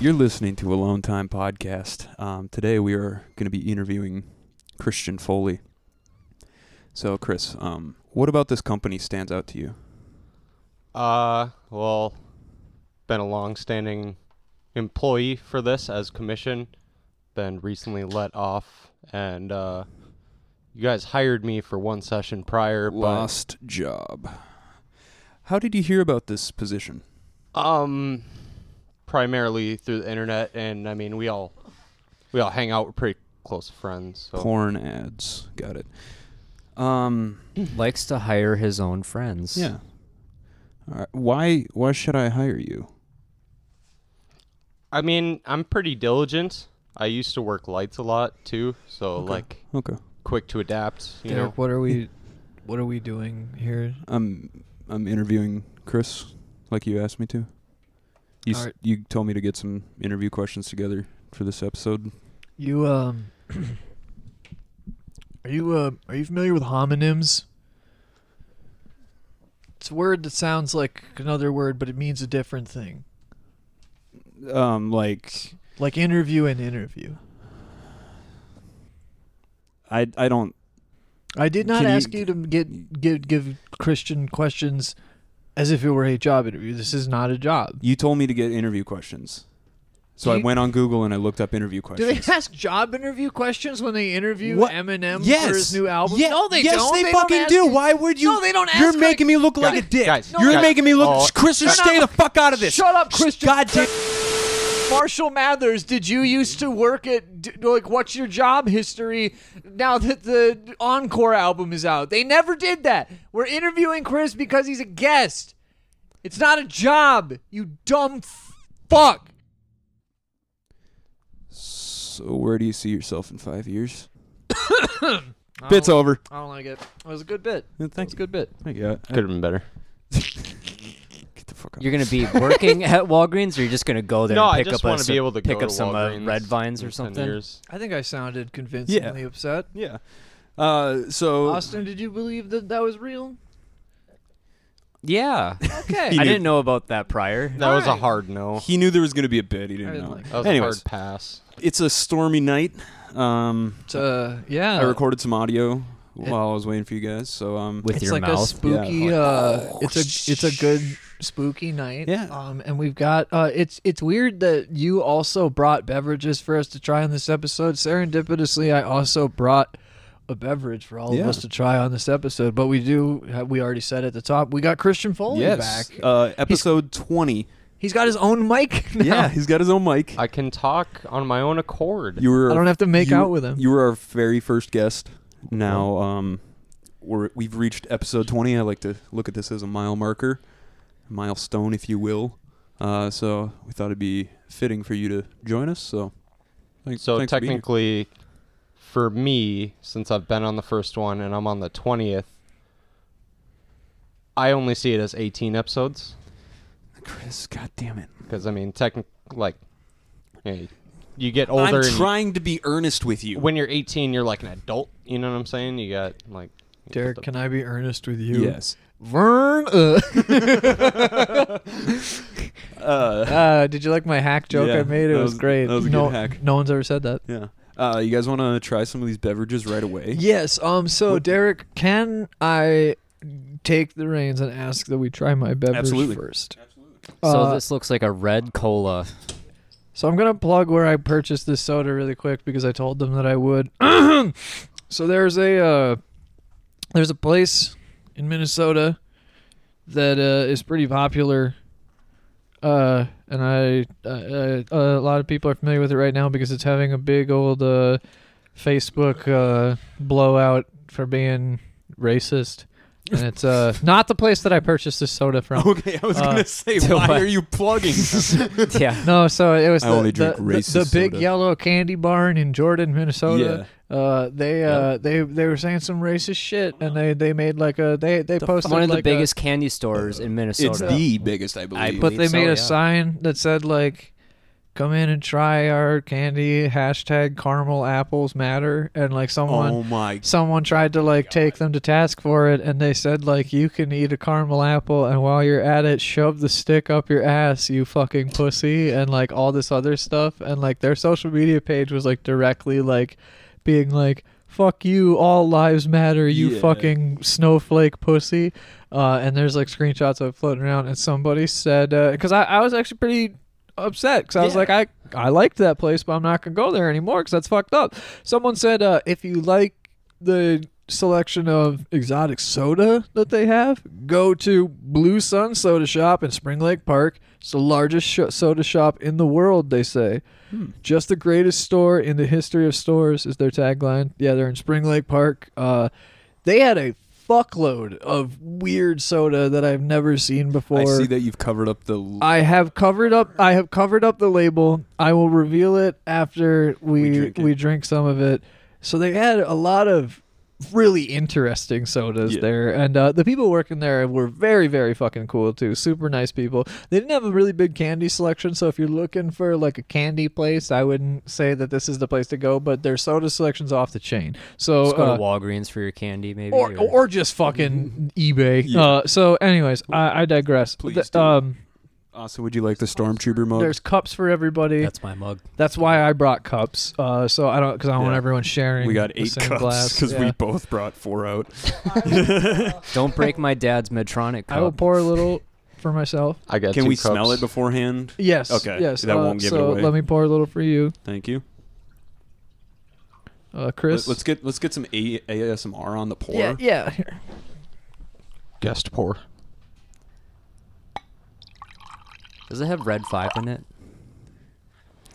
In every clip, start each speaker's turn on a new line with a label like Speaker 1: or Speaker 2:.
Speaker 1: You're listening to a Lone Time podcast. Um, today we are going to be interviewing Christian Foley. So, Chris, um, what about this company stands out to you?
Speaker 2: Uh, well, been a long-standing employee for this as commission. Been recently let off, and uh, you guys hired me for one session prior.
Speaker 1: Lost job. How did you hear about this position?
Speaker 2: But, um, primarily through the internet, and I mean, we all we all hang out. We're pretty close friends. So.
Speaker 1: Porn ads. Got it. Um,
Speaker 3: Likes to hire his own friends.
Speaker 1: yeah. All right. Why why should I hire you?
Speaker 2: I mean, I'm pretty diligent. I used to work lights a lot too, so like
Speaker 1: Okay.
Speaker 2: quick to adapt. You
Speaker 4: Derek,
Speaker 2: know.
Speaker 4: what are we, what are we doing here?
Speaker 1: I'm I'm interviewing Chris, like you asked me to. You s-
Speaker 4: Alright.
Speaker 1: you told me to get some interview questions together for this episode.
Speaker 4: You um, are you uh, are you familiar with homonyms? It's a word that sounds like another word, but it means a different thing.
Speaker 1: Um, like
Speaker 4: Like interview and interview.
Speaker 1: I I don't
Speaker 4: I did not
Speaker 1: Can you-
Speaker 4: ask you, to get give give Christian questions as if it were a job interview. This is not a job.
Speaker 1: you told me to get interview questions, so
Speaker 4: Do
Speaker 1: I
Speaker 4: you-
Speaker 1: went on Google and I looked up interview
Speaker 4: Do they
Speaker 1: questions.
Speaker 4: ask job interview questions when they interview
Speaker 1: What?
Speaker 4: Eminem
Speaker 1: yes,
Speaker 4: for his new album?
Speaker 1: Ye-
Speaker 4: no, they
Speaker 1: yes,
Speaker 4: don't.
Speaker 1: they,
Speaker 4: don't
Speaker 1: fucking
Speaker 4: ask
Speaker 1: do.
Speaker 4: you-
Speaker 1: Why would you?
Speaker 4: No, they don't ask
Speaker 1: You're
Speaker 4: like-
Speaker 1: making me look like a dick.
Speaker 2: guys,
Speaker 1: You're
Speaker 2: guys,
Speaker 1: making me look.
Speaker 2: all-
Speaker 1: Christian,
Speaker 4: Oh. Shut
Speaker 1: stay the
Speaker 4: up.
Speaker 1: fuck out of this.
Speaker 4: Shut up, Christian.
Speaker 1: Goddamn.
Speaker 4: Marshall Mathers, did you used to work at d- like what's your job history now that the Encore album is out? They never did that. We're interviewing Chris because he's a guest. It's not a job, you dumb f- fuck.
Speaker 1: So where do you see yourself in five years? Bits over.
Speaker 4: I don't like it. It was a good bit. It
Speaker 1: Thank
Speaker 4: was a good bit.
Speaker 1: Thank you. I-
Speaker 2: Could have been better.
Speaker 1: Get the fuck out.
Speaker 3: You're gonna be working at Walgreens, or you're just gonna go there
Speaker 2: No,
Speaker 3: and
Speaker 2: I
Speaker 3: pick
Speaker 2: just
Speaker 3: up
Speaker 2: want
Speaker 3: a,
Speaker 2: to be able to
Speaker 3: pick
Speaker 2: go
Speaker 3: up
Speaker 2: to
Speaker 3: some uh,
Speaker 2: Walgreens
Speaker 3: red vines
Speaker 2: in
Speaker 3: or
Speaker 2: 10
Speaker 3: something?
Speaker 2: years.
Speaker 4: I think I sounded convincingly upset.
Speaker 1: Yeah. Uh, so
Speaker 4: Austin, did you believe that that was real?
Speaker 3: Yeah,
Speaker 4: Okay.
Speaker 1: He
Speaker 3: I
Speaker 1: knew-
Speaker 3: didn't know about that prior.
Speaker 2: That was a
Speaker 4: Alright.
Speaker 2: hard no.
Speaker 1: he knew there was going to be a bit. He
Speaker 4: I
Speaker 1: didn't
Speaker 4: didn't
Speaker 1: know.
Speaker 4: like
Speaker 2: That was a
Speaker 1: Anyways,
Speaker 2: hard pass.
Speaker 1: it's a stormy night. Um,
Speaker 4: uh, yeah.
Speaker 1: I recorded some audio while I was waiting for you guys. So um,
Speaker 3: With
Speaker 4: it's
Speaker 3: your
Speaker 4: like
Speaker 3: mouth.
Speaker 4: a spooky
Speaker 1: Yeah.
Speaker 4: uh it's a it's a good spooky night
Speaker 1: Yeah.
Speaker 4: um and we've got uh it's it's weird that you also brought beverages for us to try on this episode serendipitously i also brought a beverage for all
Speaker 1: Yeah.
Speaker 4: of us to try on this episode but we do we already said at the top we got christian foley
Speaker 1: yes,
Speaker 4: back
Speaker 1: uh, episode twenty.
Speaker 4: he's got his own mic now.
Speaker 1: Yeah, he's got his own mic.
Speaker 2: I can talk on my own accord.
Speaker 1: You were.
Speaker 4: i don't have to make
Speaker 1: you-
Speaker 4: out with him
Speaker 1: You were our very first guest. Now um, we're we've reached episode twenty. I like to look at this as a mile marker, milestone, if you will. Uh, so we thought it'd be fitting for you to join us. So. Thanks,
Speaker 2: so
Speaker 1: thanks for being here.
Speaker 2: technically, for me, since I've been on the first one and I'm on the twentieth, I only see it as eighteen episodes
Speaker 1: Chris, god damn it.
Speaker 2: because I mean, technic like, hey, you get older.
Speaker 1: I'm
Speaker 2: and
Speaker 1: trying to be earnest with you.
Speaker 2: when you're eighteen, you're like an adult. You know what I'm saying? You got like.
Speaker 4: derek can i be earnest with you
Speaker 1: yes.
Speaker 4: vern uh,
Speaker 1: Uh,
Speaker 4: uh, did you like my hack joke
Speaker 1: Yeah,
Speaker 4: i made it
Speaker 1: that
Speaker 4: was,
Speaker 1: was-
Speaker 4: great
Speaker 1: that was a good
Speaker 4: no
Speaker 1: hack.
Speaker 4: no one's ever said that
Speaker 1: yeah. Uh, you guys want to try some of these beverages right away?
Speaker 4: Yes. Um. So, Derek, can I take the reins and ask that we try my beverage
Speaker 1: Absolutely.
Speaker 4: first?
Speaker 3: So
Speaker 4: Uh,
Speaker 3: this looks like a red cola.
Speaker 4: So I'm gonna plug where I purchased this soda really quick because I told them that I would. so there's a uh, there's a place in Minnesota that uh, is pretty popular. Uh, and I, uh, uh, a lot of people are familiar with it right now because it's having a big old uh, Facebook uh, blowout for being racist, and it's uh, not the place that I purchased this soda from.
Speaker 1: Okay, I was
Speaker 4: Uh,
Speaker 1: gonna say,
Speaker 3: so
Speaker 1: why
Speaker 3: what?
Speaker 1: are you plugging?
Speaker 3: yeah,
Speaker 4: No, so it was
Speaker 1: I
Speaker 4: the,
Speaker 1: only
Speaker 4: the,
Speaker 1: drink
Speaker 4: the-
Speaker 1: racist
Speaker 4: the big
Speaker 1: soda.
Speaker 4: yellow candy barn in Jordan, Minnesota. Uh, they uh, they they were saying some racist shit, and they they made like a they they posted
Speaker 3: one of the
Speaker 4: like a-
Speaker 3: biggest candy stores in Minnesota.
Speaker 1: it's the biggest, I believe.
Speaker 3: I
Speaker 4: but they
Speaker 3: so,
Speaker 4: made a
Speaker 3: yeah.
Speaker 4: sign that said like come in and try our candy hashtag caramel apples matter and like someone
Speaker 1: Oh my!
Speaker 4: someone tried to like take them to task for it and they said like you can eat a caramel apple and while you're at it shove the stick up your ass you fucking pussy and like all this other stuff and like their social media page was like directly like being like fuck you all lives matter you
Speaker 1: Yeah.
Speaker 4: fucking snowflake pussy uh, and there's like screenshots of it floating around and somebody said because I, I was actually pretty upset because I was
Speaker 1: Yeah.
Speaker 4: like, I I liked that place, but I'm not gonna go there anymore because that's fucked up. Someone said uh, if you like the selection of exotic soda that they have, go to Blue Sun Soda Shop in Spring Lake Park. It's the largest sh- soda shop in the world, they say.
Speaker 1: Hmm.
Speaker 4: Just the greatest store in the history of stores is their tagline. Yeah, they're in Spring Lake Park. Uh, they had a fuckload of weird soda that I've never seen before.
Speaker 1: I see that you've covered up the. l-
Speaker 4: I have covered up. I have covered up the label. I will reveal it after we we
Speaker 1: We
Speaker 4: drink,
Speaker 1: drink it.
Speaker 4: some of it. So they had a lot of really interesting sodas
Speaker 1: Yeah.
Speaker 4: there, and uh, the people working there were very very fucking cool too. Super nice people. They didn't have a really big candy selection, so if you're looking for like a candy place, I wouldn't say that this is the place to go. But their soda selection's off the chain. So
Speaker 3: Just go
Speaker 4: uh,
Speaker 3: to Walgreens for your candy, maybe.
Speaker 4: or or just fucking eBay.
Speaker 1: Yeah.
Speaker 4: Uh, so, anyways, I, I digress.
Speaker 1: Please
Speaker 4: Th-
Speaker 1: do.
Speaker 4: um,
Speaker 1: Also, would you like the stormtrooper mode?
Speaker 4: there's cups for everybody. That's,
Speaker 3: that's my mug.
Speaker 4: why I brought cups. Uh, so I don't because I don't want
Speaker 1: Yeah.
Speaker 4: everyone sharing.
Speaker 1: we got
Speaker 4: the
Speaker 1: eight
Speaker 4: same
Speaker 1: cups
Speaker 4: glass.
Speaker 1: because we
Speaker 4: Yeah.
Speaker 1: both brought four out.
Speaker 3: Don't break my dad's Medtronic cup.
Speaker 4: I will pour a little for myself.
Speaker 2: I got
Speaker 1: Can
Speaker 2: two
Speaker 1: we
Speaker 2: cups.
Speaker 1: smell it beforehand?
Speaker 4: Yes.
Speaker 1: Okay,
Speaker 4: Yes.
Speaker 1: that
Speaker 4: uh,
Speaker 1: won't give it
Speaker 4: so
Speaker 1: away.
Speaker 4: let me pour a little for you,
Speaker 1: Thank you.
Speaker 4: uh,
Speaker 1: Let,
Speaker 4: Chris.
Speaker 1: us get let's get some a- ASMR on the pour.
Speaker 4: Yeah. Yeah. Here.
Speaker 2: Guest pour.
Speaker 3: Does it have red five in it?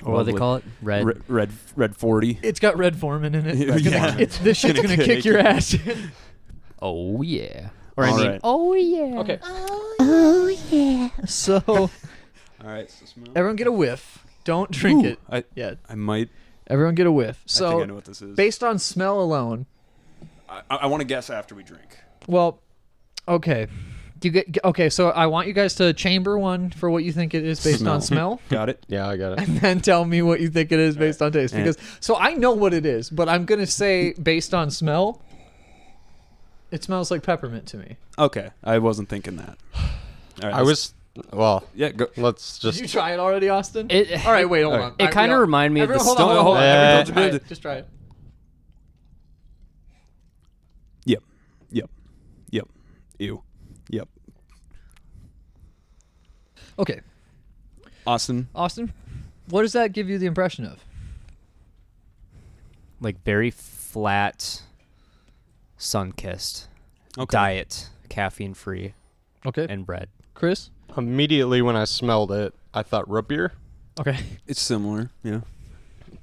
Speaker 3: what do they call it? Red.
Speaker 1: Red red, red forty.
Speaker 4: It's got red foreman in it.
Speaker 1: Yeah.
Speaker 4: It's gonna- it's- this shit's gonna kick your ass.
Speaker 3: Oh yeah. Or I
Speaker 1: All
Speaker 3: mean,
Speaker 1: right.
Speaker 3: oh yeah.
Speaker 4: okay.
Speaker 5: Oh yeah.
Speaker 4: So
Speaker 1: All right. So smell.
Speaker 4: everyone get a whiff. Don't drink
Speaker 1: Ooh,
Speaker 4: it.
Speaker 1: I
Speaker 4: Yeah.
Speaker 1: I might.
Speaker 4: Everyone get a whiff.
Speaker 1: I think I know
Speaker 4: So
Speaker 1: what this is.
Speaker 4: based on smell alone,
Speaker 1: I, I want to guess after we drink.
Speaker 4: Well, okay. You get okay. So I want you guys to chamber one for what you think it is based on smell,
Speaker 1: Got it.
Speaker 2: Yeah, I got it.
Speaker 4: and then tell me what you think it is based on taste.
Speaker 1: Yeah.
Speaker 4: Because so I know what it is, but I'm gonna say based on smell, it smells like peppermint to me.
Speaker 1: Okay. I wasn't thinking that. All right,
Speaker 2: I was. Well,
Speaker 1: Yeah. Go.
Speaker 2: let's
Speaker 4: Did you
Speaker 2: just.
Speaker 4: try it already, Austin?
Speaker 3: It-
Speaker 4: All right, wait, hold
Speaker 2: All
Speaker 4: on.
Speaker 2: right.
Speaker 3: It
Speaker 4: I- we
Speaker 3: kinda
Speaker 4: all-
Speaker 3: remind me of the
Speaker 4: Everyone, hold on,
Speaker 1: stone-
Speaker 4: hold on,
Speaker 2: Yeah.
Speaker 4: everyone,
Speaker 2: Yeah.
Speaker 4: just try it, Just try it.
Speaker 1: Yep. Yep. Yep. Ew. Yep.
Speaker 4: Okay,
Speaker 1: Austin.
Speaker 4: Austin, what does that give you the impression of?
Speaker 3: Like very flat, sun-kissed,
Speaker 1: Okay.
Speaker 3: diet, caffeine-free,
Speaker 4: Okay,
Speaker 3: and bread.
Speaker 4: Chris.
Speaker 2: Immediately when I smelled it, I thought root beer,
Speaker 4: Okay,
Speaker 1: It's similar. Yeah.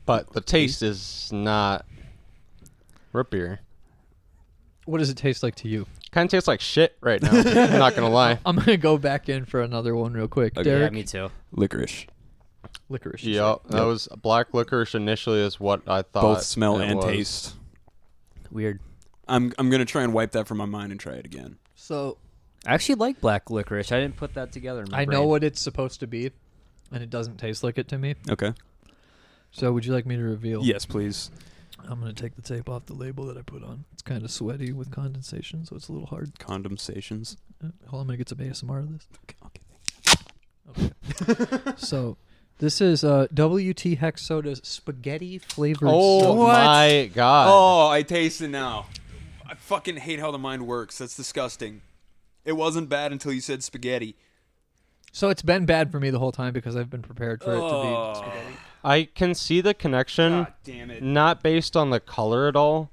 Speaker 2: but
Speaker 4: Mm-hmm.
Speaker 2: the taste is not root beer.
Speaker 4: what does it taste like to you?
Speaker 2: Kind of tastes like shit right now. I'm not gonna lie.
Speaker 4: I'm gonna go back in for another one real quick.
Speaker 1: Okay.
Speaker 4: Derek,
Speaker 3: Yeah, me too.
Speaker 1: Licorice.
Speaker 4: licorice. you
Speaker 2: Yep, that
Speaker 1: Yep.
Speaker 2: was black licorice initially is what I thought.
Speaker 1: Both smell
Speaker 2: it
Speaker 1: and
Speaker 2: was.
Speaker 1: taste.
Speaker 3: Weird.
Speaker 1: I'm I'm gonna try and wipe that from my mind and try it again.
Speaker 4: So
Speaker 3: I actually like black licorice. I didn't put that together. In my
Speaker 4: I know
Speaker 3: brain.
Speaker 4: what it's supposed to be, and it doesn't taste like it to me.
Speaker 1: Okay.
Speaker 4: So would you like me to reveal?
Speaker 1: Yes, please.
Speaker 4: I'm gonna take the tape off the label that I put on. It's kind of sweaty with condensation, so it's a little hard.
Speaker 1: Condensations.
Speaker 4: Uh, Hold on, I'm gonna get some ASMR of this.
Speaker 1: Okay. okay.
Speaker 4: so this is uh, WT Hex Soda's spaghetti flavored.
Speaker 2: Oh
Speaker 4: soda.
Speaker 2: my god!
Speaker 1: Oh, I taste it now. I fucking hate how the mind works. That's disgusting. It wasn't bad until you said spaghetti.
Speaker 4: So it's been bad for me the whole time because I've been prepared for it to be spaghetti.
Speaker 2: I can see the connection,
Speaker 1: God damn it.
Speaker 2: not based on the color at all,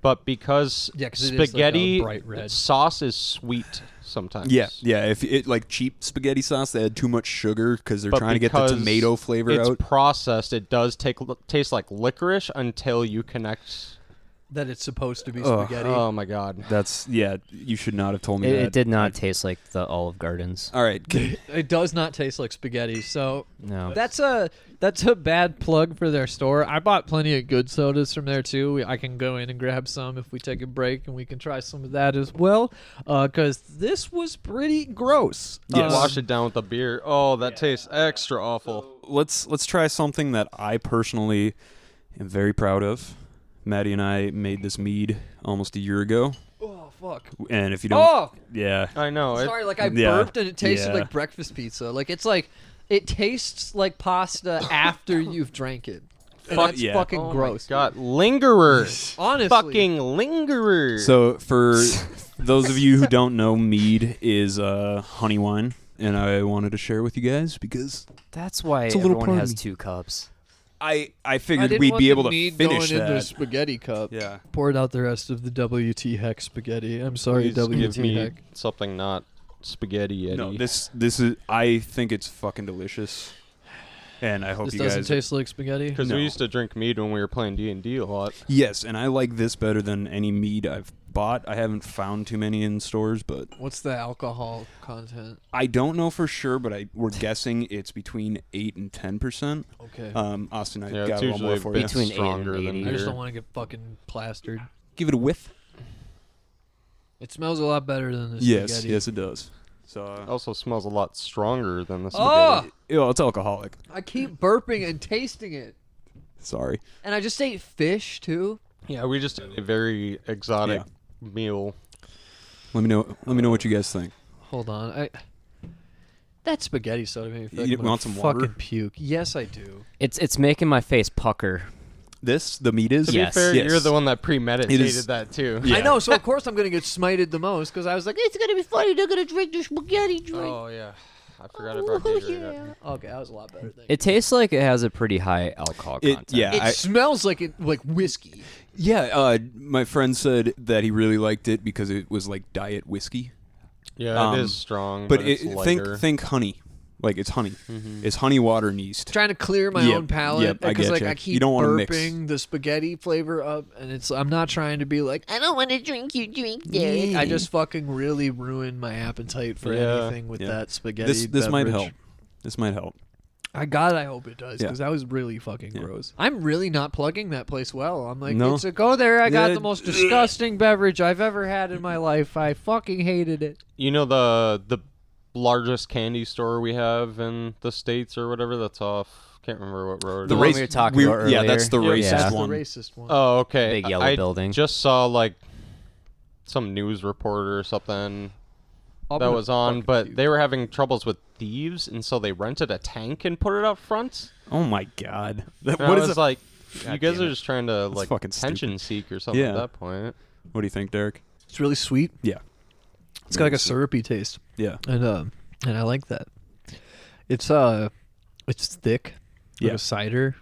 Speaker 2: but because
Speaker 4: Yeah, 'cause it is like a
Speaker 2: spaghetti
Speaker 4: bright red.
Speaker 2: sauce is sweet sometimes.
Speaker 1: Yeah, yeah. If it like cheap spaghetti sauce, they add too much sugar because they're
Speaker 2: But
Speaker 1: trying to get the
Speaker 2: because
Speaker 1: tomato flavor
Speaker 2: it's
Speaker 1: out.
Speaker 2: processed, it does take taste like licorice until you connect
Speaker 4: that it's supposed to be
Speaker 1: Ugh.
Speaker 4: spaghetti.
Speaker 2: Oh my god.
Speaker 1: That's yeah. You should not have told me
Speaker 3: It,
Speaker 1: that.
Speaker 3: it did not taste like the Olive Gardens.
Speaker 1: All right.
Speaker 4: It does not taste like spaghetti. So
Speaker 3: No.
Speaker 4: that's a that's a bad plug for their store. I bought plenty of good sodas from there too. We, I can go in and grab some if we take a break, and we can try some of that as well. Because this was pretty gross.
Speaker 1: Yes.
Speaker 4: Um,
Speaker 2: Wash it down with a beer. Oh, that tastes extra awful.
Speaker 1: let's let's try something that I personally am very proud of. Maddie and I made this mead almost a year ago,
Speaker 4: oh fuck.
Speaker 1: and if you don't,
Speaker 4: Oh,
Speaker 1: yeah,
Speaker 2: I know. It,
Speaker 4: sorry. Like I
Speaker 1: Yeah.
Speaker 4: burped, and it tasted
Speaker 1: Yeah.
Speaker 4: like breakfast pizza. Like it's like it tastes like pasta after you've drank it. And
Speaker 1: Fuck
Speaker 4: that's
Speaker 1: yeah.
Speaker 4: fucking
Speaker 2: oh my
Speaker 4: gross.
Speaker 2: God, lingerers.
Speaker 4: Honestly,
Speaker 2: Fucking lingerer.
Speaker 1: So for those of you who don't know, mead is uh, honey wine, and I wanted to share with you guys because
Speaker 3: That's
Speaker 1: a
Speaker 3: why
Speaker 1: little
Speaker 3: everyone
Speaker 1: part of
Speaker 3: has
Speaker 1: me.
Speaker 3: two cups.
Speaker 1: I I
Speaker 4: I
Speaker 1: figured
Speaker 4: didn't
Speaker 1: we'd
Speaker 4: want
Speaker 1: be
Speaker 4: the
Speaker 1: able to
Speaker 4: mead
Speaker 1: finish
Speaker 4: going into a
Speaker 1: that.
Speaker 4: spaghetti cup.
Speaker 1: Yeah.
Speaker 4: poured out the rest of the WT Heck spaghetti. I'm sorry,
Speaker 2: Please give
Speaker 4: WT
Speaker 2: me
Speaker 4: Heck.
Speaker 2: something not spaghetti. Eddie.
Speaker 1: No, this this is I think it's fucking delicious, and I hope
Speaker 4: This
Speaker 1: you
Speaker 4: doesn't
Speaker 1: guys.
Speaker 4: taste like spaghetti.
Speaker 2: because
Speaker 1: no.
Speaker 2: we used to drink mead when we were playing D and D a lot.
Speaker 1: yes, and I like this better than any mead I've bought. I haven't found too many in stores, but
Speaker 4: What's the alcohol content?
Speaker 1: I don't know for sure. But I we're guessing it's between eight and ten percent.
Speaker 4: Okay.
Speaker 1: Um, Austin, I
Speaker 2: Yeah, it's
Speaker 1: got one
Speaker 2: usually
Speaker 1: more
Speaker 2: a
Speaker 1: for
Speaker 2: bit
Speaker 1: you.
Speaker 3: Between eight and
Speaker 2: stronger than
Speaker 3: eighty.
Speaker 4: I just
Speaker 2: beer.
Speaker 4: don't want to get fucking plastered.
Speaker 1: Give it a whiff.
Speaker 4: It smells a lot better than the
Speaker 1: Yes,
Speaker 4: spaghetti.
Speaker 1: yes, it does. So uh,
Speaker 2: It also smells a lot stronger than the
Speaker 4: Oh!
Speaker 2: spaghetti.
Speaker 1: Ew, it's alcoholic.
Speaker 4: I keep burping and tasting it.
Speaker 1: Sorry.
Speaker 4: And I just ate fish too.
Speaker 2: Yeah, we just had a very exotic meal.
Speaker 1: Let me know. Let me know what you guys think.
Speaker 4: Hold on. I That spaghetti soda made me feel
Speaker 1: You
Speaker 4: like I'm gonna
Speaker 1: want some water?
Speaker 4: fucking puke. Yes, I do.
Speaker 3: It's it's making my face pucker.
Speaker 1: This the meat is.
Speaker 2: To
Speaker 3: Yes.
Speaker 2: be fair, you're
Speaker 1: Yes.
Speaker 2: the one that premeditated
Speaker 1: It is-
Speaker 2: that too.
Speaker 1: Yeah.
Speaker 4: I know, so of course I'm going to get smited the most because I was like, it's going to be funny. They're going to drink the spaghetti drink. Oh,
Speaker 2: Oh yeah, I forgot about
Speaker 3: Oh,
Speaker 2: Gatorade.
Speaker 4: Okay, that was a lot better. Thank
Speaker 3: It tastes like it has a pretty high alcohol
Speaker 1: It-
Speaker 3: content.
Speaker 1: yeah,
Speaker 4: It
Speaker 1: I-
Speaker 4: smells like it like whiskey.
Speaker 1: yeah. Uh, my friend said that he really liked it because it was like diet whiskey,
Speaker 2: Yeah,
Speaker 1: Um,
Speaker 2: it is strong,
Speaker 1: but,
Speaker 2: but,
Speaker 1: it,
Speaker 2: it's
Speaker 1: think
Speaker 2: lighter. Mm-hmm.
Speaker 1: think honey, like it's honey. It's honey, water, and yeast.
Speaker 4: Trying to clear my
Speaker 1: Yep,
Speaker 4: own palate
Speaker 1: yep, I
Speaker 4: because
Speaker 1: getcha.
Speaker 4: like I
Speaker 1: You
Speaker 4: keep
Speaker 1: don't wanna mix.
Speaker 4: burping the spaghetti flavor up, and it's I'm not trying to be like
Speaker 5: I don't want to drink your drink, Derek.
Speaker 4: I just fucking really ruined my appetite for
Speaker 2: Yeah,
Speaker 4: anything with
Speaker 1: yeah.
Speaker 4: that spaghetti.
Speaker 1: This this might
Speaker 4: beverage.
Speaker 1: help. This might help.
Speaker 4: I God, I hope it does
Speaker 1: Yeah.
Speaker 4: because that was really fucking
Speaker 1: Yeah.
Speaker 4: gross. I'm really not plugging that place well. I'm like,
Speaker 1: No.
Speaker 4: it's a go there. I got
Speaker 1: Yeah.
Speaker 4: the most disgusting beverage I've ever had in my life. I fucking hated it.
Speaker 2: you know the the largest candy store we have in the states or whatever. That's off. Can't remember what road.
Speaker 1: The
Speaker 2: it is.
Speaker 3: one
Speaker 1: race
Speaker 3: we were talking about
Speaker 1: Yeah,
Speaker 3: earlier.
Speaker 1: that's the
Speaker 2: Yeah,
Speaker 1: racist
Speaker 3: that's
Speaker 4: It's the
Speaker 1: one.
Speaker 4: racist one.
Speaker 2: Oh, okay.
Speaker 3: Big
Speaker 2: I-
Speaker 3: yellow
Speaker 2: I
Speaker 3: building.
Speaker 2: Just saw like some news reporter or something
Speaker 4: I'll
Speaker 2: that
Speaker 4: put a
Speaker 2: was on,
Speaker 4: fucking
Speaker 2: but
Speaker 4: few-
Speaker 2: they were having troubles with thieves, and so they rented a tank and put it up front.
Speaker 1: Oh my god. That-
Speaker 2: And
Speaker 1: what
Speaker 2: I
Speaker 1: is
Speaker 2: was
Speaker 1: it?
Speaker 2: like? you guys
Speaker 1: damn
Speaker 2: are
Speaker 1: it.
Speaker 2: just trying to like
Speaker 1: fucking stupid.
Speaker 2: attention seek or something
Speaker 1: Yeah.
Speaker 2: at that point.
Speaker 1: What do you think, Derek?
Speaker 4: it's really sweet.
Speaker 1: Yeah.
Speaker 4: It's got like a syrupy taste.
Speaker 1: Yeah.
Speaker 4: and um and I like that. It's uh, it's thick, like
Speaker 1: Yeah.
Speaker 4: a cider.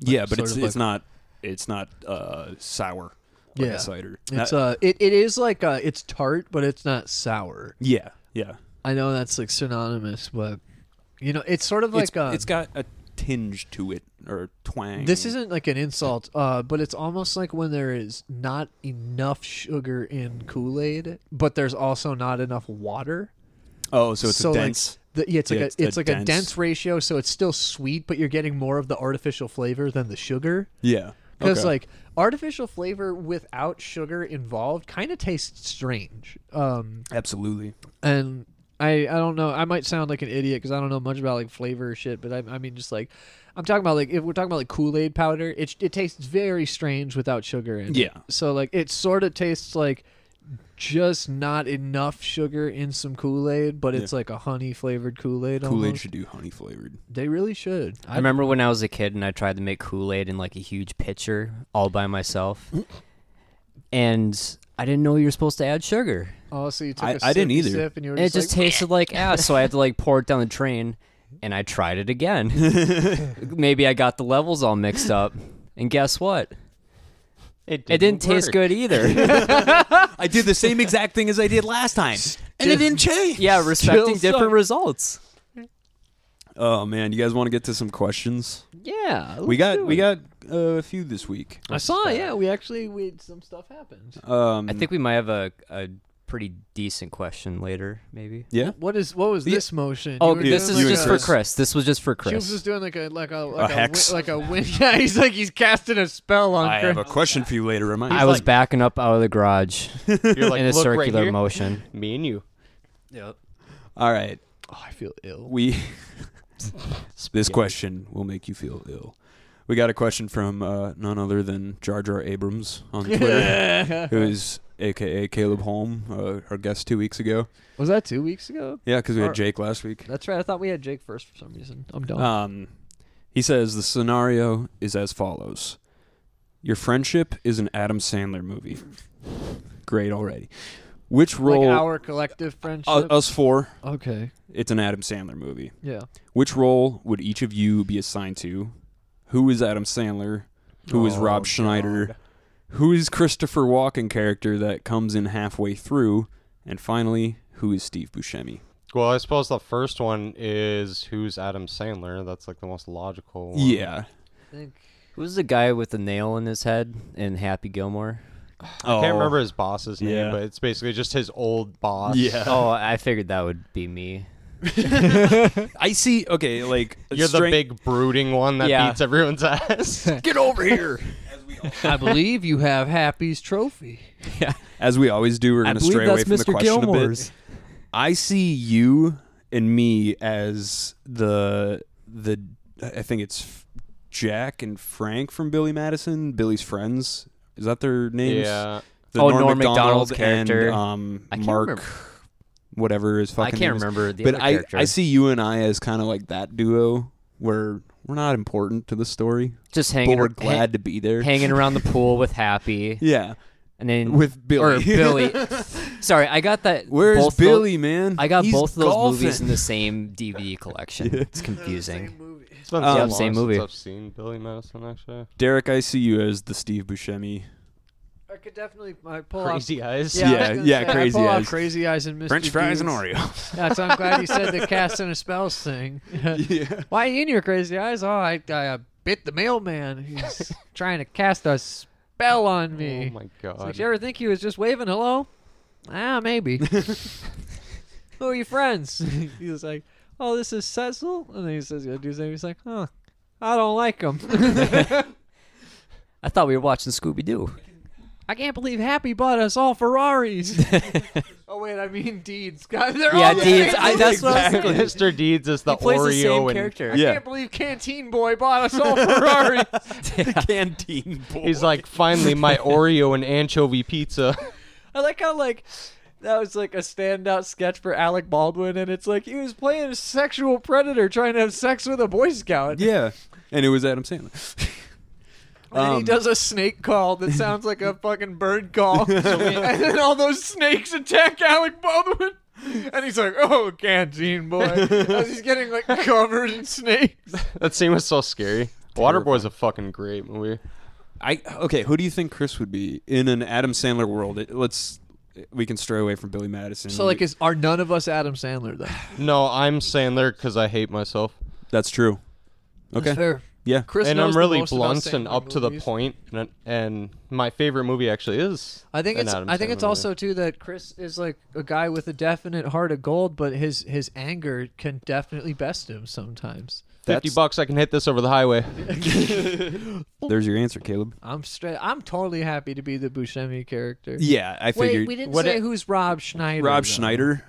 Speaker 1: Yeah, but
Speaker 4: sort
Speaker 1: it's
Speaker 4: of
Speaker 1: it's
Speaker 4: like-
Speaker 1: not it's not uh sour. Like
Speaker 4: Yeah.
Speaker 1: a cider.
Speaker 4: It's
Speaker 1: Uh,
Speaker 4: uh, it, it is like uh, it's tart, but it's not sour.
Speaker 1: yeah. Yeah.
Speaker 4: I know that's like synonymous, but you know, it's sort of
Speaker 1: It's-
Speaker 4: like um,
Speaker 1: it's got a tinge to it or twang.
Speaker 4: this isn't like an insult, uh, but it's almost like when there is not enough sugar in Kool Aid, but there's also not enough water.
Speaker 1: Oh, so it's
Speaker 4: so
Speaker 1: a
Speaker 4: like,
Speaker 1: dense.
Speaker 4: The, yeah, it's like
Speaker 1: Yeah,
Speaker 4: a,
Speaker 1: it's
Speaker 4: it's,
Speaker 1: a
Speaker 4: like a
Speaker 1: dense-
Speaker 4: dense ratio, so it's still sweet, but you're getting more of the artificial flavor than the sugar.
Speaker 1: yeah.
Speaker 4: Because
Speaker 1: Okay.
Speaker 4: like artificial flavor without sugar involved kind of tastes strange. Um,
Speaker 1: absolutely.
Speaker 4: and I I don't know. I might sound like an idiot because I don't know much about like flavor or shit. But I I mean just like I'm talking about like if we're talking about like Kool Aid powder, it it tastes very strange without sugar in it.
Speaker 1: Yeah.
Speaker 4: So like it sort of tastes like just not enough sugar in some Kool Aid, but it's like a honey flavored Kool Aid.
Speaker 1: Kool Aid should do honey flavored.
Speaker 4: They really should.
Speaker 3: I remember when I was a kid and I tried to make Kool Aid in like a huge pitcher all by myself, and I didn't know you were supposed to add sugar.
Speaker 4: Oh, so you took
Speaker 1: I-
Speaker 4: a
Speaker 1: I didn't
Speaker 4: sippy
Speaker 1: either.
Speaker 4: Sip and you were
Speaker 3: And it just
Speaker 4: like,
Speaker 3: tasted like ass, so I had to like pour it down the drain, and I tried it again. Maybe I got the levels all mixed up, and guess what? It didn't taste
Speaker 2: work.
Speaker 3: good either.
Speaker 1: I did the same exact thing as I did last time, and it didn't change.
Speaker 3: yeah, respecting
Speaker 4: Still
Speaker 3: different
Speaker 4: sucked.
Speaker 3: results.
Speaker 1: Oh man, you guys want to get to some questions?
Speaker 4: yeah.
Speaker 1: we got we got a few this week.
Speaker 4: I saw. Yeah, we actually we some stuff happened.
Speaker 1: Um,
Speaker 3: I think we might have a, a pretty decent question later, maybe.
Speaker 1: Yeah.
Speaker 4: What is what was
Speaker 1: Yeah.
Speaker 4: this motion?
Speaker 3: Oh,
Speaker 4: You were
Speaker 3: this
Speaker 4: doing
Speaker 3: is
Speaker 1: you
Speaker 3: just
Speaker 1: and Chris.
Speaker 3: for Chris. This was just for
Speaker 4: She was
Speaker 3: Chris.
Speaker 4: just doing like a like a like a,
Speaker 1: hex.
Speaker 4: wi- like a win. Yeah, he's like he's casting a spell on.
Speaker 1: I
Speaker 4: Chris.
Speaker 1: have a question for you later. Am
Speaker 3: I
Speaker 1: I?
Speaker 3: was
Speaker 2: like-
Speaker 3: backing up out of the garage
Speaker 2: You're like,
Speaker 3: in a
Speaker 2: "Look right
Speaker 3: circular
Speaker 2: here."
Speaker 3: motion.
Speaker 2: Me and you.
Speaker 1: All right.
Speaker 4: Oh, I feel ill.
Speaker 1: We. this question will make you feel ill. We got a question from uh, none other than Jar Jar Abrams on Twitter, who is AKA Caleb Holm, uh, our guest two weeks ago.
Speaker 4: Was that two weeks ago?
Speaker 1: Yeah, because we
Speaker 4: Or-
Speaker 1: had Jake last week.
Speaker 4: That's right. I thought we had Jake first for some reason. I'm dumb.
Speaker 1: Um, he says the scenario is as follows: Your friendship is an Adam Sandler movie. Great already. Which
Speaker 4: like
Speaker 1: role?
Speaker 4: our collective friendship.
Speaker 1: U- us four.
Speaker 4: okay.
Speaker 1: It's an Adam Sandler movie.
Speaker 4: Yeah.
Speaker 1: Which role would each of you be assigned to? Who is Adam Sandler? Who is
Speaker 2: Oh,
Speaker 1: Rob Schneider? Who is Christopher Walken character that comes in halfway through? And finally, who is Steve Buscemi?
Speaker 2: Well, I suppose the first one is who's Adam Sandler. That's like the most logical. one.
Speaker 1: Yeah.
Speaker 4: I think
Speaker 3: Who's the guy with the nail in his head in Happy Gilmore?
Speaker 1: Oh.
Speaker 2: I can't remember his boss's name,
Speaker 1: Yeah.
Speaker 2: but it's basically just his old boss.
Speaker 1: Yeah.
Speaker 3: Oh, I figured that would be me.
Speaker 1: Oh. I see. Okay, like
Speaker 2: You're the
Speaker 1: strength-
Speaker 2: big brooding one that
Speaker 3: Yeah.
Speaker 2: beats everyone's ass.
Speaker 1: Get over here.
Speaker 4: I believe you have Happy's trophy.
Speaker 1: As we always do, we're
Speaker 3: I
Speaker 1: going to
Speaker 3: believe
Speaker 1: stray away
Speaker 3: that's
Speaker 1: from the
Speaker 3: Mr.
Speaker 1: question
Speaker 3: Gilmore's.
Speaker 1: a bit. I see you and me as the the I think it's F- Jack and Frank from Billy Madison, Billy's friends. Is that their names?
Speaker 2: yeah.
Speaker 1: The
Speaker 3: Oh, Norm
Speaker 1: Macdonald
Speaker 3: Macdonald's character.
Speaker 1: and um,
Speaker 3: I can't
Speaker 1: Mark,
Speaker 3: remember.
Speaker 1: whatever is fucking.
Speaker 3: I
Speaker 1: name
Speaker 3: can't
Speaker 1: is.
Speaker 3: remember the
Speaker 1: But
Speaker 3: other
Speaker 1: I
Speaker 3: character.
Speaker 1: I see you and I as kind of like that duo where we're not important to the story,
Speaker 3: just hanging,
Speaker 1: but we're
Speaker 3: ha-
Speaker 1: glad to be there.
Speaker 3: hanging around the pool with Happy,
Speaker 1: yeah,
Speaker 3: and then
Speaker 1: with Billy.
Speaker 3: or Billy. Sorry, I got that.
Speaker 1: Where's
Speaker 3: both tho-
Speaker 1: Billy, man?
Speaker 3: I got
Speaker 1: He's
Speaker 3: both of those movies
Speaker 1: golfing.
Speaker 3: in the same DVD collection. It's confusing.
Speaker 2: It's been
Speaker 1: Um,
Speaker 2: so
Speaker 1: Yeah,
Speaker 2: long
Speaker 3: same
Speaker 2: since
Speaker 3: movie.
Speaker 2: I've seen Billy Madison actually.
Speaker 1: Derek, I see you as the Steve Buscemi.
Speaker 4: I could definitely I pull
Speaker 2: Crazy eyes.
Speaker 4: off. Yeah, I was
Speaker 1: Yeah,
Speaker 4: gonna
Speaker 1: yeah,
Speaker 4: say, I
Speaker 1: crazy
Speaker 4: pull off
Speaker 1: eyes.
Speaker 4: crazy eyes and Mr. Deeds.
Speaker 1: Oreo.
Speaker 4: Yeah, so I'm glad you said the cast and a spells thing.
Speaker 1: yeah.
Speaker 4: Why you in your crazy eyes? Oh, I, I uh, bit the mailman. He's trying to cast a spell on
Speaker 2: Oh
Speaker 4: me.
Speaker 2: my
Speaker 4: It's like,
Speaker 2: god.
Speaker 4: you ever think he was just waving hello? Ah, maybe. Who are your friends? he was like, oh, this is Cecil. And then he says the other dude's name. He's like, huh, I don't like him.
Speaker 3: I thought we were watching Scooby Doo.
Speaker 4: I can't believe Happy bought us all Ferraris. oh, wait, I mean Deeds. God, they're
Speaker 3: Yeah,
Speaker 4: all the
Speaker 3: Deeds.
Speaker 4: same
Speaker 3: I, that's what I was
Speaker 2: Exactly.
Speaker 3: thinking.
Speaker 2: Mr. Deeds is the
Speaker 3: He plays
Speaker 2: Oreo
Speaker 3: the same
Speaker 2: and
Speaker 3: character.
Speaker 1: Yeah.
Speaker 4: I can't believe Canteen Boy bought us all Ferraris.
Speaker 1: the canteen boy.
Speaker 2: he's like finally my Oreo and anchovy pizza.
Speaker 4: I like how like that was like a standout sketch for Alec Baldwin, and it's like he was playing a sexual predator trying to have sex with a Boy Scout.
Speaker 1: yeah, and it was Adam Sandler.
Speaker 4: And then he
Speaker 1: Um,
Speaker 4: does a snake call that sounds like a fucking bird call, and then all those snakes attack Alec Baldwin. And he's like, "Oh, canteen boy!" As he's getting like covered in snakes.
Speaker 2: that scene was so scary. Waterboy's a fucking great movie.
Speaker 1: I okay. Who do you think Chris would be in an Adam Sandler world? It, let's we can stray away from Billy Madison.
Speaker 4: is are none of us Adam Sandler though?
Speaker 2: No, I'm Sandler because I hate myself.
Speaker 1: that's true. Okay.
Speaker 4: fair.
Speaker 1: Yeah.
Speaker 4: Chris
Speaker 2: and I'm
Speaker 4: knows the
Speaker 2: really
Speaker 4: most about
Speaker 2: blunt and
Speaker 4: Sandler
Speaker 2: up to the
Speaker 4: movies.
Speaker 2: point, And, and my favorite movie actually is.
Speaker 4: I think
Speaker 2: an
Speaker 4: it's
Speaker 2: Adam
Speaker 4: I think
Speaker 2: Sandler
Speaker 4: it's
Speaker 2: movie.
Speaker 4: also too that Chris is like a guy with a definite heart of gold, but his his anger can definitely best him sometimes.
Speaker 2: fifty
Speaker 1: That's-
Speaker 2: bucks. I can hit this over the highway.
Speaker 1: There's your answer, Caleb.
Speaker 4: I'm straight. I'm totally happy to be the Buscemi character.
Speaker 1: Yeah, I figured.
Speaker 4: Wait, we didn't
Speaker 2: what
Speaker 4: say
Speaker 2: it-
Speaker 4: who's Rob Schneider.
Speaker 1: Rob
Speaker 4: though.
Speaker 1: Schneider.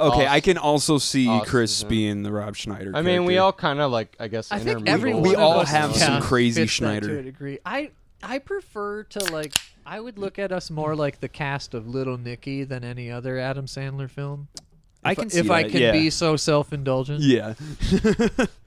Speaker 1: Okay, I
Speaker 2: Austin-
Speaker 1: can also see
Speaker 2: Austin,
Speaker 1: Chris
Speaker 2: yeah.
Speaker 1: being the Rob Schneider.
Speaker 2: I mean, we
Speaker 1: character.
Speaker 2: all kind of like I guess.
Speaker 4: I think
Speaker 2: intermingle
Speaker 4: every
Speaker 2: with
Speaker 1: We
Speaker 4: one of
Speaker 1: all
Speaker 4: us
Speaker 1: have
Speaker 4: in
Speaker 2: those.
Speaker 1: some
Speaker 4: cast
Speaker 1: crazy
Speaker 4: fits that
Speaker 1: Schneider.
Speaker 4: to a degree. I I prefer to like. I would look at us more like the cast of Little Nicky than any other Adam Sandler film.
Speaker 1: I
Speaker 4: If-
Speaker 1: can see
Speaker 4: if I
Speaker 1: that,
Speaker 4: can
Speaker 1: yeah.
Speaker 4: be so self-indulgent.
Speaker 1: Yeah.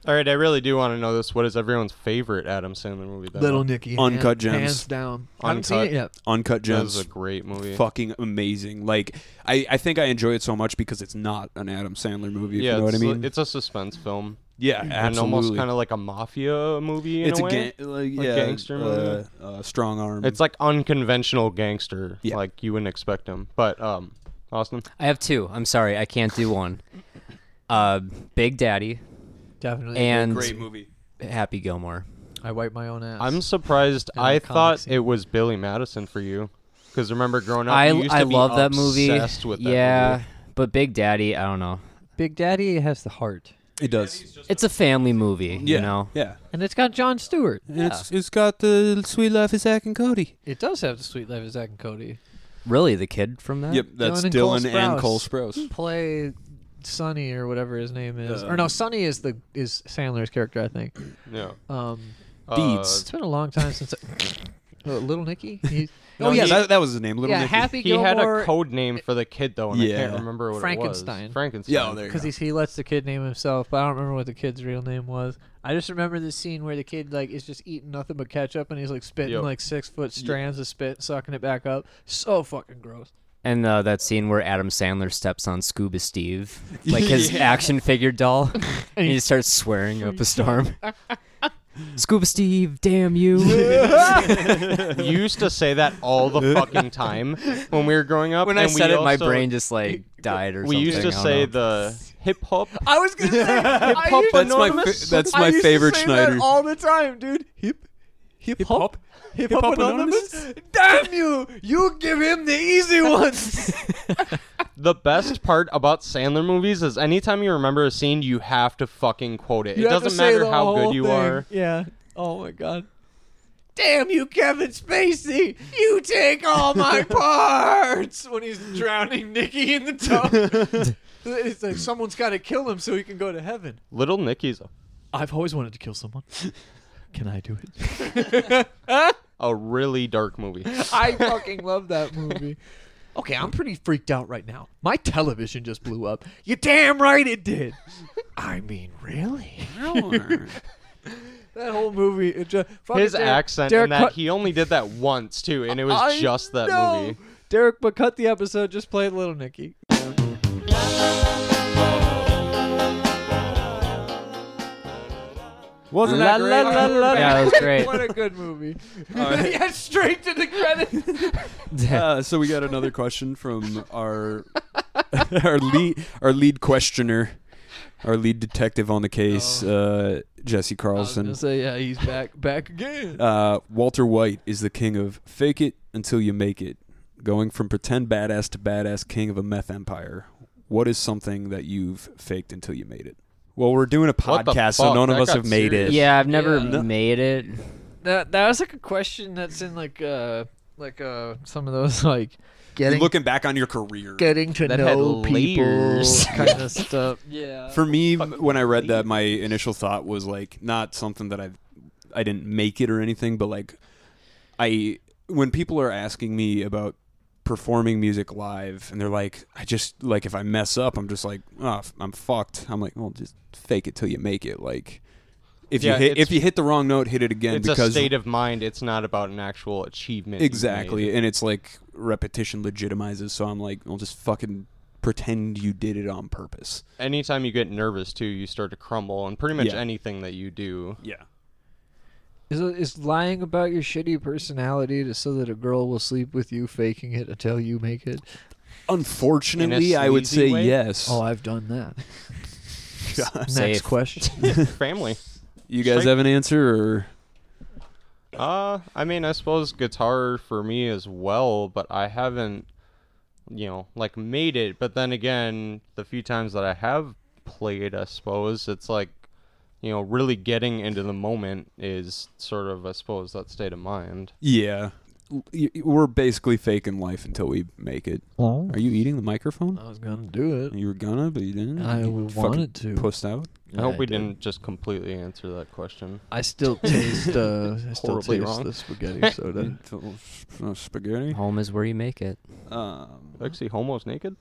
Speaker 2: All right, I really do want to know this. What is everyone's favorite Adam Sandler movie? Then?
Speaker 1: Uh,
Speaker 4: Little Nicky.
Speaker 1: Uncut
Speaker 4: hand-
Speaker 1: Gems.
Speaker 4: Hands down. I haven't seen
Speaker 2: Uncut.
Speaker 4: it yet.
Speaker 1: Uncut
Speaker 2: That
Speaker 1: Gems.
Speaker 2: was a great movie.
Speaker 1: fucking amazing. Like I, I think I enjoy it so much because it's not an Adam Sandler movie. if
Speaker 2: yeah,
Speaker 1: you know what I
Speaker 2: it's, uh,
Speaker 1: mean?
Speaker 2: it's a suspense film.
Speaker 1: yeah,
Speaker 2: And almost
Speaker 1: absolutely.
Speaker 2: kind of like a mafia movie in
Speaker 1: it's
Speaker 2: a
Speaker 1: a,
Speaker 2: way.
Speaker 1: gang, like,
Speaker 2: Like
Speaker 1: yeah,
Speaker 2: gangster movie?
Speaker 1: Uh, uh, strong arm.
Speaker 2: It's like unconventional gangster,
Speaker 1: Yeah.
Speaker 2: like you wouldn't expect him. But um, Austin,
Speaker 3: I have two. I'm sorry, I can't do one. Uh, Big Daddy
Speaker 4: Definitely.
Speaker 3: and
Speaker 1: movie.
Speaker 3: Happy Gilmore.
Speaker 4: I wipe my own ass.
Speaker 2: I'm surprised.
Speaker 4: in the
Speaker 2: I
Speaker 4: comic
Speaker 2: thought
Speaker 4: scene.
Speaker 2: it was Billy Madison for you, because remember growing up,
Speaker 3: I
Speaker 2: you used to
Speaker 3: I
Speaker 2: be
Speaker 3: love that movie.
Speaker 2: obsessed With that
Speaker 3: yeah,
Speaker 2: movie.
Speaker 3: but Big Daddy, I don't know.
Speaker 6: Big Daddy has the heart,
Speaker 1: It does.
Speaker 3: It's a family movie,
Speaker 1: Yeah.
Speaker 3: you know.
Speaker 1: Yeah.
Speaker 6: and it's got John Stewart.
Speaker 1: It's it's got the sweet life of Zach and Cody.
Speaker 4: It does have the sweet life of Zach and Cody.
Speaker 3: Really, the kid from that?
Speaker 1: Yep, that's
Speaker 4: and Cole
Speaker 1: Dylan and Cole Sprouse.
Speaker 4: Play Sonny or whatever his name is, or
Speaker 1: Um,
Speaker 4: no, Sonny is the is Sandler's character, I think.
Speaker 2: Yeah. Uh,
Speaker 4: Um,
Speaker 1: Beats.
Speaker 4: it's been a long time since. I, Uh, Little Nicky. He's,
Speaker 1: Oh
Speaker 2: No,
Speaker 1: yeah,
Speaker 2: he-
Speaker 1: that, that was his name, Little
Speaker 4: yeah,
Speaker 1: Nicky.
Speaker 4: Happy
Speaker 2: He had
Speaker 4: Gilmore.
Speaker 2: a code name for the kid though, and I can't
Speaker 1: Yeah.
Speaker 2: remember what it
Speaker 4: Frankenstein.
Speaker 2: was. Frankenstein.
Speaker 1: yeah, oh, there you
Speaker 4: because
Speaker 1: go.
Speaker 4: he's he lets the kid name himself, but I don't remember what the kid's real name was. I just remember the scene where the kid like is just eating nothing but ketchup and he's like spitting
Speaker 2: Yep.
Speaker 4: like six foot strands of spit, sucking it back up. So fucking gross.
Speaker 3: And uh, that scene where Adam Sandler steps on Scuba Steve, like his action figure doll, and he starts swearing up a storm. Scuba Steve, damn you!
Speaker 2: you used to say that all the fucking time when we were growing up.
Speaker 3: when I
Speaker 2: and we
Speaker 3: said it, my
Speaker 2: also-
Speaker 3: brain just like died or
Speaker 2: We
Speaker 3: something.
Speaker 2: used to
Speaker 3: I don't
Speaker 2: say
Speaker 3: know.
Speaker 2: the hip hop.
Speaker 4: I was gonna say hip
Speaker 2: Hip-hop
Speaker 1: That's my fa- that's my favorite Schneider.
Speaker 4: all the time, dude. Hip hip hop hip hop anonymous. Damn you! You give him the easy ones.
Speaker 2: The best part about Sandler movies is anytime you remember a scene, you have to fucking quote it.
Speaker 4: You
Speaker 2: it
Speaker 4: have to
Speaker 2: doesn't
Speaker 4: say
Speaker 2: matter
Speaker 4: the
Speaker 2: how
Speaker 4: whole
Speaker 2: good you
Speaker 4: thing.
Speaker 2: are.
Speaker 4: Yeah. Oh my god. Damn you, Kevin Spacey! You take all my parts when he's drowning Nikki in the tub. it's like someone's got to kill him so he can go to heaven.
Speaker 2: Little Nicky's a,
Speaker 4: I've always wanted to kill someone. Can I do it?
Speaker 2: a really dark movie.
Speaker 4: I fucking love that movie. Okay, I'm pretty freaked out right now. My television just blew up. You damn right it did. I mean, really? That whole movie. It just,
Speaker 2: His accent
Speaker 4: Derek
Speaker 2: and that
Speaker 4: Cut-
Speaker 2: he only did that once too, and it was
Speaker 4: I
Speaker 2: just that
Speaker 4: know.
Speaker 2: movie.
Speaker 4: Derek, but cut the episode. Just play Little Nicky.
Speaker 1: Wasn't
Speaker 3: La
Speaker 1: that
Speaker 3: la
Speaker 1: great?
Speaker 3: la la. Yeah, that was great.
Speaker 4: what a good movie.
Speaker 1: right.
Speaker 4: yeah, straight to the credits.
Speaker 1: Uh, so we got another question from our our lead our lead questioner, our lead detective on the case,
Speaker 2: Oh.
Speaker 1: uh, Jesse Carlson.
Speaker 4: say, yeah, he's back, back again.
Speaker 1: Uh, Walter White is the king of fake it until you make it, going from pretend badass to badass king of a meth empire. What is something that you've faked until you made it? Well, we're doing a
Speaker 2: What the
Speaker 1: podcast, so
Speaker 2: fuck?
Speaker 1: none of
Speaker 2: That
Speaker 1: us
Speaker 2: got
Speaker 1: have made
Speaker 2: serious.
Speaker 1: it.
Speaker 3: Yeah, I've never
Speaker 4: Yeah.
Speaker 3: made it.
Speaker 4: That that was like a question that's in like uh like uh some of those like
Speaker 1: You're
Speaker 4: getting
Speaker 1: looking back on your career.
Speaker 4: getting to
Speaker 2: That had
Speaker 4: know people
Speaker 2: layers.
Speaker 4: kind of stuff. Yeah.
Speaker 1: For me, m- when I read that, my initial thought was like not something that I I didn't make it or anything, but like I when people are asking me about performing music live and they're like I just like if I mess up, I'm just like, "Oh, f- I'm fucked." I'm like, "Well, just fake it till you make it." Like if
Speaker 2: Yeah,
Speaker 1: you hit
Speaker 2: it's-
Speaker 1: if you hit the wrong note, hit it again
Speaker 2: It's a
Speaker 1: because
Speaker 2: state of mind. It's not about an actual achievement. you've
Speaker 1: exactly.
Speaker 2: made.
Speaker 1: And it's like repetition legitimizes, so I'm like, "I'll just fucking pretend you did it on purpose."
Speaker 2: Anytime you get nervous too, you start to crumble, and pretty much
Speaker 1: Yeah.
Speaker 2: anything that you do.
Speaker 1: Yeah.
Speaker 4: Is, is lying about your shitty personality to, so that a girl will sleep with you, faking it until you make it?
Speaker 1: Unfortunately, I would
Speaker 2: sleazy
Speaker 1: say
Speaker 2: way?
Speaker 1: yes.
Speaker 4: Oh, I've done that. Next
Speaker 3: Safe.
Speaker 4: question.
Speaker 2: Family.
Speaker 1: You guys
Speaker 2: Straight-
Speaker 1: have an answer, or
Speaker 2: Uh, I mean, I suppose guitar for me as well, but I haven't, you know, like made it. But then again, the few times that I have played, I suppose it's like, you know, really getting into the moment is sort of, I suppose, that state of mind.
Speaker 1: yeah, L- y- y- we're basically faking life until we make it.
Speaker 4: Oh.
Speaker 1: Are you eating the microphone?
Speaker 4: I was gonna do it.
Speaker 1: You were gonna, but you didn't.
Speaker 4: I
Speaker 1: You
Speaker 4: w-
Speaker 1: fucking
Speaker 4: wanted to.
Speaker 1: Pussed out.
Speaker 2: I hope we
Speaker 4: did.
Speaker 2: didn't just completely answer that question.
Speaker 4: I still taste. Uh, I still
Speaker 2: Horribly
Speaker 4: taste
Speaker 2: wrong.
Speaker 4: the spaghetti
Speaker 1: Oh,
Speaker 4: soda.
Speaker 1: Until- uh, Spaghetti.
Speaker 3: Home is where you make it.
Speaker 4: Oh.
Speaker 1: Um,
Speaker 3: Hmm?
Speaker 2: Actually, homo's naked.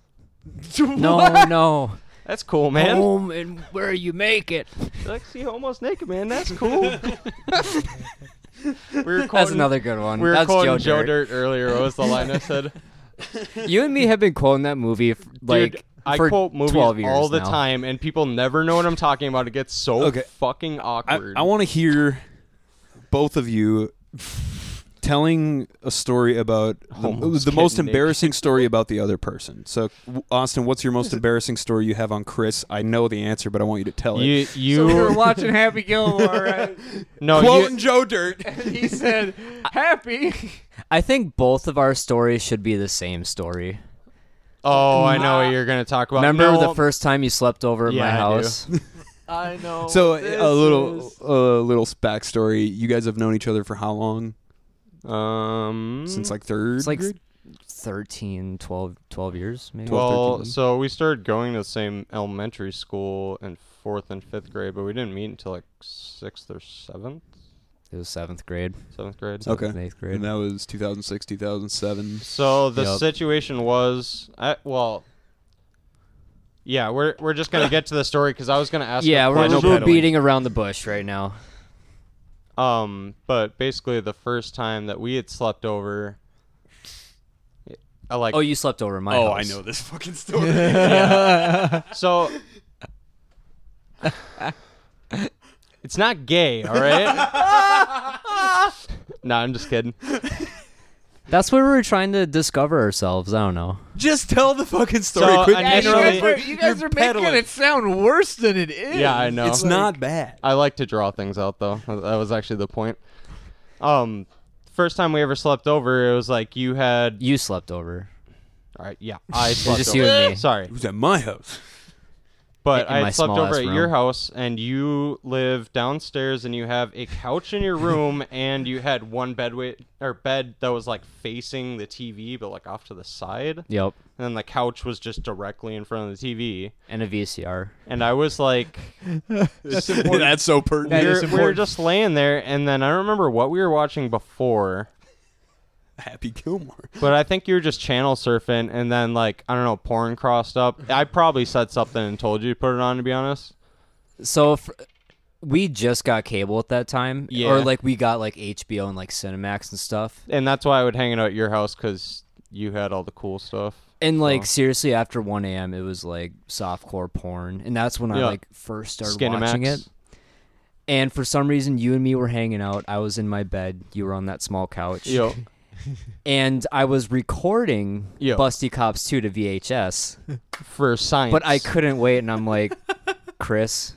Speaker 3: No, no.
Speaker 2: That's
Speaker 3: Oh.
Speaker 2: cool, man.
Speaker 3: Home and where you make it.
Speaker 2: Lexi homo's naked, man. That's cool. we were
Speaker 3: That's
Speaker 2: quoting-
Speaker 3: another good one.
Speaker 2: We were
Speaker 3: That's
Speaker 2: quoting Joe,
Speaker 3: Joe Dirt.
Speaker 2: Dirt. earlier. What was the line I said?
Speaker 3: You and me have been quoting that movie f- like
Speaker 2: Dude, I
Speaker 3: for
Speaker 2: quote movies
Speaker 3: 12 years
Speaker 2: all the
Speaker 3: now.
Speaker 2: time, and people never know what I'm talking about. It gets so
Speaker 1: Okay.
Speaker 2: fucking
Speaker 1: I,
Speaker 2: awkward.
Speaker 1: I want to hear both of you telling a story about the,
Speaker 2: Almost
Speaker 1: the most
Speaker 2: getting
Speaker 1: embarrassing story about the other person. So, w- Austin, what's your most embarrassing story you have on Chris? I know the answer, but I want you to tell it.
Speaker 2: You you
Speaker 4: So we were watching Happy Gilmore, right?
Speaker 2: no
Speaker 1: Quoting
Speaker 2: you,
Speaker 1: Joe Dirt.
Speaker 4: And he said, "Happy."
Speaker 3: I think both of our stories should be the same story.
Speaker 2: oh I know what you're gonna talk about.
Speaker 3: Remember
Speaker 2: No,
Speaker 3: the first time you slept over at
Speaker 2: Yeah,
Speaker 3: my
Speaker 2: I do.
Speaker 3: house?
Speaker 4: I know.
Speaker 1: So, uh,
Speaker 4: what this
Speaker 1: a little
Speaker 4: is.
Speaker 1: a little backstory. You guys have known each other for how long?
Speaker 2: um
Speaker 1: Since like third.
Speaker 3: It's like
Speaker 1: grade?
Speaker 3: 13, 12, 12 years, maybe.
Speaker 1: 12, 13,
Speaker 2: well
Speaker 1: then.
Speaker 2: so we started going to the same elementary school in fourth and fifth grade, but we didn't meet until like sixth or seventh
Speaker 3: It was seventh grade,
Speaker 2: seventh grade.
Speaker 1: okay.
Speaker 3: seventh, eighth grade.
Speaker 1: And that was 2006, 2007.
Speaker 2: So the
Speaker 3: Yup.
Speaker 2: situation was, I, well, yeah, we're we're just gonna get to the story because I was gonna ask. a
Speaker 3: yeah, we're,
Speaker 1: no
Speaker 3: we're
Speaker 1: pedaling.
Speaker 3: beating around the bush right now.
Speaker 2: Um, but basically, the first time that we had slept over, I like.
Speaker 3: Oh, you slept over at my
Speaker 1: oh,
Speaker 3: house.
Speaker 1: I know this fucking story.
Speaker 2: so. it's not gay, all right. no, I'm just kidding.
Speaker 3: That's where we were trying to discover ourselves. I don't know.
Speaker 1: Just tell the fucking story.
Speaker 2: So,
Speaker 1: Quit
Speaker 2: I
Speaker 4: Yeah, you
Speaker 2: Generally-
Speaker 4: guys
Speaker 1: peddling.
Speaker 4: are, you guys
Speaker 1: You're
Speaker 4: are making
Speaker 1: peddling.
Speaker 4: it sound worse than it is.
Speaker 2: Yeah, I know.
Speaker 1: It's not bad.
Speaker 2: I like to draw things out though. That that was actually the point. Um, first time we ever slept over, it was like you had
Speaker 3: You slept over
Speaker 2: All right, yeah, I slept
Speaker 3: just
Speaker 2: over.
Speaker 3: you and me.
Speaker 2: Sorry,
Speaker 1: It was at my house.
Speaker 2: but
Speaker 3: In
Speaker 2: I
Speaker 3: my
Speaker 2: had slept
Speaker 3: small
Speaker 2: over
Speaker 3: ass
Speaker 2: at your
Speaker 3: room.
Speaker 2: house, and you live downstairs, and you have a couch in your room, and you had one bed wi- or bed that was like facing the TV, but like off to the side, and
Speaker 3: Yep.
Speaker 2: then the couch was just directly in front of the TV,
Speaker 3: and a VCR.
Speaker 2: and I was like,
Speaker 1: Oh, That's, so pertinent.
Speaker 2: we were- we were just laying there, and then I don't remember what we were watching before.
Speaker 1: Happy Gilmore.
Speaker 2: But I think you were just channel surfing, and then like I don't know, porn crossed up. I probably said something and told you to put it on. To be honest,
Speaker 3: So if we just got cable at that time,
Speaker 2: Yeah.
Speaker 3: or like we got like HBO and like Cinemax and stuff.
Speaker 2: and that's why I would hang out at your house because you had all the cool stuff.
Speaker 3: And like
Speaker 1: Uh-huh.
Speaker 2: Oh.
Speaker 3: seriously, after 1 a.m., it was like softcore porn, and that's when I
Speaker 2: Yeah.
Speaker 3: like first started
Speaker 2: Skinemax.
Speaker 3: watching it. And for some reason, you and me were hanging out. I was in my bed. You were on that small couch.
Speaker 2: Yo,
Speaker 3: And I was recording
Speaker 2: Yo.
Speaker 3: Busty Cops 2 to VHS,
Speaker 2: for science.
Speaker 3: but I couldn't wait. And I'm like, Chris,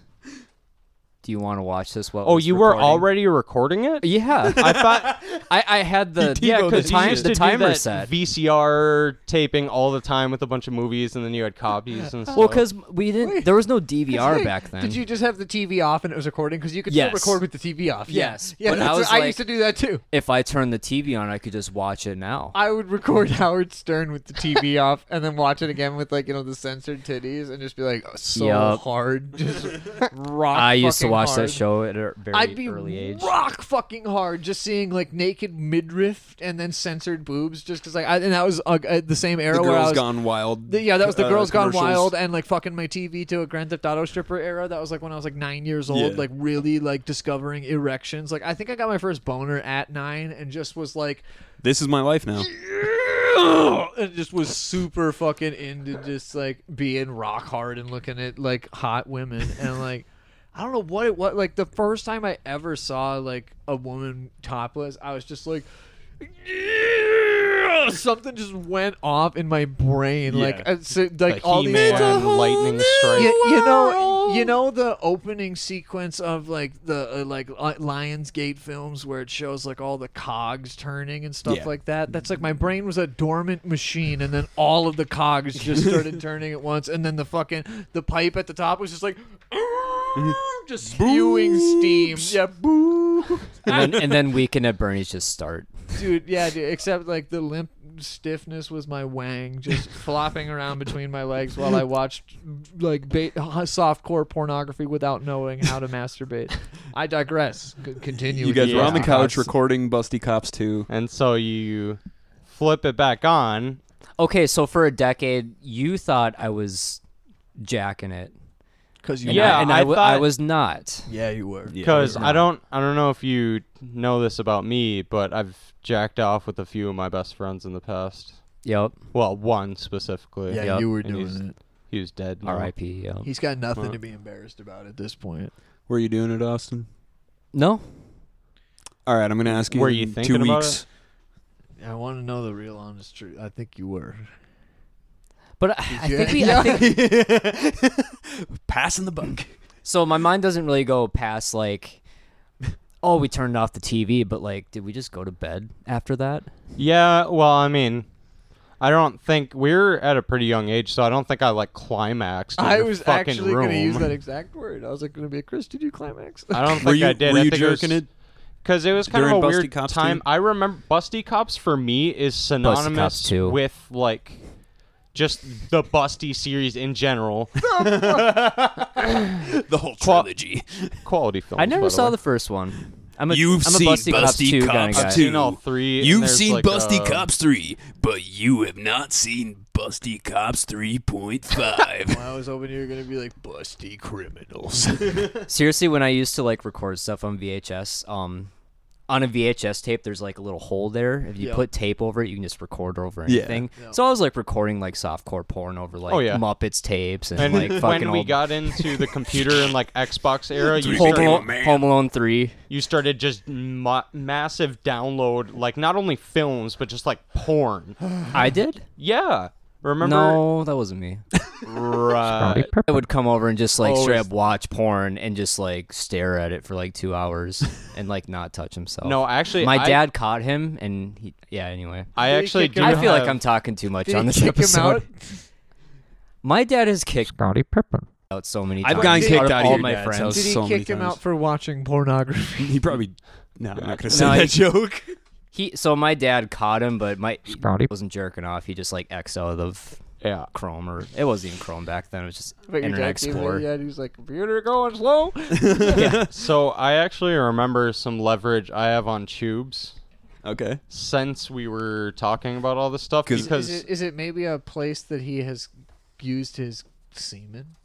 Speaker 3: do you want to watch this? While
Speaker 2: Oh,
Speaker 3: it's
Speaker 2: you were
Speaker 3: recording?"
Speaker 2: already recording it.
Speaker 3: Yeah.
Speaker 2: I thought
Speaker 3: I, I had the yeah,
Speaker 2: yeah,
Speaker 3: the,
Speaker 2: because
Speaker 3: time, the timer set.
Speaker 2: set VCR taping all the time with a bunch of movies, and then you had copies and stuff.
Speaker 3: well, because we didn't,
Speaker 4: Wait.
Speaker 3: there was no DVR back then.
Speaker 4: Did you just have the TV off and it was recording? Because you could
Speaker 3: Yes.
Speaker 4: still record with the TV off. Yeah.
Speaker 3: Yes,
Speaker 4: Yeah,
Speaker 3: but I
Speaker 4: that's- I,
Speaker 3: was like-
Speaker 4: used to do that too.
Speaker 3: if I turned the TV on, I could just watch it now.
Speaker 4: I would record Howard Stern with the TV off and then watch it again with like you know the censored titties and just be like "Oh, so
Speaker 3: Yup.
Speaker 4: hard, just rock.
Speaker 3: I used to
Speaker 4: fucking
Speaker 3: watch
Speaker 4: hard.
Speaker 3: that show at a very
Speaker 4: I'd be
Speaker 3: early age.
Speaker 4: rock fucking hard, just seeing like naked midriff and then censored boobs, just because like I, and that was uh, uh, the same era
Speaker 1: The
Speaker 4: where I
Speaker 1: girls
Speaker 4: was.
Speaker 1: gone wild.
Speaker 4: the- yeah, that was the
Speaker 1: uh,
Speaker 4: Girls Gone
Speaker 1: commercials.
Speaker 4: Wild and like fucking my TV to a Grand Theft Auto stripper era. That was like when I was like nine years old,
Speaker 1: Yeah.
Speaker 4: like really like discovering erections. Like I think I got my first boner at nine and just was like,
Speaker 1: This is my life now.
Speaker 4: and just was super fucking into just like being rock hard and looking at like hot women and like I don't know what it was like the first time I ever saw like a woman topless, I was just like "Yeah!" something just went off in my brain like
Speaker 1: Yeah.
Speaker 4: it's, like,
Speaker 2: like
Speaker 4: all these
Speaker 2: He-Man, lightning strike.
Speaker 4: you, you know you know the opening sequence of like the uh, like Li- lionsgate films where it shows like all the cogs turning and stuff
Speaker 1: Yeah.
Speaker 4: like that that's like my brain was a dormant machine and then all of the cogs just started turning at once and then the fucking the pipe at the top was just like just spewing steam yeah boo
Speaker 3: and, then, and then Weekend at Bernie's just start.
Speaker 4: dude yeah dude, except like the limp stiffness was my wang just flopping around between my legs while i watched like ba- softcore pornography without knowing how to masturbate i digress C- continue
Speaker 1: You guys were on the
Speaker 2: Yeah.
Speaker 1: couch recording Busty Cops 2.
Speaker 2: and so you flip it back on.
Speaker 3: Okay, so for a decade, you thought I was jacking it.
Speaker 4: because you
Speaker 3: And
Speaker 2: Yeah,
Speaker 3: I, and
Speaker 2: I
Speaker 3: I, w- I
Speaker 2: thought-
Speaker 3: was not.
Speaker 4: yeah you were
Speaker 2: Because
Speaker 1: Yeah.
Speaker 2: I don't, I don't know if you know this about me, but I've jacked off with a few of my best friends in the past.
Speaker 3: Yep.
Speaker 2: Well, one specifically.
Speaker 4: yeah
Speaker 3: Yep.
Speaker 4: you were
Speaker 2: And he's-
Speaker 4: doing it
Speaker 2: He was dead. now.
Speaker 3: R.I.P. Yep.
Speaker 4: he's got nothing to be embarrassed about at this point
Speaker 1: Were you doing it, Austin?
Speaker 3: No.
Speaker 1: All right, I'm going to ask you
Speaker 2: Were you
Speaker 1: in two
Speaker 2: thinking about
Speaker 1: weeks
Speaker 4: I want to know the real honest truth. I think you were.
Speaker 3: But I, I think we. I think,
Speaker 1: Passing the buck.
Speaker 3: so my mind doesn't really go past like, oh, we turned off the TV, but like, did we just go to bed after that?
Speaker 2: Yeah, well, I mean, I don't think we are at a pretty young age, so I don't think I like climaxed. in
Speaker 4: I
Speaker 2: your
Speaker 4: was
Speaker 2: fucking
Speaker 4: actually
Speaker 2: room.
Speaker 4: going to use that exact word. I was like going to be a Chris. Did you climax?
Speaker 2: I don't think
Speaker 1: Were you,
Speaker 2: I did.
Speaker 1: were
Speaker 2: I
Speaker 1: you
Speaker 2: think
Speaker 1: jerking
Speaker 2: it?
Speaker 1: it?
Speaker 2: Because it was kind
Speaker 1: During
Speaker 2: of a
Speaker 1: Busty
Speaker 2: weird
Speaker 1: Cops
Speaker 2: time.
Speaker 1: too?
Speaker 2: I remember Busty Cops for me is
Speaker 3: Cops
Speaker 2: synonymous
Speaker 3: too.
Speaker 2: with like just the Busty series in general.
Speaker 1: The whole trilogy.
Speaker 2: Quality films. by
Speaker 3: I never saw
Speaker 2: way.
Speaker 3: the first one. I'm a,
Speaker 1: You've
Speaker 3: I'm a
Speaker 1: seen
Speaker 3: Busty, Cops
Speaker 1: Busty
Speaker 3: 2 kind
Speaker 1: Cops
Speaker 3: of guy.
Speaker 2: I've
Speaker 1: two.
Speaker 2: seen all three. and
Speaker 1: You've
Speaker 2: there's,
Speaker 1: seen
Speaker 2: like,
Speaker 1: Busty
Speaker 2: uh,
Speaker 1: Cops 3, but you have not seen Busty Cops 3.5.
Speaker 4: I was hoping you were going to be like busty criminals.
Speaker 3: Seriously, when I used to like record stuff on VHS, um, on a VHS tape, there's like a little hole there. If you
Speaker 4: Yeah.
Speaker 3: put tape over it, you can just record over
Speaker 1: Yeah.
Speaker 3: anything. So I was like recording like softcore porn over like
Speaker 2: Oh, yeah.
Speaker 3: Muppets tapes and,
Speaker 2: And
Speaker 3: like fucking
Speaker 2: when we
Speaker 3: old
Speaker 2: got into the computer and like Xbox era,
Speaker 1: Three.
Speaker 2: you
Speaker 3: Home,
Speaker 2: started,
Speaker 1: Hold
Speaker 3: Alone,
Speaker 1: Man.
Speaker 3: Home Alone Three.
Speaker 2: you started just ma- massive download, like not only films but just like porn.
Speaker 3: I did.
Speaker 2: Yeah, remember?
Speaker 3: No, that wasn't me.
Speaker 2: Right.
Speaker 3: I would come over and just like straight
Speaker 2: Always-
Speaker 3: up watch porn and just like stare at it for like two hours and like not touch himself.
Speaker 2: No, actually,
Speaker 3: my
Speaker 2: I-
Speaker 3: dad caught him and he. Yeah. Anyway,
Speaker 2: I
Speaker 4: Did he
Speaker 2: actually
Speaker 4: kick
Speaker 2: do.
Speaker 4: him
Speaker 3: I feel like
Speaker 2: have-
Speaker 3: I'm talking too much
Speaker 4: Did
Speaker 3: on
Speaker 4: he
Speaker 3: this
Speaker 4: kick
Speaker 3: episode.
Speaker 4: him out?
Speaker 3: My dad has kicked Scotty Pippen out so many times.
Speaker 1: I've gotten
Speaker 3: out
Speaker 1: kicked
Speaker 3: of
Speaker 1: out of
Speaker 3: all
Speaker 1: your
Speaker 3: my
Speaker 1: dad's
Speaker 3: friends.
Speaker 1: house.
Speaker 4: Did he
Speaker 1: So many
Speaker 4: kick him
Speaker 1: times.
Speaker 4: out for watching pornography?
Speaker 1: he probably. No, I'm not going to
Speaker 3: No,
Speaker 1: say
Speaker 3: he-
Speaker 1: that joke.
Speaker 3: He so my dad caught him, but my Scotty wasn't jerking off. He just like X out of
Speaker 2: Yeah.
Speaker 3: Chrome or it wasn't even Chrome back then. It was just
Speaker 4: But your
Speaker 3: Internet
Speaker 4: dad came in,
Speaker 3: Explorer.
Speaker 4: Yeah, and he's like, computer going slow.
Speaker 2: So I actually remember some leverage I have on tubes
Speaker 1: Okay.
Speaker 2: since we were talking about all this stuff
Speaker 1: 'Cause-
Speaker 2: because
Speaker 4: Is it, is it maybe a place that he has used his semen?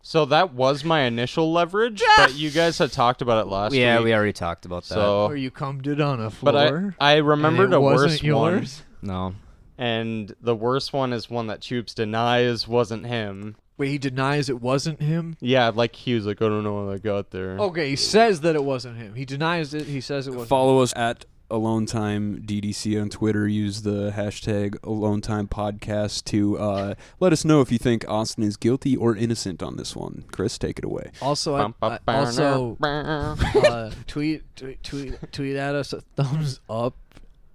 Speaker 2: so that was my initial leverage, but you guys had talked about it last
Speaker 3: Yeah,
Speaker 2: week.
Speaker 3: we already talked about that.
Speaker 2: So,
Speaker 4: Or you cummed it on a floor?
Speaker 2: but I I remembered
Speaker 4: and it
Speaker 2: a
Speaker 4: wasn't
Speaker 2: worse one,
Speaker 4: yours?
Speaker 3: no,
Speaker 2: and the worst one is one that Tubes denies wasn't him.
Speaker 4: Wait, he denies it wasn't him?
Speaker 2: Yeah, like he was like, I don't know how that got there.
Speaker 4: Okay, he says that it wasn't him. He denies it. He says it wasn't
Speaker 1: Follow us at Alone Time DDC on Twitter. Use the hashtag Alone Time Podcast to uh, let us know if you think Austin is guilty or innocent on this one. Chris, take it away.
Speaker 4: Also, I,
Speaker 2: Bum,
Speaker 4: I
Speaker 2: bum, bum,
Speaker 4: also
Speaker 2: bum.
Speaker 4: uh, tweet, tweet tweet tweet at us a thumbs up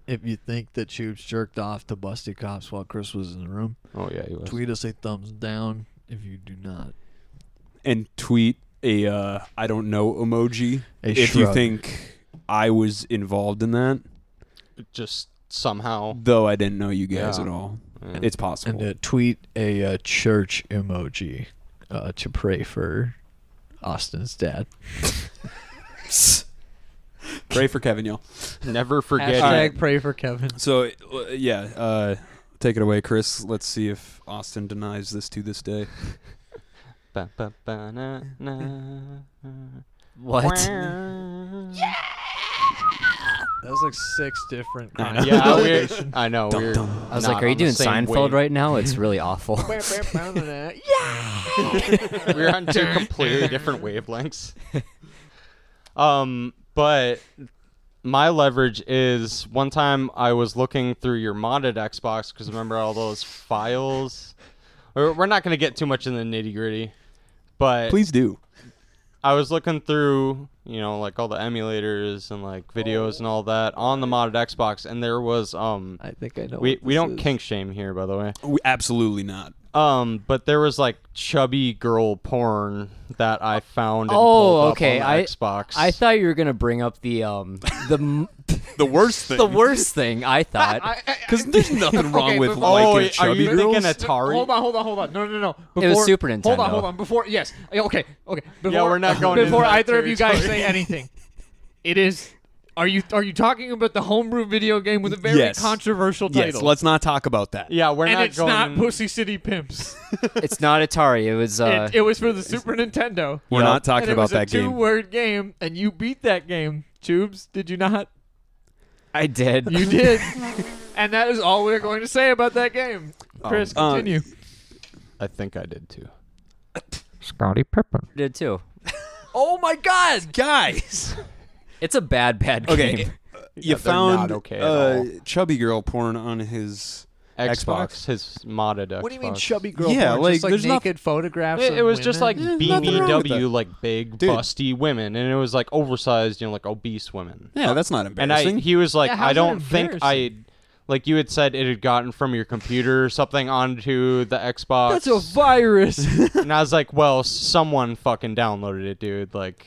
Speaker 4: if you think that Tubes jerked off to Busted Cops while Chris was in the room.
Speaker 2: oh yeah, he was.
Speaker 4: Tweet us a thumbs down if you do not.
Speaker 1: And tweet a uh, I don't know emoji
Speaker 4: A
Speaker 1: if you
Speaker 4: shrug.
Speaker 1: think I was involved in that,
Speaker 2: just somehow.
Speaker 1: though I didn't know you guys
Speaker 2: Yeah.
Speaker 1: at all.
Speaker 2: Yeah.
Speaker 1: It's possible.
Speaker 4: And uh, tweet a uh, church emoji uh, to pray for Austin's dad.
Speaker 1: Pray for Kevin, y'all.
Speaker 2: Never forget.
Speaker 4: Hashtag
Speaker 2: it.
Speaker 4: pray for Kevin.
Speaker 1: So, uh, yeah, uh, take it away, Chris. Let's see if Austin denies this to this day.
Speaker 2: Ba, ba, ba, na, na.
Speaker 3: what?
Speaker 2: Yeah,
Speaker 4: That was like six different.
Speaker 1: I know.
Speaker 2: yeah we I know.
Speaker 1: Dum,
Speaker 2: we're
Speaker 1: dum.
Speaker 3: I was
Speaker 2: not
Speaker 3: like, are you
Speaker 2: on the
Speaker 3: doing
Speaker 2: same
Speaker 3: Seinfeld
Speaker 2: wave-
Speaker 3: right now? It's really awful.
Speaker 4: yeah.
Speaker 2: We're on two completely different wavelengths. Um, but my leverage is one time I was looking through your modded Xbox because remember all those files. We're we're not gonna get too much in the nitty gritty, but
Speaker 1: Please do.
Speaker 2: I was looking through, you know, like all the emulators and like videos and all that on the modded Xbox, and there was um,
Speaker 4: I think I know.
Speaker 2: we
Speaker 4: what
Speaker 2: we
Speaker 4: this
Speaker 2: don't
Speaker 4: is.
Speaker 2: kink shame here, by the way.
Speaker 1: We, absolutely not.
Speaker 2: Um, but there was like chubby girl porn that I found. And
Speaker 3: Oh,
Speaker 2: pulled up on
Speaker 3: okay,
Speaker 2: the
Speaker 3: I-
Speaker 2: Xbox.
Speaker 3: I thought you were gonna bring up the um the m-
Speaker 1: The worst thing.
Speaker 3: the worst thing. I thought
Speaker 1: Because there's nothing wrong
Speaker 4: Okay,
Speaker 1: with
Speaker 4: but-
Speaker 1: liking
Speaker 2: Oh, wait, are
Speaker 1: chubby
Speaker 2: you thinking
Speaker 1: girls.
Speaker 2: a- Atari?
Speaker 4: Hold on, hold on, hold on. No, no, no. Before,
Speaker 3: It was Super
Speaker 4: Hold on,
Speaker 3: Nintendo.
Speaker 4: hold on. Before yes, Yeah, okay, okay. Before,
Speaker 2: we're not going into
Speaker 4: before
Speaker 2: that
Speaker 4: either of you guys
Speaker 2: territory.
Speaker 4: say anything. It is. Are you are you talking about the homebrew video game with a very
Speaker 1: Yes.
Speaker 4: controversial
Speaker 1: yes,
Speaker 4: title?
Speaker 1: let's not talk about that.
Speaker 2: yeah, we're
Speaker 4: and
Speaker 2: not
Speaker 4: it's
Speaker 2: going.
Speaker 4: not Pussy City Pimps.
Speaker 3: it's not Atari. It was uh,
Speaker 4: it, it was for the Super Nintendo.
Speaker 1: We're
Speaker 3: Yeah.
Speaker 1: not talking
Speaker 4: and it
Speaker 1: about
Speaker 4: was
Speaker 1: that
Speaker 4: a
Speaker 1: game.
Speaker 4: two-word game, and you beat that game, Tubes. Did you not?
Speaker 3: I did.
Speaker 4: You did. and that is all we're going to say about that game.
Speaker 2: Oh,
Speaker 4: Chris,
Speaker 1: Um, uh,
Speaker 4: continue.
Speaker 2: I think I did too.
Speaker 3: did too.
Speaker 4: oh my God!
Speaker 1: Guys.
Speaker 3: It's a bad, bad game.
Speaker 1: Okay.
Speaker 2: Yeah,
Speaker 1: you
Speaker 2: they're
Speaker 1: found
Speaker 2: not okay at
Speaker 1: uh,
Speaker 2: all.
Speaker 1: chubby girl porn on his.
Speaker 2: Xbox,
Speaker 1: Xbox?
Speaker 2: his modded Xbox.
Speaker 4: What do you mean chubby girl?
Speaker 1: Yeah,
Speaker 4: porn?
Speaker 1: like,
Speaker 4: just, like
Speaker 1: there's not-
Speaker 4: naked photographs.
Speaker 2: It,
Speaker 4: of
Speaker 2: it was just like
Speaker 4: women?
Speaker 1: nothing wrong with that.
Speaker 2: BBW, like big
Speaker 1: Dude.
Speaker 2: busty women, and it was like oversized, you know, like obese women.
Speaker 1: Yeah, that's not
Speaker 2: And I,
Speaker 1: embarrassing.
Speaker 2: he was like,
Speaker 4: Yeah, how's
Speaker 2: I
Speaker 4: that
Speaker 2: don't think I, like you had said, it had gotten from your computer or something onto the Xbox.
Speaker 4: That's a virus.
Speaker 2: and I was like, well, someone fucking downloaded it, dude. Like,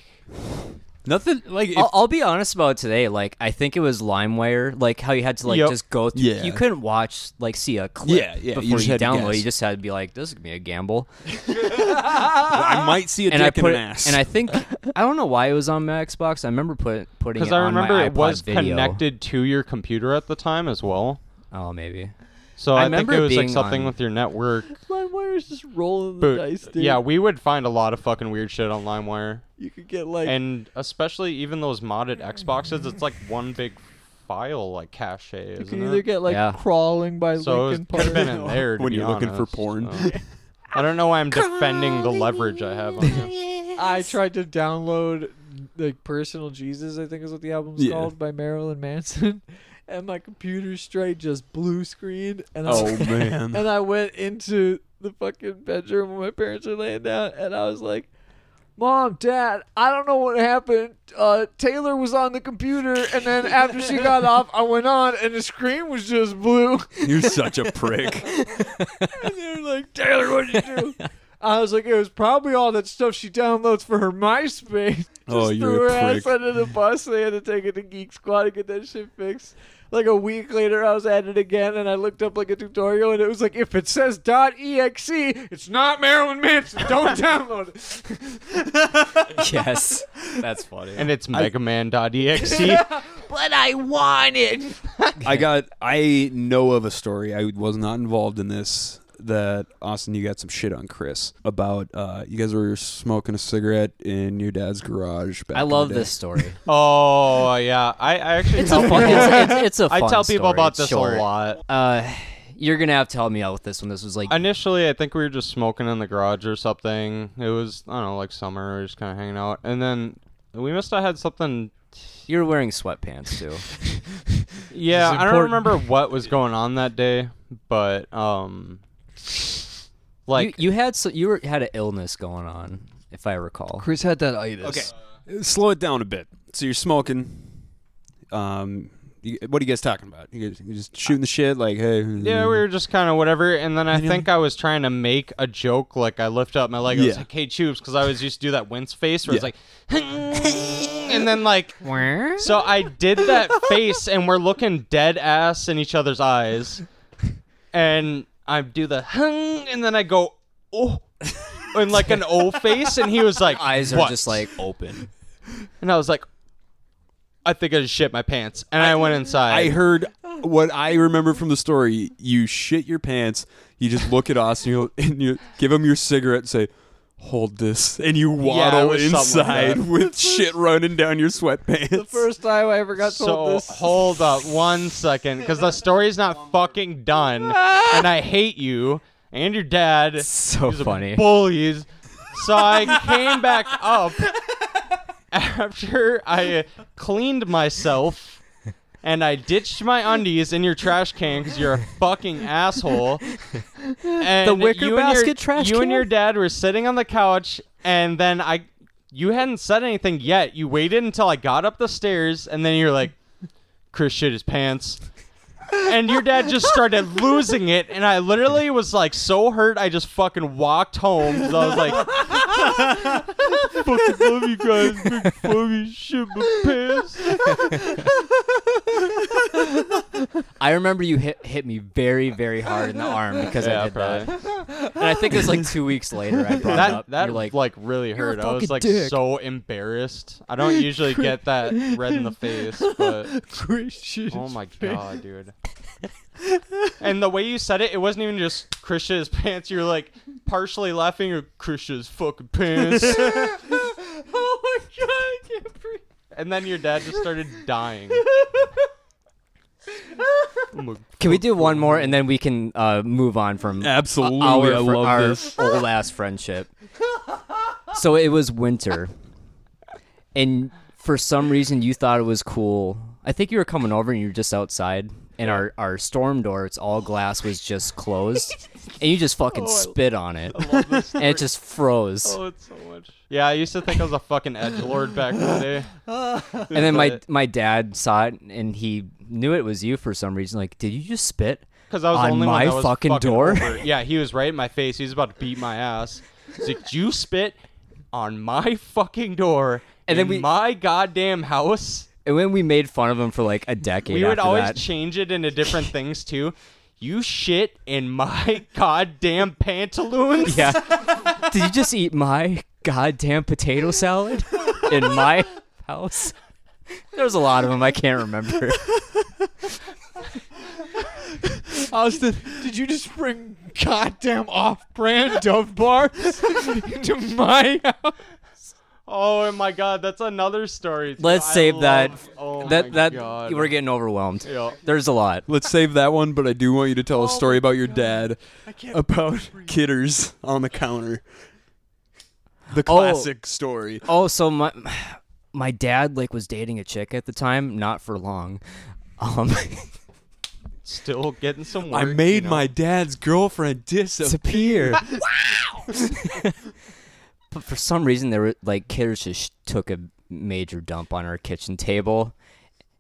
Speaker 1: Nothing like if,
Speaker 3: I'll, I'll be honest about it today. Like, I think it was LimeWire. Like, how you had to like
Speaker 2: Yep.
Speaker 3: just go through.
Speaker 1: Yeah.
Speaker 3: You couldn't watch like see a clip
Speaker 1: Yeah, yeah, you
Speaker 3: before you,
Speaker 1: just had to
Speaker 3: download.
Speaker 1: guess.
Speaker 3: You just had to be like, this is gonna be a gamble.
Speaker 1: I might see a
Speaker 3: and I
Speaker 1: dick
Speaker 3: put
Speaker 1: in
Speaker 3: it-
Speaker 1: an ass.
Speaker 3: and I think I don't know why it was on my Xbox. I remember put, putting it
Speaker 2: because I
Speaker 3: on my
Speaker 2: remember it
Speaker 3: iPod
Speaker 2: was
Speaker 3: video.
Speaker 2: connected to your computer at the time as well.
Speaker 3: Oh, maybe.
Speaker 2: So
Speaker 3: I
Speaker 2: I, think
Speaker 3: remember
Speaker 2: it
Speaker 3: it
Speaker 2: was like
Speaker 3: being
Speaker 2: something
Speaker 3: on-
Speaker 2: with your network.
Speaker 4: LimeWire is just rolling the
Speaker 2: But
Speaker 4: dice, dude.
Speaker 2: yeah, we would find a lot of fucking weird shit on LimeWire.
Speaker 4: you could get like
Speaker 2: and especially even those modded Xboxes, it's like one big file, like cache. Isn't
Speaker 4: you could either
Speaker 2: it?
Speaker 4: get like
Speaker 3: Yeah.
Speaker 4: crawling by
Speaker 2: so
Speaker 4: Lincoln
Speaker 2: it could
Speaker 4: Park.
Speaker 2: have been in there. to
Speaker 1: When
Speaker 2: be
Speaker 1: you're looking for
Speaker 2: honest,
Speaker 1: porn.
Speaker 2: so. I don't know why I'm defending the leverage I have on you.
Speaker 4: I tried to download like Personal Jesus, I think is what the album's
Speaker 1: Yeah.
Speaker 4: called by Marilyn Manson, and my computer straight just blue screened, and I
Speaker 1: oh man,
Speaker 4: and I went into the fucking bedroom where my parents are laying down, and I was like, "Mom, Dad, I don't know what happened. Uh, Taylor was on the computer, and then after she got off, I went on, and the screen was just blue."
Speaker 1: you're such a prick.
Speaker 4: And they were like, "Taylor, what did you do?" I was like, "It was probably all that stuff she downloads for her MySpace." Just
Speaker 1: Oh, you're
Speaker 4: threw
Speaker 1: a
Speaker 4: her ass
Speaker 1: prick.
Speaker 4: under the bus. They had to take it to Geek Squad to get that shit fixed. Like a week later, I was at it again, and I looked up like a tutorial, and it was like, if it says .exe, it's not Marilyn Manson. Don't download it.
Speaker 3: yes, that's funny.
Speaker 2: And it's megaman.exe.
Speaker 4: But I want it.
Speaker 1: I got. I know of a story. I was not involved in this. That Austin, you got some shit on Chris about uh, you guys were smoking a cigarette in your dad's garage. Back
Speaker 3: I
Speaker 1: in the
Speaker 3: love
Speaker 1: day.
Speaker 3: this story.
Speaker 2: oh yeah, I, I actually
Speaker 3: It's
Speaker 2: tell
Speaker 3: a fun.
Speaker 2: people,
Speaker 3: It's, it's, it's a
Speaker 2: I
Speaker 3: fun
Speaker 2: tell people
Speaker 3: story.
Speaker 2: about
Speaker 3: It's
Speaker 2: this
Speaker 3: short.
Speaker 2: a lot.
Speaker 3: Uh, you're gonna have to help me out with this one. This was like
Speaker 2: Initially, I think we were just smoking in the garage or something. It was I don't know, like summer. We were just kind of hanging out, and then we must have had something
Speaker 3: you're wearing sweatpants too.
Speaker 2: Yeah,
Speaker 4: is
Speaker 2: I don't
Speaker 4: important.
Speaker 2: remember what was going on that day, but um, like
Speaker 3: you, you had so you were, had an illness going on, if I recall.
Speaker 4: Chris had that itis.
Speaker 1: Okay, slow it down a bit. So you're smoking. Um, you, what are you guys talking about? You guys you just shooting the shit like, hey.
Speaker 2: yeah, we were just kind of whatever. And then I think I was trying to make a joke, like I lift up my leg, I was
Speaker 1: Yeah.
Speaker 2: like, "Hey, Choops," because I always used to do that wince face where it's
Speaker 1: Yeah.
Speaker 2: like, and then like, so I did that face, and we're looking dead ass in each other's eyes, and I do the and then I go oh. And like an O face, and he was like,
Speaker 3: Eyes are
Speaker 2: "What?"
Speaker 3: just like open.
Speaker 2: And I was like, I think I just shit my pants. And I, went inside.
Speaker 1: I heard
Speaker 2: uh.
Speaker 1: what I remember from the story. You shit your pants. You just look at us and you and you give him your cigarette. And say, hold this, and you waddle
Speaker 2: was something like
Speaker 1: inside
Speaker 2: that.
Speaker 1: with shit running down your sweatpants.
Speaker 4: The first time I ever got told
Speaker 2: so
Speaker 4: this.
Speaker 2: hold up one second, because the story's not fucking done. and I hate you and your dad.
Speaker 3: So
Speaker 2: He's a
Speaker 3: funny.
Speaker 2: Bullies. So I came back up after I cleaned myself. And I ditched my undies in your trash can because you're a fucking asshole. And
Speaker 3: The wicker
Speaker 2: you and your-
Speaker 3: basket trash
Speaker 2: You
Speaker 3: can?
Speaker 2: and your dad were sitting on the couch, and then I, you hadn't said anything yet. You waited until I got up the stairs, and then you're like, Chris shit his pants. And your dad just started losing it, and I literally was like so hurt, I just fucking walked home. 'cause I was like, "Fucking love you guys, big fucking shit my pants."
Speaker 3: I remember you hit hit me very very hard in the arm because I
Speaker 2: Yeah,
Speaker 3: did
Speaker 2: probably.
Speaker 3: that. And I think it was like two weeks later I brought it
Speaker 2: That
Speaker 3: up.
Speaker 2: that
Speaker 3: You're
Speaker 2: like,
Speaker 3: like,
Speaker 2: really hurt. I was
Speaker 4: fucking
Speaker 2: like
Speaker 4: dick.
Speaker 2: so embarrassed. I don't usually get that red in the face, but
Speaker 4: Chris shit
Speaker 2: oh
Speaker 4: his
Speaker 2: my
Speaker 4: pants.
Speaker 2: god, dude. And the way you said it, it wasn't even just Chris shit his pants. You're like partially laughing or Chris shit his fucking pants.
Speaker 4: oh my god, I can't breathe.
Speaker 2: And then your dad just started dying.
Speaker 3: can we do one more and then we can uh, move on from
Speaker 1: Absolutely,
Speaker 3: our,
Speaker 1: I
Speaker 3: fr-
Speaker 1: love
Speaker 3: our
Speaker 1: this.
Speaker 3: old ass friendship. So it was winter, and for some reason you thought it was cool. I think you were coming over and you were just outside, and our, our storm door, it's all glass, was just closed, and you just fucking spit on it, and it just froze.
Speaker 2: Oh, it's so much. Yeah, I used to think I was a fucking edge lord back in the day.
Speaker 3: and then my my dad saw it, and he knew it was you for some reason. Like, did you just spit?
Speaker 2: Because I was
Speaker 3: on
Speaker 2: the only one
Speaker 3: my
Speaker 2: that was
Speaker 3: fucking door?
Speaker 2: over. Yeah, he was right in my face. He was about to beat my ass. He's like, "You spit on my fucking door,
Speaker 3: And
Speaker 2: and
Speaker 3: then
Speaker 2: then
Speaker 3: we-
Speaker 2: my goddamn house."
Speaker 3: And when we made fun of him for like a decade,
Speaker 2: we would
Speaker 3: after
Speaker 2: always
Speaker 3: that.
Speaker 2: change it into different things too. You shit in my goddamn pantaloons.
Speaker 3: Yeah. Did you just eat my goddamn potato salad in my house? There's a lot of them I can't remember.
Speaker 4: Austin, did you just bring goddamn off-brand Dove bars into my house?
Speaker 2: Oh my god, that's another story. too.
Speaker 3: Let's
Speaker 2: I
Speaker 3: save that.
Speaker 2: love- Oh
Speaker 3: that
Speaker 2: my
Speaker 3: that
Speaker 2: God.
Speaker 3: we're getting overwhelmed.
Speaker 2: Yeah.
Speaker 3: There's a lot.
Speaker 1: Let's save that one, but I do want you to tell a story about your dad about kidders on the counter. The
Speaker 2: Oh.
Speaker 1: classic story.
Speaker 3: Oh, so my my dad like was dating a chick at the time, not for long. Um,
Speaker 2: Still getting some work.
Speaker 1: I made
Speaker 2: you know?
Speaker 1: my dad's girlfriend
Speaker 3: it's a
Speaker 1: disappear.
Speaker 3: peer. but for some reason, there were like kids just took a major dump on our kitchen table,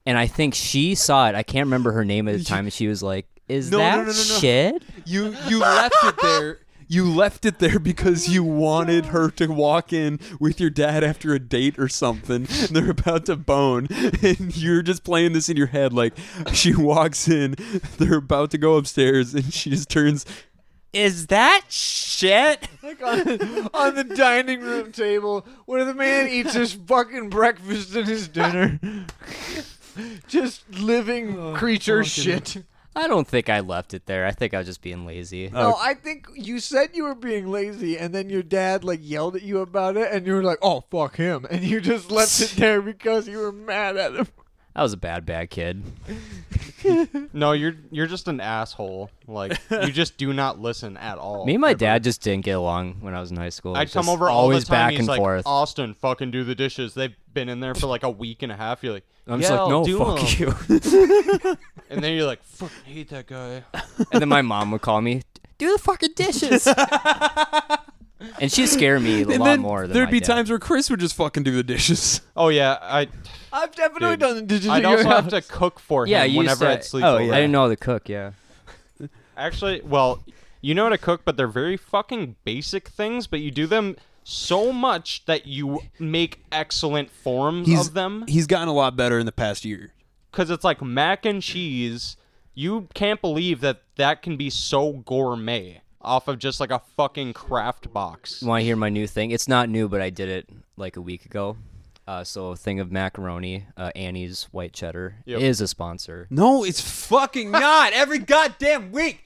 Speaker 3: and I think she saw it. I can't remember her name at the time, and she was like, "Is
Speaker 1: No, no,
Speaker 3: that
Speaker 1: no, no, no.
Speaker 3: shit?"
Speaker 1: You you left it there. You left it there because you wanted her to walk in with your dad after a date or something. They're about to bone, and you're just playing this in your head. Like she walks in, they're about to go upstairs, and she just turns.
Speaker 3: Is that shit?
Speaker 4: on the dining room table where the man eats his fucking breakfast and his dinner. Just living creature shit.
Speaker 3: I don't think I left it there. I think I was just being lazy.
Speaker 2: Uh,
Speaker 4: No, I think you said you were being lazy, and then your dad like yelled at you about it, and you were like, "Oh fuck him," and you just left it there because you were mad at him.
Speaker 3: I was a bad bad kid.
Speaker 2: No, you're you're just an asshole. Like you just do not listen at all.
Speaker 3: Me and my
Speaker 2: ever.
Speaker 3: dad just didn't get along when I was in high school. It
Speaker 2: I'd
Speaker 3: was
Speaker 2: come
Speaker 3: just
Speaker 2: over all
Speaker 3: always
Speaker 2: the time.
Speaker 3: back
Speaker 2: he's
Speaker 3: and
Speaker 2: like,
Speaker 3: forth.
Speaker 2: Austin, fucking do the dishes. They've been in there for like a week and a half. You're like,
Speaker 3: I'm
Speaker 2: yeah,
Speaker 3: just like,
Speaker 2: I'll
Speaker 3: no,
Speaker 2: do
Speaker 3: fuck
Speaker 2: 'em."
Speaker 3: you.
Speaker 2: And then you're like, fucking hate that guy.
Speaker 3: and then my mom would call me, do the fucking dishes. and she'd scare me a
Speaker 1: And
Speaker 3: lot
Speaker 1: then
Speaker 3: more than
Speaker 1: there'd
Speaker 3: my
Speaker 1: be
Speaker 3: dad.
Speaker 1: times where Chris would just fucking do the dishes.
Speaker 2: Oh yeah, I
Speaker 4: I've definitely
Speaker 2: Dude.
Speaker 4: done the digital.
Speaker 2: I'd also have to cook for
Speaker 3: Yeah,
Speaker 2: him
Speaker 3: you used
Speaker 2: whenever
Speaker 3: to,
Speaker 2: I'd sleep
Speaker 3: oh,
Speaker 2: over.
Speaker 3: yeah. I didn't know how to cook. Yeah,
Speaker 2: Actually, well, you know how to cook, but they're very fucking basic things. But you do them so much that you make excellent forms
Speaker 1: He's-
Speaker 2: of them.
Speaker 1: He's gotten a lot better in the past year.
Speaker 2: because it's like mac and cheese. You can't believe that that can be so gourmet off of just like a fucking craft box.
Speaker 3: want to hear my new thing? It's not new, but I did it like a week ago. Uh, so a thing of macaroni, uh, Annie's white cheddar
Speaker 2: Yep.
Speaker 3: is a sponsor.
Speaker 1: No, it's fucking not every goddamn week.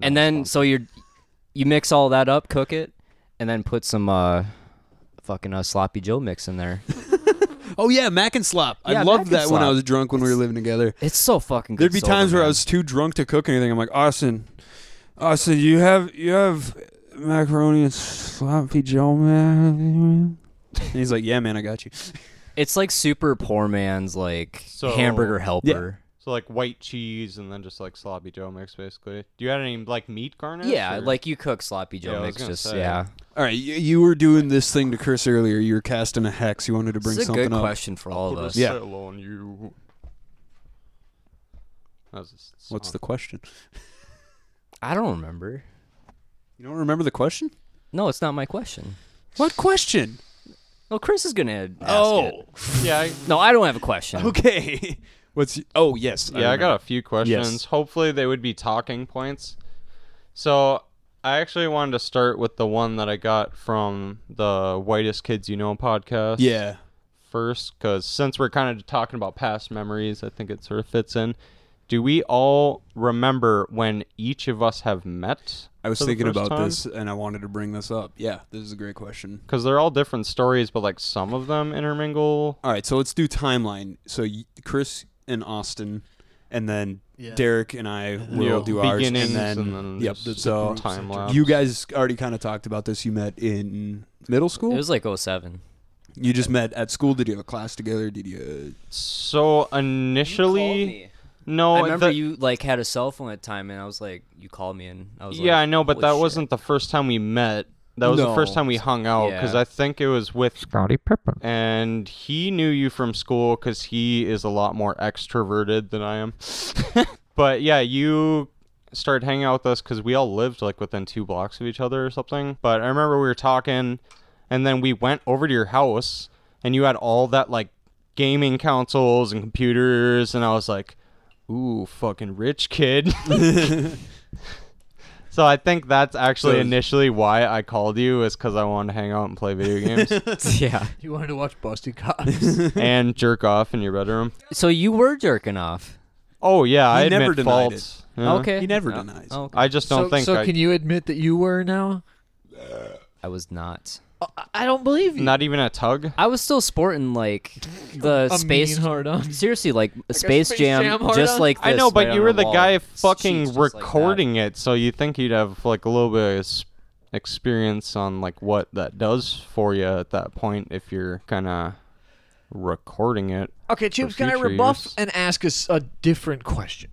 Speaker 3: and then so you you mix all that up, cook it, and then put some uh, fucking uh, sloppy Joe mix in there.
Speaker 1: Oh yeah, mac and slop.
Speaker 3: Yeah,
Speaker 1: I
Speaker 3: mac and
Speaker 1: loved that when I
Speaker 3: slop.
Speaker 1: was drunk when we were living together.
Speaker 3: It's so fucking. good
Speaker 1: There'd be
Speaker 3: sober,
Speaker 1: times where I
Speaker 3: man.
Speaker 1: was too drunk to cook anything. I'm like, Austin, Austin, you have you have macaroni and sloppy Joe, man. And he's like, Yeah, man, I got you.
Speaker 3: It's like super poor man's like
Speaker 2: So-
Speaker 3: hamburger helper.
Speaker 2: So like white cheese and then just like sloppy Joe mix, basically. Do you add any like meat garnish?
Speaker 3: Yeah,
Speaker 2: or-
Speaker 3: like you cook sloppy Joe
Speaker 2: Yeah, I was
Speaker 3: mix.
Speaker 2: gonna
Speaker 3: Just
Speaker 2: say.
Speaker 3: yeah.
Speaker 1: All right, you, you were doing this thing to Chris earlier. You were casting a hex. You wanted to bring
Speaker 3: It's a
Speaker 1: something
Speaker 3: good
Speaker 1: up.
Speaker 3: question for all of
Speaker 2: Put a
Speaker 3: us.
Speaker 1: Yeah.
Speaker 2: sail on you. That was a
Speaker 1: What's
Speaker 2: song.
Speaker 1: the question?
Speaker 3: I don't remember.
Speaker 1: You don't remember the question?
Speaker 3: No, it's not my question.
Speaker 1: What question?
Speaker 3: No, Chris is gonna. Ask it.
Speaker 1: oh,
Speaker 2: Yeah, I,
Speaker 3: No, I don't have a question.
Speaker 1: okay. What's? Oh, yes.
Speaker 2: yeah, I, got
Speaker 1: remember.
Speaker 2: a few questions. Hopefully, they would be talking points. So, I actually wanted to start with the one that I got from the Whitest Kids You Know podcast.
Speaker 1: Yeah.
Speaker 2: first because since we're kind of talking about past memories, I think it sort of fits in. Do we all remember when each of us have met?
Speaker 1: I was thinking about this, and I wanted to bring this up. Yeah, this is a great question.
Speaker 2: because they're all different stories, but like some of them intermingle.
Speaker 1: All right, so let's do timeline. So y- Chris and Austin, and then Derek and I will
Speaker 2: Yeah.
Speaker 1: do ours, and
Speaker 2: Beginnings
Speaker 1: then,
Speaker 2: and then
Speaker 1: yep.
Speaker 2: just
Speaker 1: So
Speaker 2: time lapse.
Speaker 1: you guys already kind of talked about this. You met in middle
Speaker 3: It oh
Speaker 1: school.
Speaker 3: was like 07.
Speaker 1: You just met at school. Did you have a class together? Did you? uh,
Speaker 2: So initially, oh, no.
Speaker 3: I remember
Speaker 2: the-
Speaker 3: you like had a cell phone at the time, and I was like, you called me, and I was like,
Speaker 2: Yeah, I know, but
Speaker 3: "Holy
Speaker 2: that
Speaker 3: shit."
Speaker 2: wasn't the first time we met. That was the first
Speaker 1: No.
Speaker 2: time we hung out because
Speaker 3: Yeah.
Speaker 2: I think it was with Scotty Pippen, and he knew you from school because he is a lot more extroverted than I am. but yeah, you started hanging out with us because we all lived like within two blocks of each other or something. But I remember we were talking, and then we went over to your house, and you had all that like gaming consoles and computers, and I was like, "Ooh, fucking rich kid." So I think that's actually
Speaker 1: So-
Speaker 2: initially why I called you is because I wanted to hang out and play video games
Speaker 3: yeah.
Speaker 4: You wanted to watch Busty Cops.
Speaker 2: and jerk off in your bedroom.
Speaker 3: So you were jerking off.
Speaker 2: Oh yeah, I
Speaker 1: He
Speaker 2: admit
Speaker 1: never denied
Speaker 2: faults. Yeah.
Speaker 3: Okay.
Speaker 1: He never
Speaker 3: Oh,
Speaker 1: denies.
Speaker 3: oh, okay.
Speaker 2: I just don't
Speaker 4: so,
Speaker 2: think
Speaker 4: so
Speaker 2: I,
Speaker 4: can you admit that you were now?
Speaker 3: I was not.
Speaker 4: Oh, I- I don't believe you.
Speaker 2: not even a tug.
Speaker 3: I was still sporting like the
Speaker 4: a
Speaker 3: space.
Speaker 4: mean hard on.
Speaker 3: Seriously, like, Space,
Speaker 4: Space
Speaker 3: Jam,
Speaker 4: Jam hard
Speaker 3: just
Speaker 4: on?
Speaker 3: like this.
Speaker 2: I know, but
Speaker 3: right
Speaker 2: you
Speaker 3: on
Speaker 2: were
Speaker 3: the
Speaker 2: the
Speaker 3: wall.
Speaker 2: guy
Speaker 3: It's
Speaker 2: fucking
Speaker 3: just like that.
Speaker 2: recording it, so you think you'd have like a little bit of s- experience on like what that does for you at that point if you're kind of recording it.
Speaker 4: Okay, Chips, can I
Speaker 2: future
Speaker 4: rebuff
Speaker 2: use.
Speaker 4: and ask us a different question?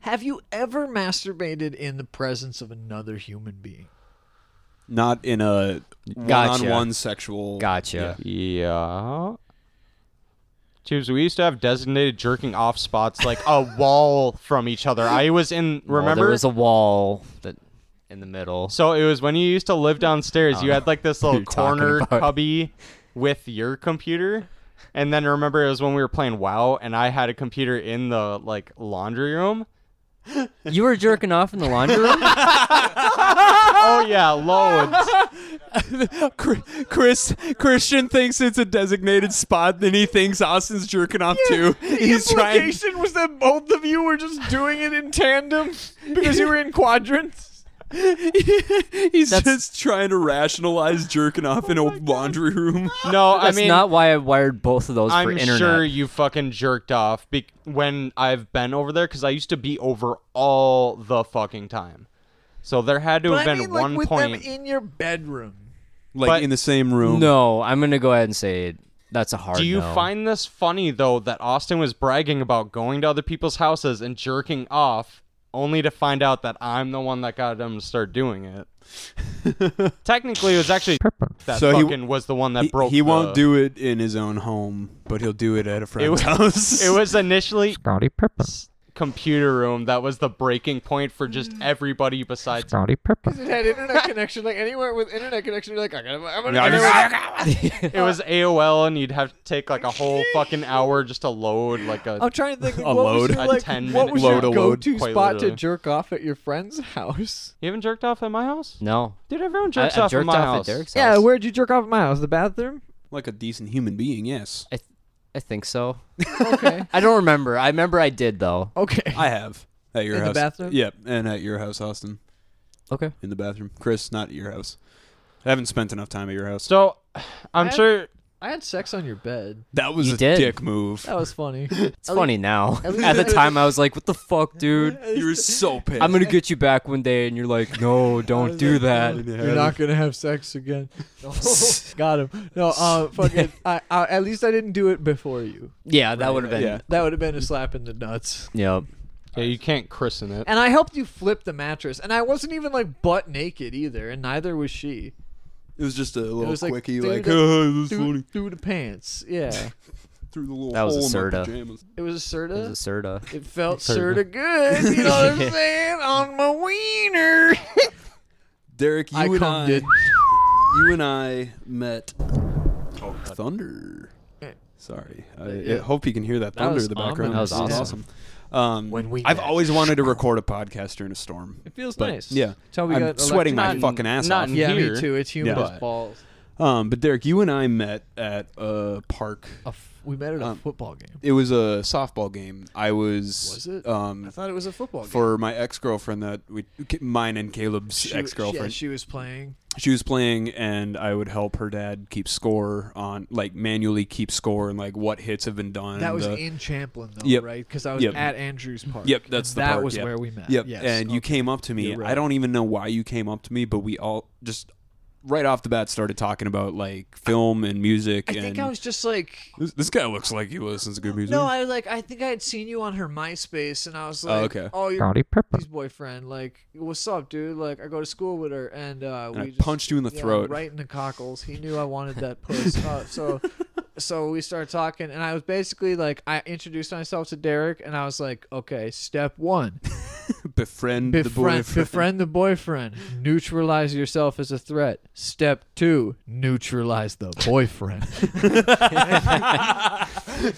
Speaker 4: Have you ever masturbated in the presence of another human being?
Speaker 1: Not in a
Speaker 3: Gotcha.
Speaker 1: one-on-one sexual.
Speaker 3: Gotcha.
Speaker 2: Yeah. Tubes, we used to have designated jerking off spots like a wall from each other. I was in
Speaker 3: Well,
Speaker 2: remember
Speaker 3: there was a wall that in the middle.
Speaker 2: so it was when you used to live downstairs,
Speaker 3: Oh,
Speaker 2: you had like this little
Speaker 3: you're talking
Speaker 2: corner
Speaker 3: about.
Speaker 2: cubby with your computer. And then remember it was when we were playing WoW and I had a computer in the like laundry room.
Speaker 3: You were jerking off in the laundry room.
Speaker 2: Oh yeah, loads.
Speaker 1: Chris Christian thinks it's a designated spot, then he thinks Austin's jerking off too. He's trying.
Speaker 4: was that both of you were just doing it in tandem because you were in quadrants.
Speaker 1: He's just trying to rationalize jerking off in a laundry room.
Speaker 2: No, I
Speaker 3: That's
Speaker 2: mean
Speaker 3: not why I wired both of those
Speaker 2: I'm
Speaker 3: for internet.
Speaker 2: sure you fucking jerked off be- when I've been over there because I used to be over all the fucking time. So there had to
Speaker 4: But
Speaker 2: have
Speaker 4: I
Speaker 2: been
Speaker 4: mean,
Speaker 2: one
Speaker 4: like with
Speaker 2: point.
Speaker 4: them in your bedroom.
Speaker 1: Like
Speaker 2: But-
Speaker 1: in the same room.
Speaker 3: No, I'm gonna go ahead and say it. That's a hard.
Speaker 2: Do you
Speaker 3: no.
Speaker 2: find this funny though that Austin was bragging about going to other people's houses and jerking off, only to find out that I'm the one that got him to start doing it? Technically, it was actually that
Speaker 1: So he-
Speaker 2: fucking was the one that
Speaker 1: He,
Speaker 2: broke.
Speaker 1: he won't
Speaker 2: the-
Speaker 1: do it in his own home, but he'll do it at a friend's
Speaker 2: was-
Speaker 1: house.
Speaker 2: It was initially Scotty Pippen. Computer room that was the breaking point for just everybody besides
Speaker 4: Because it had internet connection. Like anywhere with internet connection, you're like, I gotta, I'm gonna.
Speaker 1: Yeah, I
Speaker 4: I'm
Speaker 1: just-
Speaker 4: gonna-
Speaker 2: It was AOL, and you'd have to take like a whole fucking hour just to load like a.
Speaker 4: I'm trying to think. Like,
Speaker 1: A
Speaker 4: what
Speaker 1: load.
Speaker 4: was your,
Speaker 2: A
Speaker 4: like,
Speaker 2: 10
Speaker 4: what
Speaker 2: minute
Speaker 4: was
Speaker 1: load.
Speaker 4: your
Speaker 1: Load a load,
Speaker 4: go-to
Speaker 2: quite
Speaker 4: spot
Speaker 2: literally.
Speaker 4: to jerk off at your friend's house?
Speaker 2: you haven't jerked off at my house,
Speaker 3: No.
Speaker 2: dude. Everyone
Speaker 3: I, I
Speaker 2: jerks
Speaker 3: jerked
Speaker 2: off at my
Speaker 3: off at
Speaker 2: house.
Speaker 3: Derek's
Speaker 4: Yeah,
Speaker 3: house.
Speaker 4: where'd you jerk off at my house? The bathroom?
Speaker 1: like a decent human being, yes.
Speaker 3: I, th- I think so.
Speaker 4: Okay.
Speaker 3: I don't remember. I remember I did though.
Speaker 4: okay.
Speaker 1: I have. At your
Speaker 4: In the
Speaker 1: house.
Speaker 4: bathroom?
Speaker 1: Yep, and at your house, Austin.
Speaker 3: Okay.
Speaker 1: In the bathroom. Chris, not at your house. I haven't spent enough time at your house.
Speaker 2: So, I'm
Speaker 4: I-
Speaker 2: sure.
Speaker 4: I had sex on your bed.
Speaker 1: That was
Speaker 3: You
Speaker 1: a
Speaker 3: did.
Speaker 1: dick move.
Speaker 4: That was funny.
Speaker 3: It's funny now.
Speaker 4: at least-
Speaker 3: At the time, I was like, "What the fuck, dude?
Speaker 1: You were so pissed.
Speaker 3: I'm gonna get you back one day." And you're like, "No, don't
Speaker 4: "Oh,
Speaker 3: do that."
Speaker 4: You're not gonna have sex again. Got him. No, uh, fucking. I, I, at least I didn't do it before you.
Speaker 3: Yeah, that would have been.
Speaker 1: Yeah.
Speaker 4: That would have been a slap in the nuts.
Speaker 3: Yep.
Speaker 2: Yeah, you can't christen it.
Speaker 4: And I helped you flip the mattress, and I wasn't even like butt naked either, and neither was she.
Speaker 1: It was just a
Speaker 4: It
Speaker 1: little
Speaker 4: was like
Speaker 1: quickie,
Speaker 4: through
Speaker 1: like,
Speaker 4: the-
Speaker 1: oh, this is
Speaker 4: through,
Speaker 1: funny.
Speaker 4: through the pants. Yeah,
Speaker 1: Through the little
Speaker 3: That was a
Speaker 1: hole in my
Speaker 3: Serta.
Speaker 1: pajamas.
Speaker 4: it was a Serta.
Speaker 3: It was a Serta.
Speaker 4: It felt
Speaker 2: Sorry.
Speaker 4: sort of good, you know what I'm saying? On my wiener.
Speaker 1: Derek, you
Speaker 4: I
Speaker 1: and
Speaker 4: cum
Speaker 1: I,
Speaker 4: did.
Speaker 1: you and I met. Oh, thunder! Sorry, I, I
Speaker 4: Yeah.
Speaker 1: hope you can hear that thunder
Speaker 4: was
Speaker 1: in the background.
Speaker 4: ominous.
Speaker 3: That was
Speaker 1: It's
Speaker 3: awesome.
Speaker 1: Um,
Speaker 4: When we
Speaker 1: I've
Speaker 4: met.
Speaker 1: always wanted to record a podcast during a storm.
Speaker 4: It feels
Speaker 1: But,
Speaker 4: nice.
Speaker 1: yeah.
Speaker 4: That's how we
Speaker 1: I'm
Speaker 4: got
Speaker 1: sweating
Speaker 4: elected.
Speaker 1: my
Speaker 2: Not-
Speaker 1: fucking ass
Speaker 2: not
Speaker 1: off.
Speaker 2: in-
Speaker 4: Yeah,
Speaker 2: here.
Speaker 4: me too. It's humid
Speaker 1: Yeah.
Speaker 4: as balls.
Speaker 1: Um, but Derek, you and I met at a park.
Speaker 4: A f- we met at a
Speaker 1: Um,
Speaker 4: football game.
Speaker 1: It was a softball game. I was.
Speaker 4: Was it? I
Speaker 1: Um,
Speaker 4: thought it was a football game.
Speaker 1: for my ex girlfriend that we, mine and Caleb's
Speaker 4: She-
Speaker 1: ex
Speaker 4: Yeah,
Speaker 1: girlfriend.
Speaker 4: she was playing.
Speaker 1: she was playing and I would help her dad keep score on like manually keep score and like what hits have been done.
Speaker 4: That was
Speaker 1: the-
Speaker 4: in Champlin, though,
Speaker 1: uh, Yep.
Speaker 4: right? Because I was
Speaker 1: Yep.
Speaker 4: at Andrews Park.
Speaker 1: Yep, that's the
Speaker 4: That
Speaker 1: park,
Speaker 4: was
Speaker 1: yep.
Speaker 4: where we met.
Speaker 1: Yep.
Speaker 4: Yes.
Speaker 1: and you
Speaker 4: okay.
Speaker 1: came up to me.
Speaker 4: You're right.
Speaker 1: I don't even know why you came up to me, but we all just right off the bat started talking about like film and music.
Speaker 4: I
Speaker 1: and
Speaker 4: think I was just like,
Speaker 1: this, this guy looks like he listens to good music.
Speaker 4: no, I like. I think I had seen you on her MySpace, and I was
Speaker 1: Oh,
Speaker 4: like,
Speaker 1: okay.
Speaker 4: oh, you're
Speaker 3: Brownie Purple.
Speaker 4: his boyfriend. Like, what's up, dude? Like, I go to school with her, and uh,
Speaker 1: And
Speaker 4: we
Speaker 1: I
Speaker 4: just,
Speaker 1: punched you in the
Speaker 4: yeah,
Speaker 1: throat.
Speaker 4: right in the cockles. He knew I wanted that puss. Uh, so, so we started talking, and I was basically like, I introduced myself to Derek, and I was like, okay, step one,
Speaker 1: befriend, the
Speaker 4: befriend,
Speaker 1: boyfriend.
Speaker 4: befriend the boyfriend, neutralize yourself as a threat. Step two, neutralize the boyfriend.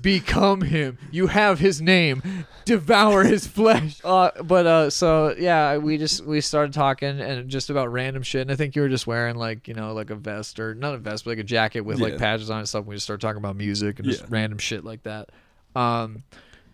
Speaker 4: Become him. You have his name. Devour his flesh. Uh, but uh, so yeah, we just we started talking and just about random shit. And I think you were just wearing like you know like a vest or not a vest, but like a jacket with
Speaker 1: Yeah.
Speaker 4: like patches on it and stuff. We just started talking about music and
Speaker 1: Yeah.
Speaker 4: just random shit like that. Um,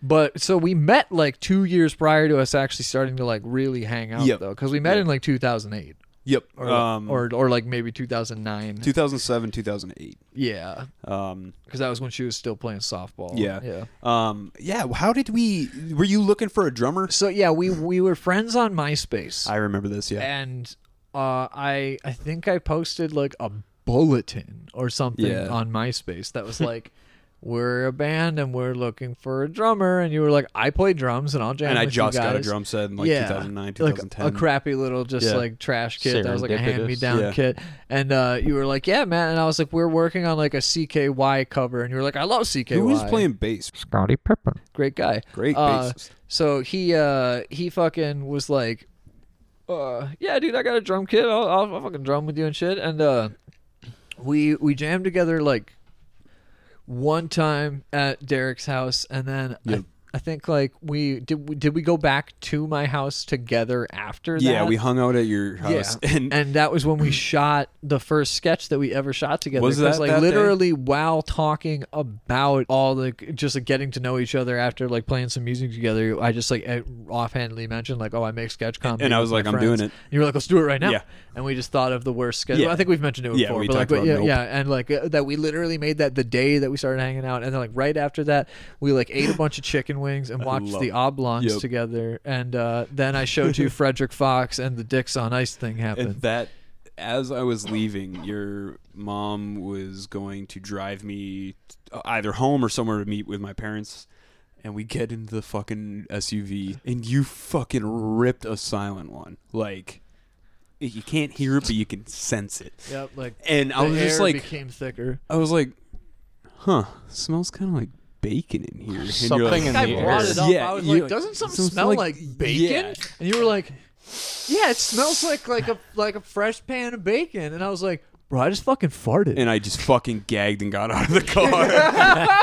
Speaker 4: but so we met like two years prior to us actually starting to like really hang out
Speaker 1: Yep.
Speaker 4: though, because we met
Speaker 1: Yeah.
Speaker 4: in like 2008
Speaker 1: Yep.
Speaker 4: or
Speaker 1: um,
Speaker 4: or or like maybe 2009.
Speaker 1: 2007, 2008.
Speaker 4: yeah,
Speaker 1: Um,
Speaker 4: because that was when she was still playing softball.
Speaker 1: Yeah.
Speaker 4: yeah.
Speaker 1: um, yeah. How did we? Were you looking for a drummer?
Speaker 4: So yeah, we we were friends on MySpace,
Speaker 1: I remember this. Yeah.
Speaker 4: and uh, I I think I posted like a bulletin or something
Speaker 1: Yeah.
Speaker 4: on MySpace that was like. We're a band and we're looking for a drummer, and you were like, "I play drums and I'll jam."
Speaker 1: And I
Speaker 4: with you
Speaker 1: just got a
Speaker 4: guys."
Speaker 1: drum set in like 2009,
Speaker 4: like
Speaker 1: 2010.
Speaker 4: a crappy little just
Speaker 1: Yeah.
Speaker 4: like trash kit that was like a
Speaker 2: Serendipitous.
Speaker 4: hand me down
Speaker 1: Yeah.
Speaker 4: kit. And uh, you were like, "Yeah, man," and I was like, "We're working on like a CKY cover," and you were like, "I love CKY."
Speaker 1: Who was playing bass?
Speaker 3: Scotty Purple.
Speaker 4: Great guy.
Speaker 1: Great
Speaker 4: Uh,
Speaker 1: bassist.
Speaker 4: So he uh he fucking was like, uh yeah, dude, I got a drum kit. I'll, I'll, I'll fucking drum with you and shit. And uh, we we jammed together like one time at Derek's house, and then
Speaker 1: Yep.
Speaker 4: I, I think like we did we, did we go back to my house together after that?
Speaker 1: Yeah, we hung out at your house, and,
Speaker 4: and that was when we shot the first sketch that we ever shot together.
Speaker 1: Was
Speaker 4: 'Cause,
Speaker 1: that
Speaker 4: like
Speaker 1: that day?
Speaker 4: literally while talking about all the just like getting to know each other after like playing some music together? I just like eh, offhandedly mentioned like, oh, I make sketch comedy,
Speaker 1: and I
Speaker 4: with
Speaker 1: was
Speaker 4: my
Speaker 1: like, I'm
Speaker 4: friends."
Speaker 1: doing it.
Speaker 4: And you were like, let's do it right now.
Speaker 1: Yeah.
Speaker 4: And we just thought of the worst sketch.
Speaker 1: Yeah.
Speaker 4: Well, I think we've mentioned it before,
Speaker 1: Yeah, we
Speaker 4: but like,
Speaker 1: talked
Speaker 4: but
Speaker 1: about
Speaker 4: yeah,
Speaker 1: Nope.
Speaker 4: yeah, and like uh, that we literally made that the day that we started hanging out, and then like right after that, we like ate a bunch of chicken wings and watched
Speaker 1: love
Speaker 4: the
Speaker 1: it.
Speaker 4: oblongs
Speaker 1: Yep.
Speaker 4: together, and uh, then I showed you Frederick Fox and the Dicks on Ice thing happened.
Speaker 1: And that, as I was leaving, your mom was going to drive me t- either home or somewhere to meet with my parents. And we get into the fucking SUV, and you fucking ripped a silent one. Like, you can't hear it, but you can sense it.
Speaker 4: Yep, like
Speaker 1: And I
Speaker 4: the
Speaker 1: was just
Speaker 4: air
Speaker 1: like,
Speaker 4: became thicker.
Speaker 1: I was like, huh, smells kind of like bacon in here. And you're
Speaker 2: Something
Speaker 1: like,
Speaker 2: in
Speaker 4: I
Speaker 2: the
Speaker 4: brought
Speaker 2: air.
Speaker 4: it up.
Speaker 1: Yeah,
Speaker 4: I was
Speaker 1: you're
Speaker 4: like,
Speaker 1: like,
Speaker 4: doesn't something
Speaker 1: "Sounds
Speaker 4: smell
Speaker 1: like-
Speaker 4: like, bacon?
Speaker 1: yeah.
Speaker 4: And you were like, yeah, it smells like like a like a fresh pan of bacon. And I was like, bro, I just fucking farted.
Speaker 1: and I just fucking gagged and got out of the car.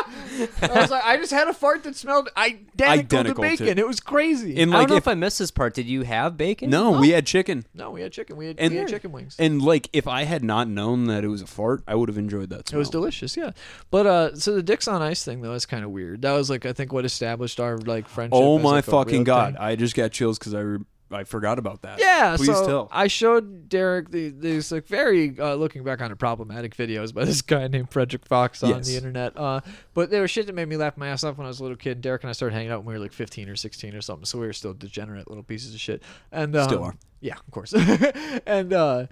Speaker 4: I was like, I just had a fart that smelled identical,
Speaker 1: Identical to-
Speaker 4: to bacon. it was crazy.
Speaker 1: and
Speaker 3: I
Speaker 1: like,
Speaker 3: don't know if,
Speaker 1: if,
Speaker 3: I missed this part. Did you have bacon?
Speaker 1: no, we had chicken.
Speaker 4: no, we had chicken. We had,
Speaker 1: And-
Speaker 4: we had chicken wings.
Speaker 1: And like, if I had not known that it was a fart, I would have enjoyed that
Speaker 4: it
Speaker 1: smell.
Speaker 4: was delicious, yeah. But uh, so the dicks on ice thing though is kind of weird. That was like I think what established our like friendship.
Speaker 1: oh
Speaker 4: as,
Speaker 1: my
Speaker 4: like, a real
Speaker 1: fucking god!
Speaker 4: thing.
Speaker 1: I just got chills because I re- I forgot about that.
Speaker 4: Yeah,
Speaker 1: please
Speaker 4: so
Speaker 1: tell.
Speaker 4: I showed Derek the, these like very uh, looking back on it problematic videos by this guy named Frederick Fox on
Speaker 1: Yes.
Speaker 4: the internet. Uh, but there was shit that made me laugh my ass off when I was a little kid. Derek and I started hanging out when we were like 15 or 16 or something, so we were still degenerate little pieces of shit. And um,
Speaker 1: Still are.
Speaker 4: Yeah, of course. and uh,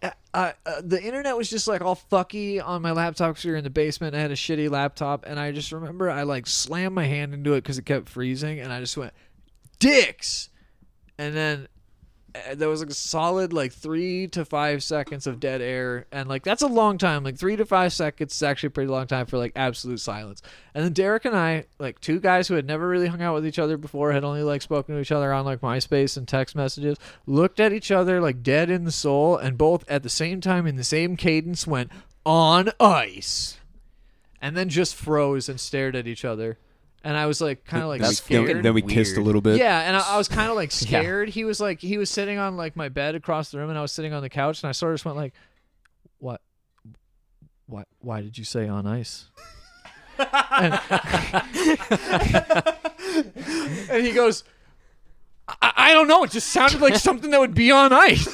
Speaker 4: I, I- uh, the internet was just like all fucky on my laptop because we were in the basement. I had a shitty laptop, and I just remember I like slammed my hand into it because it kept freezing, and I just went dicks, and then uh, there was like a solid like three to five seconds of dead air and like that's a long time like three to five seconds is actually a pretty long time for like absolute silence and then derek and i like two guys who had never really hung out with each other before had only like spoken to each other on like myspace and text messages looked at each other like dead in the soul and both at the same time in the same cadence went on ice and then just froze and stared at each other and i was like kind of like
Speaker 3: That's
Speaker 1: then,
Speaker 4: scared
Speaker 3: fucking
Speaker 1: then we
Speaker 3: weird.
Speaker 1: kissed a little bit.
Speaker 4: yeah, and I, I was kind of like scared. He was like, he was sitting on like my bed across the room, and I was sitting on the couch, and I sort of just went like, "What? Why? Why did you say on ice?" and, and he goes, I, "I don't know. It just sounded like something that would be on ice."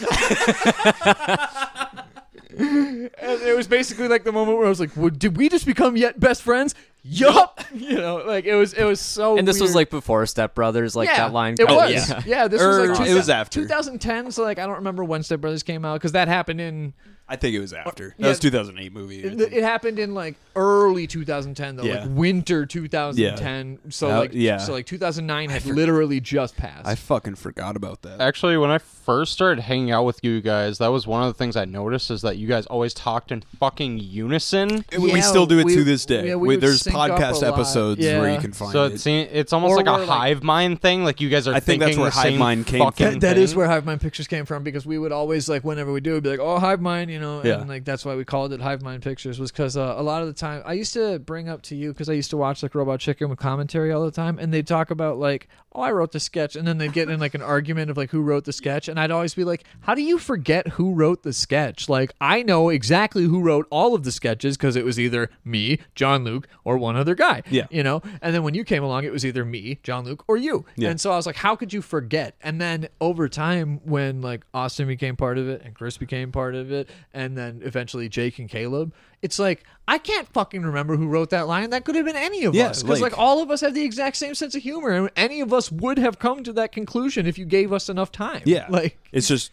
Speaker 4: and it was basically like the moment where I was like, well, "Did we just become yet best friends?" yup, you know, like it was it was so.
Speaker 3: And this was
Speaker 4: weird.
Speaker 3: like before Step Brothers, like
Speaker 4: yeah,
Speaker 3: that line.
Speaker 4: It
Speaker 3: Oh,
Speaker 4: was.
Speaker 3: yeah.
Speaker 4: Yeah, this was
Speaker 1: Or,
Speaker 4: like
Speaker 1: uh, it was after.
Speaker 4: 2010. So like I don't remember when Step Brothers came out because that happened in
Speaker 1: I think it was after.
Speaker 4: yeah.
Speaker 1: That was 2008 movie. I
Speaker 4: it,
Speaker 1: think.
Speaker 4: it happened in like early 2010 though,
Speaker 1: Yeah.
Speaker 4: like winter 2010. So
Speaker 1: Uh,
Speaker 4: like
Speaker 1: yeah.
Speaker 4: so like 2009 had literally just passed.
Speaker 1: I fucking forgot about that.
Speaker 4: Uh,
Speaker 2: Actually, when I first started hanging out with you guys, that was one of the things I noticed is that you guys always talked in fucking unison.
Speaker 1: And we
Speaker 4: Yeah,
Speaker 1: still do it
Speaker 4: we-
Speaker 1: to this day.
Speaker 4: yeah,
Speaker 1: We-
Speaker 4: we would
Speaker 1: there's
Speaker 4: sync up
Speaker 1: podcast
Speaker 4: a lot.
Speaker 1: episodes where you
Speaker 4: Yeah.
Speaker 1: can find
Speaker 2: So
Speaker 1: it.
Speaker 2: it seem, it's almost
Speaker 4: Or
Speaker 2: like a
Speaker 4: we're, like-
Speaker 2: hive mind thing. Like you guys are
Speaker 1: I think that's
Speaker 2: thinking
Speaker 1: where
Speaker 2: the
Speaker 1: hive
Speaker 2: same
Speaker 1: mind came from.
Speaker 2: fucking
Speaker 4: That, that is
Speaker 2: thing.
Speaker 4: where Hive Mind Pictures came from because we would always like whenever we do, it'd be like, "Oh, Hive Mind," you know,
Speaker 1: Yeah.
Speaker 4: and like that's why we called it Hive Mind Pictures was because uh, a lot of the time I used to bring up to you because I used to watch like Robot Chicken with commentary all the time, and they'd talk about like, "Oh, I wrote the sketch," and then they'd get in like an argument of like who wrote the sketch, and I'd always be like, "How do you forget who wrote the sketch? Like, I know exactly who wrote all of the sketches because it was either me, John Luke, or one other guy."
Speaker 1: Yeah.
Speaker 4: you know, and then when you came along, it was either me, John Luke, or you,
Speaker 1: Yeah.
Speaker 4: and so I was like, how could you forget? And then over time, when like Austin became part of it and Chris became part of it, and then eventually Jake and Caleb, it's like, I can't fucking remember who wrote that line. That could have been any of
Speaker 1: Yeah,
Speaker 4: us. Because
Speaker 1: like-
Speaker 4: like, all of us have the exact same sense of humor, and any of us would have come to that conclusion if you gave us enough time.
Speaker 1: Yeah,
Speaker 4: Like,
Speaker 1: it's just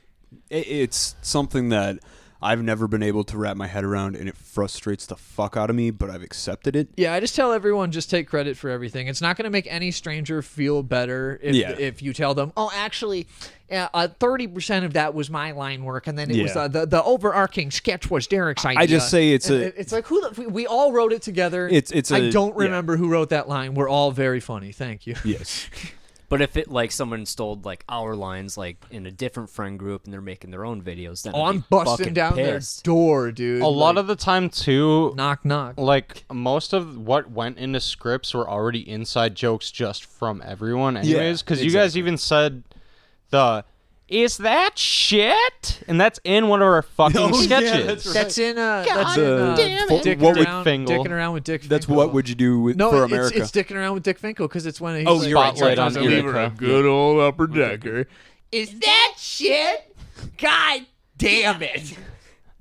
Speaker 1: it, it's something that I've never been able to wrap my head around, and it frustrates the fuck out of me. But I've accepted it.
Speaker 4: Yeah, I just tell everyone just take credit for everything. It's not going to make any stranger feel better if,
Speaker 1: Yeah.
Speaker 4: if you tell them, oh, actually, uh, thirty percent of that was my line work, and then it was
Speaker 1: Yeah.
Speaker 4: uh, the the overarching sketch was Derek's idea.
Speaker 1: I just say it's
Speaker 4: And
Speaker 1: a-
Speaker 4: it- it's like who the, we- we all wrote it together.
Speaker 1: It's- it's
Speaker 4: I
Speaker 1: a-
Speaker 4: don't
Speaker 1: yeah.
Speaker 4: remember who wrote that line. We're all very funny. Thank you.
Speaker 1: Yes,
Speaker 3: But if it like someone stole like our lines like in a different friend group and they're making their own videos, then
Speaker 4: Oh,
Speaker 3: I'd be
Speaker 4: I'm busting
Speaker 3: fucking
Speaker 4: down
Speaker 3: pissed.
Speaker 4: their door, dude.
Speaker 2: A lot of the time too,
Speaker 4: knock knock.
Speaker 2: like most of what went into scripts were already inside jokes just from everyone anyways because you guys even said the is that shit and that's in one of our fucking
Speaker 1: Oh, yeah,
Speaker 2: sketches
Speaker 1: that's right.
Speaker 4: That's in uh, that's
Speaker 1: God
Speaker 4: in uh,
Speaker 1: damn it.
Speaker 4: dicking
Speaker 1: What would
Speaker 4: around,
Speaker 2: Fingal-
Speaker 4: dicking around with Dick.
Speaker 1: that's
Speaker 4: Finkel.
Speaker 1: what would you do with
Speaker 4: No,
Speaker 1: for
Speaker 4: it's,
Speaker 1: America?
Speaker 4: it's dicking around with Dick Finkel because it's when he's
Speaker 1: Oh,
Speaker 4: like,
Speaker 1: you're right,
Speaker 2: Spotlight
Speaker 1: you're
Speaker 2: on
Speaker 1: right.
Speaker 2: Erica.
Speaker 4: good old upper decker.
Speaker 5: Is that shit? God damn it.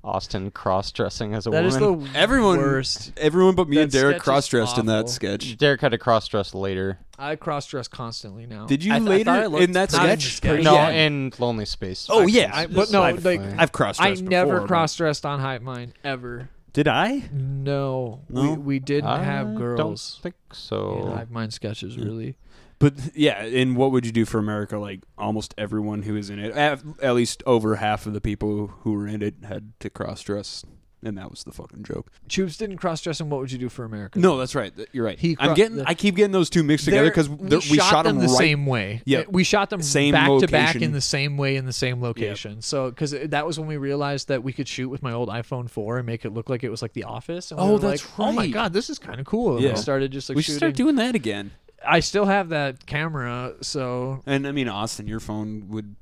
Speaker 2: austin cross-dressing as a
Speaker 4: That is
Speaker 2: woman
Speaker 4: the
Speaker 1: Everyone,
Speaker 4: worst.
Speaker 1: everyone but me
Speaker 4: That
Speaker 1: and Derek
Speaker 4: sketch is
Speaker 1: cross-dressed in that
Speaker 4: awful.
Speaker 1: sketch.
Speaker 2: derek had to cross-dress later
Speaker 4: I cross dress constantly now.
Speaker 1: Did you
Speaker 3: I th- I
Speaker 1: later
Speaker 3: thought I looked
Speaker 1: in that
Speaker 3: pretty-
Speaker 1: sketch?
Speaker 3: Not in the sketch.
Speaker 2: no
Speaker 1: Yeah.
Speaker 2: in lonely space
Speaker 1: oh
Speaker 2: I
Speaker 1: yeah,
Speaker 2: guess.
Speaker 1: I,
Speaker 4: but no,
Speaker 1: I've,
Speaker 4: like,
Speaker 1: I've
Speaker 4: I
Speaker 1: cross-dressed.
Speaker 4: never
Speaker 1: before,
Speaker 4: cross dressed on Hype Mine ever.
Speaker 1: but- Did I?
Speaker 4: No,
Speaker 1: No?
Speaker 4: We, we didn't
Speaker 2: I
Speaker 4: have girls
Speaker 2: don't think
Speaker 4: in
Speaker 2: so
Speaker 4: Hype Mine sketches really.
Speaker 1: But yeah, and what would you do for America? Like almost everyone who is in it, at, at least over half of the people who were in it had to cross-dress, and that was the fucking joke.
Speaker 4: Tubes didn't cross dress in What Would You Do for America?
Speaker 1: No, that's right. Th- You're right.
Speaker 4: He
Speaker 1: I'm
Speaker 4: cro-
Speaker 1: getting.
Speaker 4: the-
Speaker 1: I keep getting those two mixed together because
Speaker 4: They're-
Speaker 1: we shot, them,
Speaker 4: the
Speaker 1: right.
Speaker 4: same way.
Speaker 1: Yeah.
Speaker 4: we shot them
Speaker 1: Same
Speaker 4: back to back
Speaker 1: location.
Speaker 4: in the same way in the same location. So because that was when we realized that we could shoot with my old iPhone four and make it look like it was like The Office. And we
Speaker 1: Oh,
Speaker 4: were
Speaker 1: that's
Speaker 4: like, Oh my
Speaker 1: right.
Speaker 4: god, this is kind of cool. And
Speaker 1: Yeah.
Speaker 4: we started just like
Speaker 1: we should
Speaker 4: shooting.
Speaker 1: start doing that again.
Speaker 4: I still have that camera, so
Speaker 1: And I mean, Austin, your phone would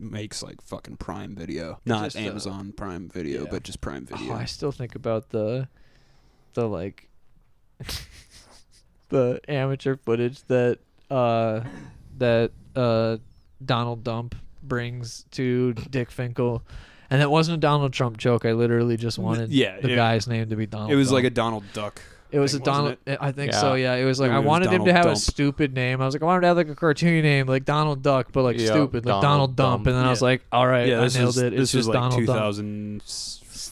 Speaker 1: makes like fucking Prime Video, not
Speaker 4: Just, uh,
Speaker 1: Amazon Prime Video,
Speaker 4: yeah.
Speaker 1: but just Prime Video.
Speaker 4: oh, I still think about the the like the amateur footage that uh that uh Donald Dump brings to Dick Finkel. And that wasn't a Donald Trump joke. I literally just wanted
Speaker 1: yeah,
Speaker 4: the
Speaker 1: it-
Speaker 4: guy's name to be Donald.
Speaker 1: it was like a
Speaker 4: Dump.
Speaker 1: Donald Duck.
Speaker 4: it was
Speaker 1: thing,
Speaker 4: a
Speaker 1: wasn't
Speaker 4: Donald. I think
Speaker 2: Yeah.
Speaker 4: so. Yeah, it was like
Speaker 1: It
Speaker 4: I
Speaker 1: was
Speaker 4: wanted him
Speaker 1: Donald
Speaker 4: to have
Speaker 1: Dump.
Speaker 4: a stupid name. I was like, I wanted him to have like a cartoon name, like Donald Duck, but like
Speaker 2: Yeah,
Speaker 4: stupid, like
Speaker 2: Donald
Speaker 4: Donald, Dump.
Speaker 2: Dump.
Speaker 4: And then I was
Speaker 1: Yeah.
Speaker 4: like, all right,
Speaker 1: yeah,
Speaker 4: I
Speaker 1: this
Speaker 4: nailed
Speaker 1: is
Speaker 4: it. It's
Speaker 1: this
Speaker 4: just
Speaker 1: was like
Speaker 4: Donald Dump.
Speaker 1: 2000.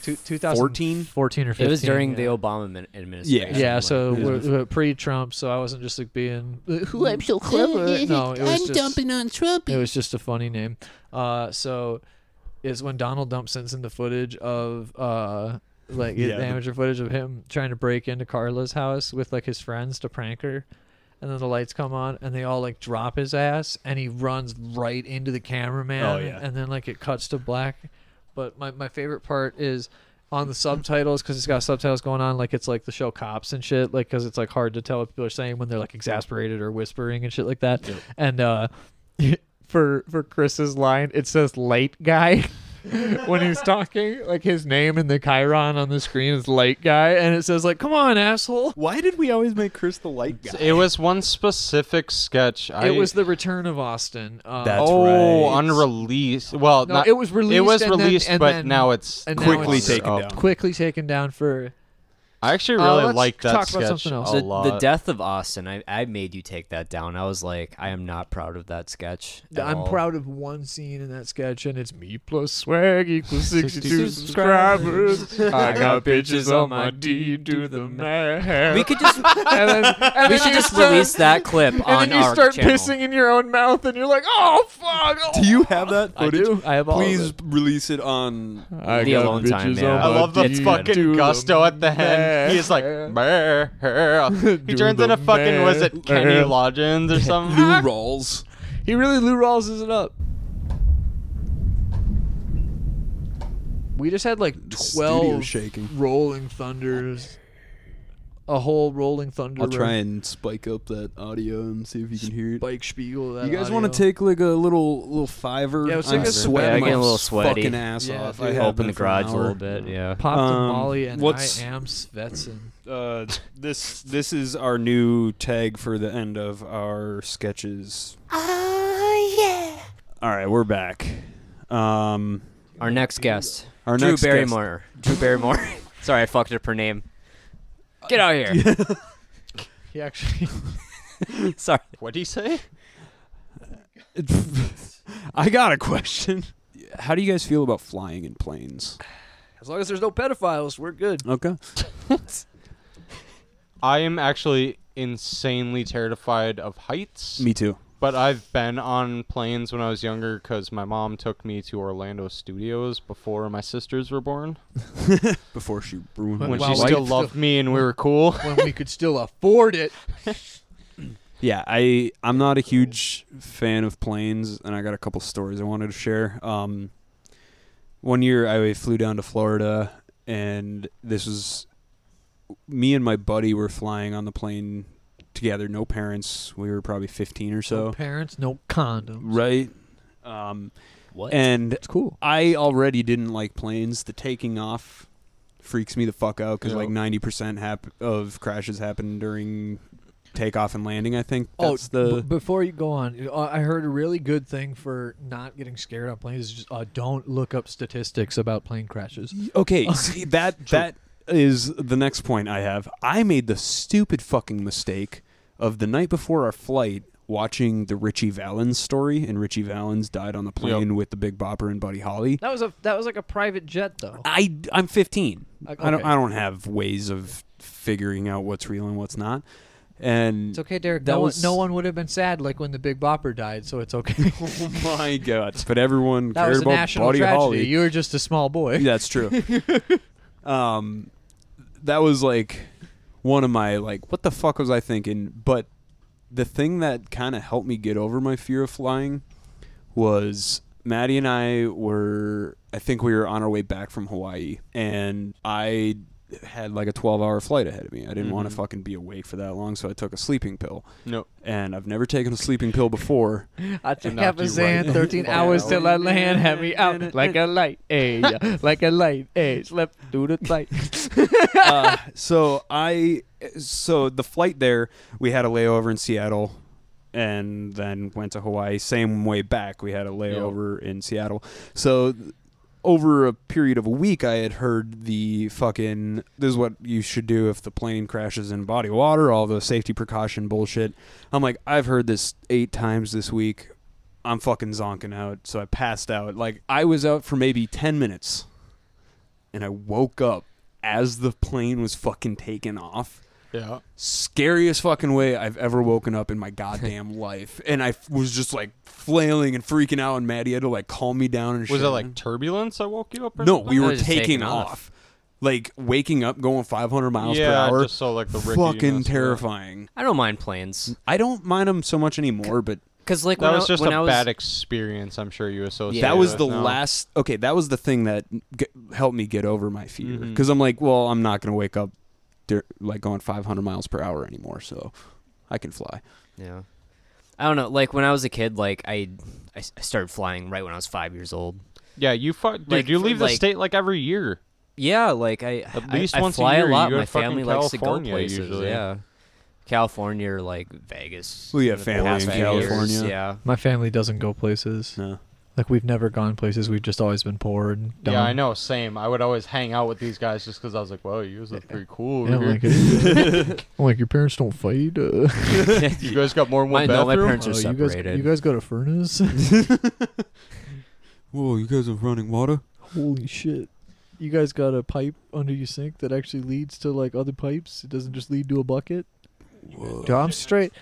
Speaker 4: Two-
Speaker 1: 14?
Speaker 4: 2014 or 15.
Speaker 3: It was during
Speaker 4: yeah.
Speaker 3: the Obama min- administration.
Speaker 4: Yeah,
Speaker 3: like-
Speaker 4: so
Speaker 1: Yeah.
Speaker 4: we're, we're pre-Trump, so I wasn't just like being "Uh, who
Speaker 5: Ooh,
Speaker 4: I'm
Speaker 5: I'm so clever.
Speaker 4: clever. No, it was
Speaker 5: I'm
Speaker 4: just
Speaker 5: dumping on Trump.
Speaker 4: it was just a funny name. Uh, so is when Donald Dump sends in the footage of uh, like
Speaker 1: Yeah,
Speaker 4: the
Speaker 1: the-
Speaker 4: amateur footage of him trying to break into Carla's house with like his friends to prank her. And then the lights come on, and they all like drop his ass, and he runs right into the cameraman.
Speaker 1: Oh, yeah.
Speaker 4: And then like it cuts to black. But my, my favorite part is on the subtitles because it's got subtitles going on. Like it's like the show cops and shit. Like because it's like hard to tell what people are saying when they're like exasperated or whispering and shit like that. And uh, for for Chris's line, it says "late guy." when he's talking, like his name in the Chiron on the screen is "late guy," and it says like "come on, asshole."
Speaker 1: Why did we always make Chris the light guy?
Speaker 2: it was one specific sketch I,
Speaker 4: It was the return of Austin. Uh,
Speaker 1: That's
Speaker 2: oh
Speaker 1: right.
Speaker 2: unreleased well
Speaker 4: No,
Speaker 2: not,
Speaker 4: it was released.
Speaker 2: it was
Speaker 4: and then-
Speaker 2: released
Speaker 4: and
Speaker 2: but
Speaker 4: then-
Speaker 2: now it's
Speaker 4: and now
Speaker 1: Quickly
Speaker 4: it's
Speaker 1: taken down.
Speaker 4: Quickly taken down for
Speaker 2: I actually
Speaker 4: Uh,
Speaker 2: really
Speaker 4: let's
Speaker 2: like that
Speaker 4: talk
Speaker 2: sketch
Speaker 4: about something else.
Speaker 2: a
Speaker 4: The-
Speaker 3: the,
Speaker 2: lot.
Speaker 3: the death of Austin, I, I made you take that down. I was like, I am not proud of that sketch. at
Speaker 4: I'm
Speaker 3: all.
Speaker 4: proud of one scene in that sketch, and it's me plus swag equals 62
Speaker 2: 62
Speaker 4: subscribers. I got bitches on my D, do the math.
Speaker 3: We could just
Speaker 4: and then, and
Speaker 3: we
Speaker 4: then
Speaker 3: should
Speaker 4: you
Speaker 3: just
Speaker 4: start-
Speaker 3: release that clip
Speaker 4: And
Speaker 3: on
Speaker 4: then you
Speaker 3: our
Speaker 4: start
Speaker 3: channel.
Speaker 4: pissing in your own mouth, and you're like, oh, fuck. oh."
Speaker 1: Do you have that
Speaker 4: I
Speaker 1: footage?
Speaker 4: do. I have all of
Speaker 1: Please
Speaker 4: it.
Speaker 1: release it on.
Speaker 4: I
Speaker 3: The
Speaker 4: got
Speaker 3: alone
Speaker 4: bitches
Speaker 3: time,
Speaker 4: on
Speaker 3: yeah.
Speaker 2: I
Speaker 3: Uh,
Speaker 4: my
Speaker 2: love the
Speaker 4: D,
Speaker 2: fucking
Speaker 4: do the
Speaker 2: gusto at the end. He's like,
Speaker 4: math.
Speaker 2: "Brr." he
Speaker 4: Do
Speaker 2: turns
Speaker 4: the
Speaker 2: into fucking was
Speaker 4: math.
Speaker 2: it Kenny Loggins or something?
Speaker 4: Ah!
Speaker 1: Lou Rawls.
Speaker 4: He really Lou Rawls is it up. We just had like
Speaker 1: Studio
Speaker 4: twelve
Speaker 1: shaking.
Speaker 4: rolling thunders, a whole rolling thunder.
Speaker 1: I'll try and spike up that audio and see if you can hear it.
Speaker 4: Spike Spiegel. That
Speaker 1: You guys
Speaker 4: want to
Speaker 1: take like a little little fiver?
Speaker 4: Yeah, let's take
Speaker 1: I'm
Speaker 4: this-
Speaker 1: sweating my
Speaker 3: Yeah, getting a little sweaty.
Speaker 1: fucking ass
Speaker 4: Yeah,
Speaker 1: off.
Speaker 4: dude.
Speaker 1: I have
Speaker 3: Open
Speaker 1: been
Speaker 3: the
Speaker 1: for an
Speaker 3: garage a
Speaker 1: hour.
Speaker 3: little bit, yeah.
Speaker 4: pop
Speaker 1: Um,
Speaker 4: the Molly and
Speaker 1: what's-
Speaker 4: I am Svetson.
Speaker 1: Uh, this this is our new tag for the end of our sketches.
Speaker 5: Oh, yeah.
Speaker 1: All right, we're back. Um,
Speaker 3: Our next guest,
Speaker 1: our
Speaker 3: Drew
Speaker 1: next guest-
Speaker 3: Barrymore. Drew Barrymore. Sorry, I fucked up her name. Get out of here.
Speaker 4: He actually
Speaker 3: Sorry.
Speaker 2: What do you say?
Speaker 1: I got a question. How do you guys feel about flying in planes?
Speaker 4: As long as there's no pedophiles, we're good.
Speaker 1: Okay.
Speaker 2: I am actually insanely terrified of heights.
Speaker 1: Me too.
Speaker 2: But I've been on planes when I was younger because my mom took me to Orlando Studios before my sisters were born.
Speaker 1: Before she ruined
Speaker 2: When
Speaker 1: my
Speaker 4: Wow,
Speaker 2: she
Speaker 1: life.
Speaker 4: why
Speaker 2: still
Speaker 4: you-
Speaker 2: loved me and we were cool.
Speaker 4: when we could still afford it.
Speaker 1: Yeah, I I'm not a huge fan of planes, and I got a couple stories I wanted to share. Um, one year I flew down to Florida, and this was me and my buddy were flying on the plane together. No parents. We were probably 15 or
Speaker 4: no
Speaker 1: so,
Speaker 4: parents, no condoms.
Speaker 1: right? Um,
Speaker 3: What?
Speaker 1: and
Speaker 4: It's cool.
Speaker 1: I already didn't like planes. The taking off freaks me the fuck out because
Speaker 2: Yeah.
Speaker 1: like 90 percent hap- of crashes happen during takeoff and landing. I think
Speaker 4: Oh,
Speaker 1: that's the
Speaker 4: b- before you go on, uh, I heard a really good thing for not getting scared on planes is just uh, don't look up statistics about plane crashes.
Speaker 1: Okay, see, that that is the next point I have. I made the stupid fucking mistake of the night before our flight watching the Richie Valens story, and Richie Valens died on the plane with the Big Bopper and Buddy Holly.
Speaker 4: That was a that was like a private jet though.
Speaker 1: I I'm 15.
Speaker 4: Like,
Speaker 1: I don't
Speaker 4: okay.
Speaker 1: I don't have ways of figuring out what's real and what's not. And
Speaker 4: It's okay, Derek.
Speaker 1: That
Speaker 4: no,
Speaker 1: was-
Speaker 4: one, no one would have been sad like when the Big Bopper died, so it's okay.
Speaker 1: oh my god! But everyone
Speaker 4: that
Speaker 1: cared
Speaker 4: was a
Speaker 1: about
Speaker 4: national
Speaker 1: Buddy
Speaker 4: tragedy.
Speaker 1: Holly.
Speaker 4: You were just a small boy.
Speaker 1: That's true. um, that was like one of my like, what the fuck was I thinking? But the thing that kind of helped me get over my fear of flying was Maddie and I were, I think we were on our way back from Hawaii, and I had like a 12 hour flight ahead of me. I didn't want
Speaker 2: Mhm.
Speaker 1: to fucking be awake for that long, so I took a sleeping pill.
Speaker 2: No.
Speaker 1: And I've never taken a sleeping pill before.
Speaker 4: I took
Speaker 2: knocked you right
Speaker 4: Hapazan
Speaker 2: the
Speaker 4: 13
Speaker 2: fuck
Speaker 4: hours
Speaker 2: out.
Speaker 4: till I land. Had me out like a light, ay, like a light, ay. Slept through the night.
Speaker 1: uh, so I so the flight there we had a layover in Seattle and then went to Hawaii same way back we had a layover in Seattle so th- over a period of a week I had heard the fucking this is what you should do if the plane crashes in body of water all the safety precaution bullshit I'm like I've heard this 8 times this week I'm fucking zonking out so I passed out like I was out for maybe 10 minutes and I woke up as the plane was fucking taken off.
Speaker 2: Yeah.
Speaker 1: Scariest fucking way I've ever woken up in my goddamn life. And I f- was just like flailing and freaking out, and Maddie had to like calm me down and shit.
Speaker 2: Was it like turbulence I woke you up? Or
Speaker 1: No, we
Speaker 2: something?
Speaker 1: were
Speaker 3: just
Speaker 1: taking,
Speaker 3: taking
Speaker 1: off.
Speaker 3: off.
Speaker 1: Like waking up, going 500 miles per
Speaker 2: yeah,
Speaker 1: hour.
Speaker 2: just so like the
Speaker 1: fucking
Speaker 2: rickiness, yeah.
Speaker 1: terrifying.
Speaker 3: I don't mind planes.
Speaker 1: I don't mind them so much anymore, but
Speaker 3: Because, like,
Speaker 2: That
Speaker 3: when,
Speaker 2: was
Speaker 3: I,
Speaker 2: just
Speaker 3: when
Speaker 2: a
Speaker 3: I was.
Speaker 2: bad experience. I'm sure you associated.
Speaker 3: Yeah,
Speaker 1: that was
Speaker 2: with
Speaker 1: the
Speaker 2: now.
Speaker 1: last okay that was the thing that g- helped me get over my fear
Speaker 2: Mhm.
Speaker 1: because i'm like well i'm not going to wake up dur- like going 500 miles per hour anymore so i can fly
Speaker 3: Yeah. I don't know. Like, when I was a kid, like, I, I s- I started flying right when I was five years old.
Speaker 2: Yeah, you fuck, dude.
Speaker 3: Like,
Speaker 2: you
Speaker 3: for-
Speaker 2: leave the
Speaker 3: like-
Speaker 2: state like every year.
Speaker 3: Yeah, like, I.
Speaker 2: At
Speaker 3: I-
Speaker 2: least
Speaker 3: I,
Speaker 2: once a
Speaker 3: fly
Speaker 2: year, you
Speaker 3: lot.
Speaker 2: go to
Speaker 3: My family
Speaker 2: fucking
Speaker 3: likes to
Speaker 2: California,
Speaker 3: go places.
Speaker 2: usually.
Speaker 3: Yeah. California or, like, Vegas.
Speaker 1: Well, yeah,
Speaker 3: in the
Speaker 1: family
Speaker 3: past
Speaker 2: in
Speaker 3: few years,
Speaker 1: California.
Speaker 3: Yeah.
Speaker 4: My family doesn't go places.
Speaker 1: no
Speaker 7: Like we've never gone places. We've just always been poor and dumb.
Speaker 2: Yeah, I know. Same. I would always hang out with these guys just because I was like, "Whoa, you guys look pretty cool."
Speaker 7: Yeah,
Speaker 2: over here.
Speaker 7: like, it- like your parents don't fight. Uh,
Speaker 2: you guys got more than one
Speaker 3: My- no,
Speaker 2: bathroom.
Speaker 3: my parents are
Speaker 7: uh, you guys,
Speaker 3: separated.
Speaker 7: you guys got a furnace.
Speaker 1: Whoa, you guys are running water?
Speaker 7: Holy shit. You guys got a pipe under your sink that actually leads to like other pipes. It doesn't just lead to a bucket.
Speaker 1: Whoa.
Speaker 4: Dude, I'm straight.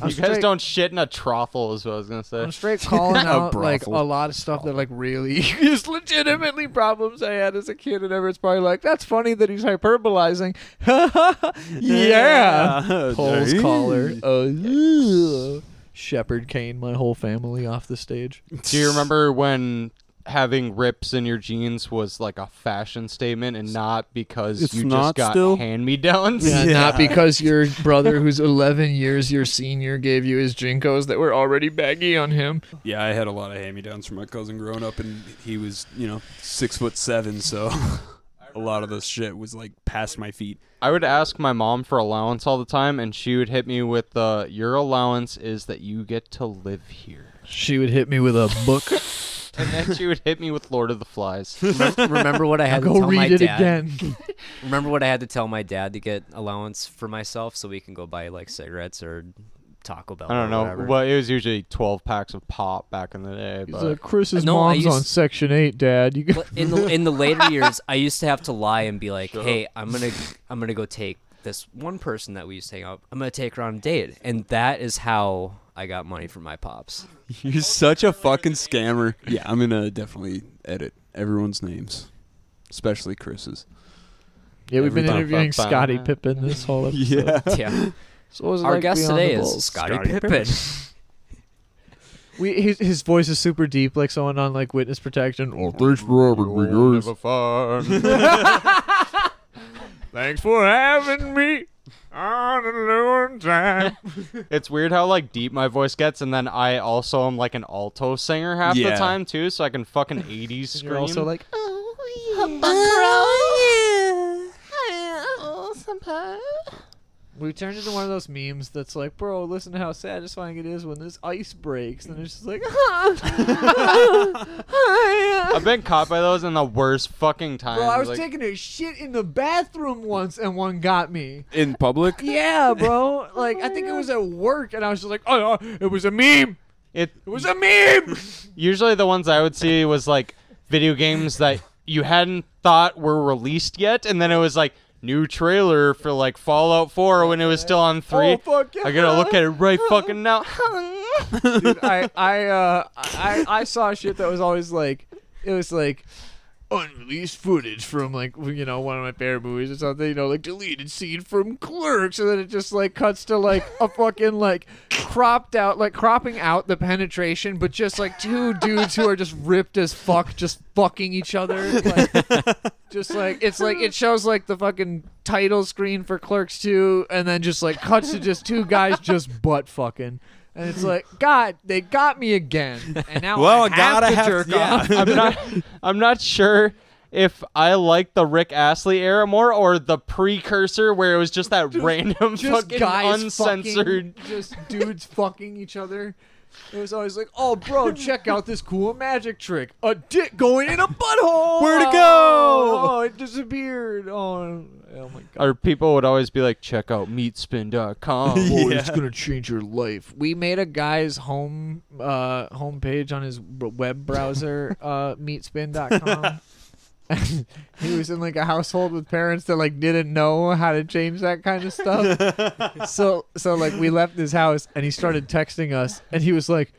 Speaker 4: I'm
Speaker 2: you
Speaker 4: straight,
Speaker 2: guys don't shit in a trough is what I was gonna say.
Speaker 4: I'm straight calling
Speaker 3: A
Speaker 4: out like a
Speaker 3: brothel.
Speaker 4: lot of stuff that like
Speaker 7: Oh.
Speaker 4: really is legitimately problems I had as a kid, and everyone's probably like, "That's funny that he's hyperbolizing." yeah.
Speaker 7: Poles
Speaker 1: Hey.
Speaker 7: collar. Uh, Shepherd cane my whole family off the stage.
Speaker 2: Do you remember when having rips in your jeans was like a fashion statement and not because
Speaker 1: It's
Speaker 2: you
Speaker 1: not
Speaker 2: just got
Speaker 1: still?
Speaker 2: hand me downs?
Speaker 4: Yeah,
Speaker 1: Yeah.
Speaker 4: Not because your brother, who's 11 years your senior, gave you his Jinkos that were already baggy on him.
Speaker 1: Yeah, I had a lot of hand-me-downs from my cousin growing up, and he was, you know, six foot seven, so a lot of this shit was like past my feet.
Speaker 2: I would ask my mom for allowance all the time, and she would hit me with uh, "Your allowance is that you get to live here,"
Speaker 7: She would hit me with a book.
Speaker 2: and then she would hit me with "Lord of the Flies."
Speaker 3: Remember what I had to
Speaker 7: Go
Speaker 3: tell my
Speaker 7: read it
Speaker 3: dad.
Speaker 7: again.
Speaker 3: Remember what I had to tell my dad to get allowance for myself so we can go buy like cigarettes or Taco Bell.
Speaker 2: I don't
Speaker 3: or
Speaker 2: know.
Speaker 3: Oh, whatever.
Speaker 2: Well, it was usually twelve packs of pop back in the day,
Speaker 7: He's
Speaker 2: but
Speaker 7: like, Chris's
Speaker 3: No, I
Speaker 7: mom's on
Speaker 3: used-
Speaker 7: section eight, Dad. You got
Speaker 3: But in the in the later years, I used to have to lie and be like, "Hey, I'm gonna I'm gonna go take this one person that we used to hang out. I'm gonna take her on a date," and that is how I got money from my pops.
Speaker 1: You're such a fucking scammer. Yeah, I'm gonna definitely edit everyone's names, especially Chris's.
Speaker 7: yeah. We've been
Speaker 2: Every-
Speaker 7: interviewing
Speaker 2: Ba-ba-ba.
Speaker 7: Scotty Pippen this whole episode.
Speaker 3: Yeah,
Speaker 4: So what was it
Speaker 3: our
Speaker 4: like
Speaker 3: guest
Speaker 4: being on the
Speaker 3: today
Speaker 4: Bulls?
Speaker 3: is Scotty, Pippen.
Speaker 7: We his, his voice is super deep, like someone on like witness protection. Oh,
Speaker 8: Thanks for having me,
Speaker 2: You'll
Speaker 8: guys.
Speaker 2: never find-
Speaker 4: Thanks for having me on a long time.
Speaker 2: it's weird how like deep my voice gets, and then I also am like an alto singer half
Speaker 1: Yeah.
Speaker 2: the time too, so I can fucking '80s scream.
Speaker 7: You're also like,
Speaker 4: Oh, We turned into one of those memes that's like, bro, listen to how satisfying it is when this ice breaks. And it's just like, Oh,
Speaker 2: I've been caught by those in the worst fucking time.
Speaker 4: bro, I was
Speaker 2: like,
Speaker 4: taking a shit in the bathroom once and one got me.
Speaker 1: In public?
Speaker 4: Yeah, bro. Oh Like, I think it was at work and I was just like, oh, no, it was a meme.
Speaker 2: it.
Speaker 4: It was a meme.
Speaker 2: Usually, the ones I would see was like video games that you hadn't thought were released yet, and then it was like new trailer for like Fallout 4 when it was still on three.
Speaker 4: Oh, fuck yeah.
Speaker 2: I gotta look at it right fucking now.
Speaker 4: Dude, I I uh I I saw shit that was always like it was like unreleased footage from like you know one of my favorite movies or something you know like deleted scene from Clerks and then it just like cuts to like a fucking like cropped out like cropping out the penetration but just like two dudes who are just ripped as fuck just fucking each other like, just like it's like it shows like the fucking title screen for Clerks 2 and then just like cuts to just two guys just butt fucking and it's like God they got me again and now
Speaker 1: Well,
Speaker 4: I
Speaker 1: I
Speaker 4: have
Speaker 1: gotta
Speaker 4: to
Speaker 1: have-
Speaker 4: jerk
Speaker 1: yeah.
Speaker 4: off
Speaker 2: I'm not. I'm not sure if I like the Rick Astley era more or the precursor where it was just that random
Speaker 4: just
Speaker 2: fucking
Speaker 4: guys
Speaker 2: uncensored.
Speaker 4: fucking, just dudes fucking each other. It was always like, oh, bro, check out this cool magic trick. A dick going in a butthole.
Speaker 1: Where'd it go?
Speaker 4: Oh, oh, it disappeared. Oh, oh my God.
Speaker 2: Or people would always be like, check out meatspin.com.
Speaker 4: Oh, it's gonna change your life. We made a guy's home uh, homepage on his b- web browser, uh, meatspin.com. he was in like a household with parents that like didn't know how to change that kind of stuff. so so like we left his house and he started texting us and he was like,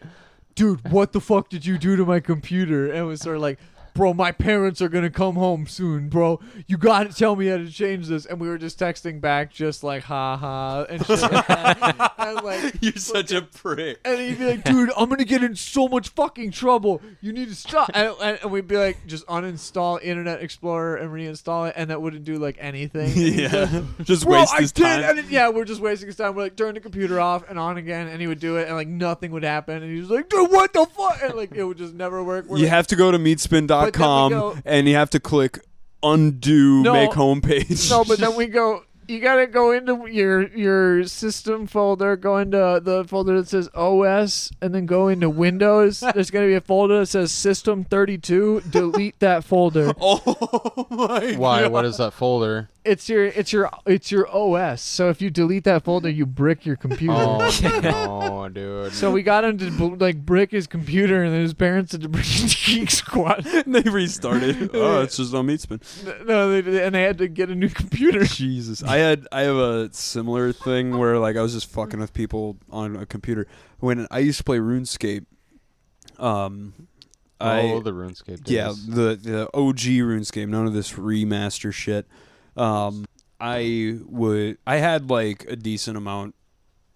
Speaker 4: "Dude, what the fuck did you do to my computer?" And was sort of like. Bro, my parents are gonna come home soon, bro. You gotta tell me how to change this. And we were just texting back, just like ha ha and shit like that. and like
Speaker 1: You're such a prick.
Speaker 4: and he'd be like, dude, I'm going to get in so much fucking trouble. You need to stop. And, and, and we'd be like, just uninstall Internet Explorer and reinstall it. And that wouldn't do like anything. And he's like,
Speaker 1: Yeah, just
Speaker 4: Bro,
Speaker 1: waste
Speaker 4: I
Speaker 1: his
Speaker 4: did.
Speaker 1: time.
Speaker 4: And it- yeah, we're just wasting his time. We're like, turn the computer off and on again. And he would do it. And like, nothing would happen. And he was like, dude, what the fuck? And like, it would just never work. We're
Speaker 1: you
Speaker 4: like,
Speaker 1: have to go to meatspin.com
Speaker 4: But then we go-
Speaker 1: and you have to click undo
Speaker 4: No.
Speaker 1: make homepage.
Speaker 4: no, but then we go. you gotta go into your your system folder, go into the folder that says OS, and then go into Windows. There's gonna be a folder that says System 32. Delete that folder.
Speaker 1: Oh my
Speaker 2: Why? What is that folder?
Speaker 4: It's your it's your it's your OS. So if you delete that folder, you brick your computer.
Speaker 2: Oh no, dude.
Speaker 4: So we got him to bl- like brick his computer, and then his parents had to bring him to Geek Squad.
Speaker 1: they restarted. Oh, it's just on meat spin.
Speaker 4: No, they, and they had to get a new computer.
Speaker 1: Jesus, I had I have a similar thing where like I was just fucking with people on a computer when I used to play RuneScape. Um, I
Speaker 2: oh, the RuneScape. Days.
Speaker 1: yeah the the OG RuneScape, none of this remaster shit. Um, I would I had like a decent amount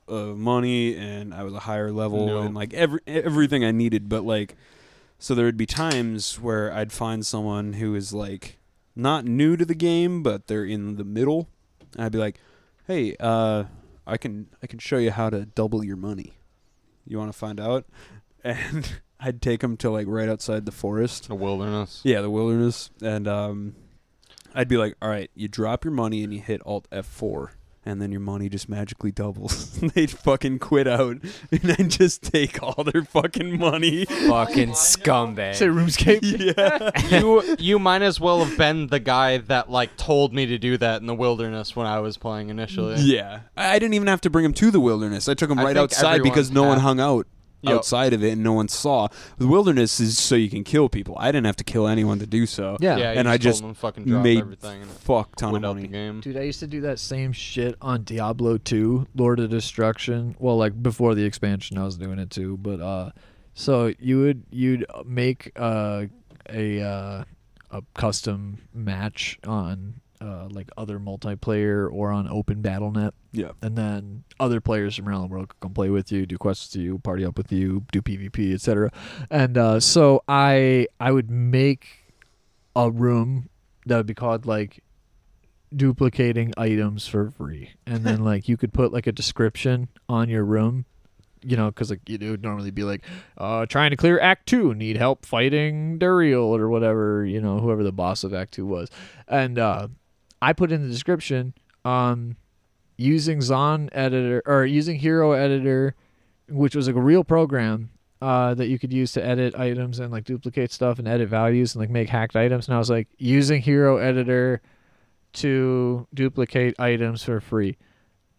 Speaker 1: of money and I was a higher level
Speaker 2: No.
Speaker 1: and like every everything I needed, but like so there would be times where I'd find someone who is like not new to the game, but they're in the middle. And I'd be like, "Hey, uh, I can I can show you how to double your money. You want to find out?" And I'd take them to like right outside the forest.
Speaker 2: The wilderness.
Speaker 1: Yeah, the wilderness, and um, I'd be like, "All right, you drop your money and you hit Alt F four, and then your money just magically doubles." And They'd fucking quit out, and I'd just take all their fucking money.
Speaker 3: Fucking scumbag.
Speaker 4: Say RuneScape.
Speaker 1: yeah.
Speaker 2: you you might as well have been the guy that like told me to do that in the wilderness when I was playing initially.
Speaker 1: Yeah, I I didn't even have to bring him to the wilderness. I took him
Speaker 2: I
Speaker 1: right
Speaker 2: think
Speaker 1: outside
Speaker 2: everyone
Speaker 1: because no one
Speaker 2: had-
Speaker 1: hung out
Speaker 2: Yep.
Speaker 1: outside of it and no one saw. The wilderness is so you can kill people. I didn't have to kill anyone to do so.
Speaker 4: Yeah.
Speaker 2: Yeah, you
Speaker 1: and I
Speaker 2: just
Speaker 1: just
Speaker 2: told him to fucking drop
Speaker 1: made
Speaker 2: everything and
Speaker 1: fuck ton of
Speaker 2: quit out the
Speaker 1: money.
Speaker 2: game.
Speaker 4: Dude, I used to do that same shit on Diablo 2, Lord of Destruction. Well, like before the expansion, I was doing it too. But uh, so you would you'd make uh, a uh, a custom match on uh, like other multiplayer or on Open BattleNet,
Speaker 1: Yeah,
Speaker 4: and then other players from around the world could come play with you, do quests with you, party up with you, do PvP, etc. And uh, so I I would make a room that would be called like duplicating items for free, and then like you could put like a description on your room. You know, because like it would normally be like, uh, trying to clear Act Two, need help fighting Duriel or whatever you know, whoever the boss of Act Two was, and uh, I put in the description, um, using Zon editor or using Hero editor, which was like a real program uh, that you could use to edit items and like duplicate stuff and edit values and like make hacked items. And I was like using Hero editor to duplicate items for free.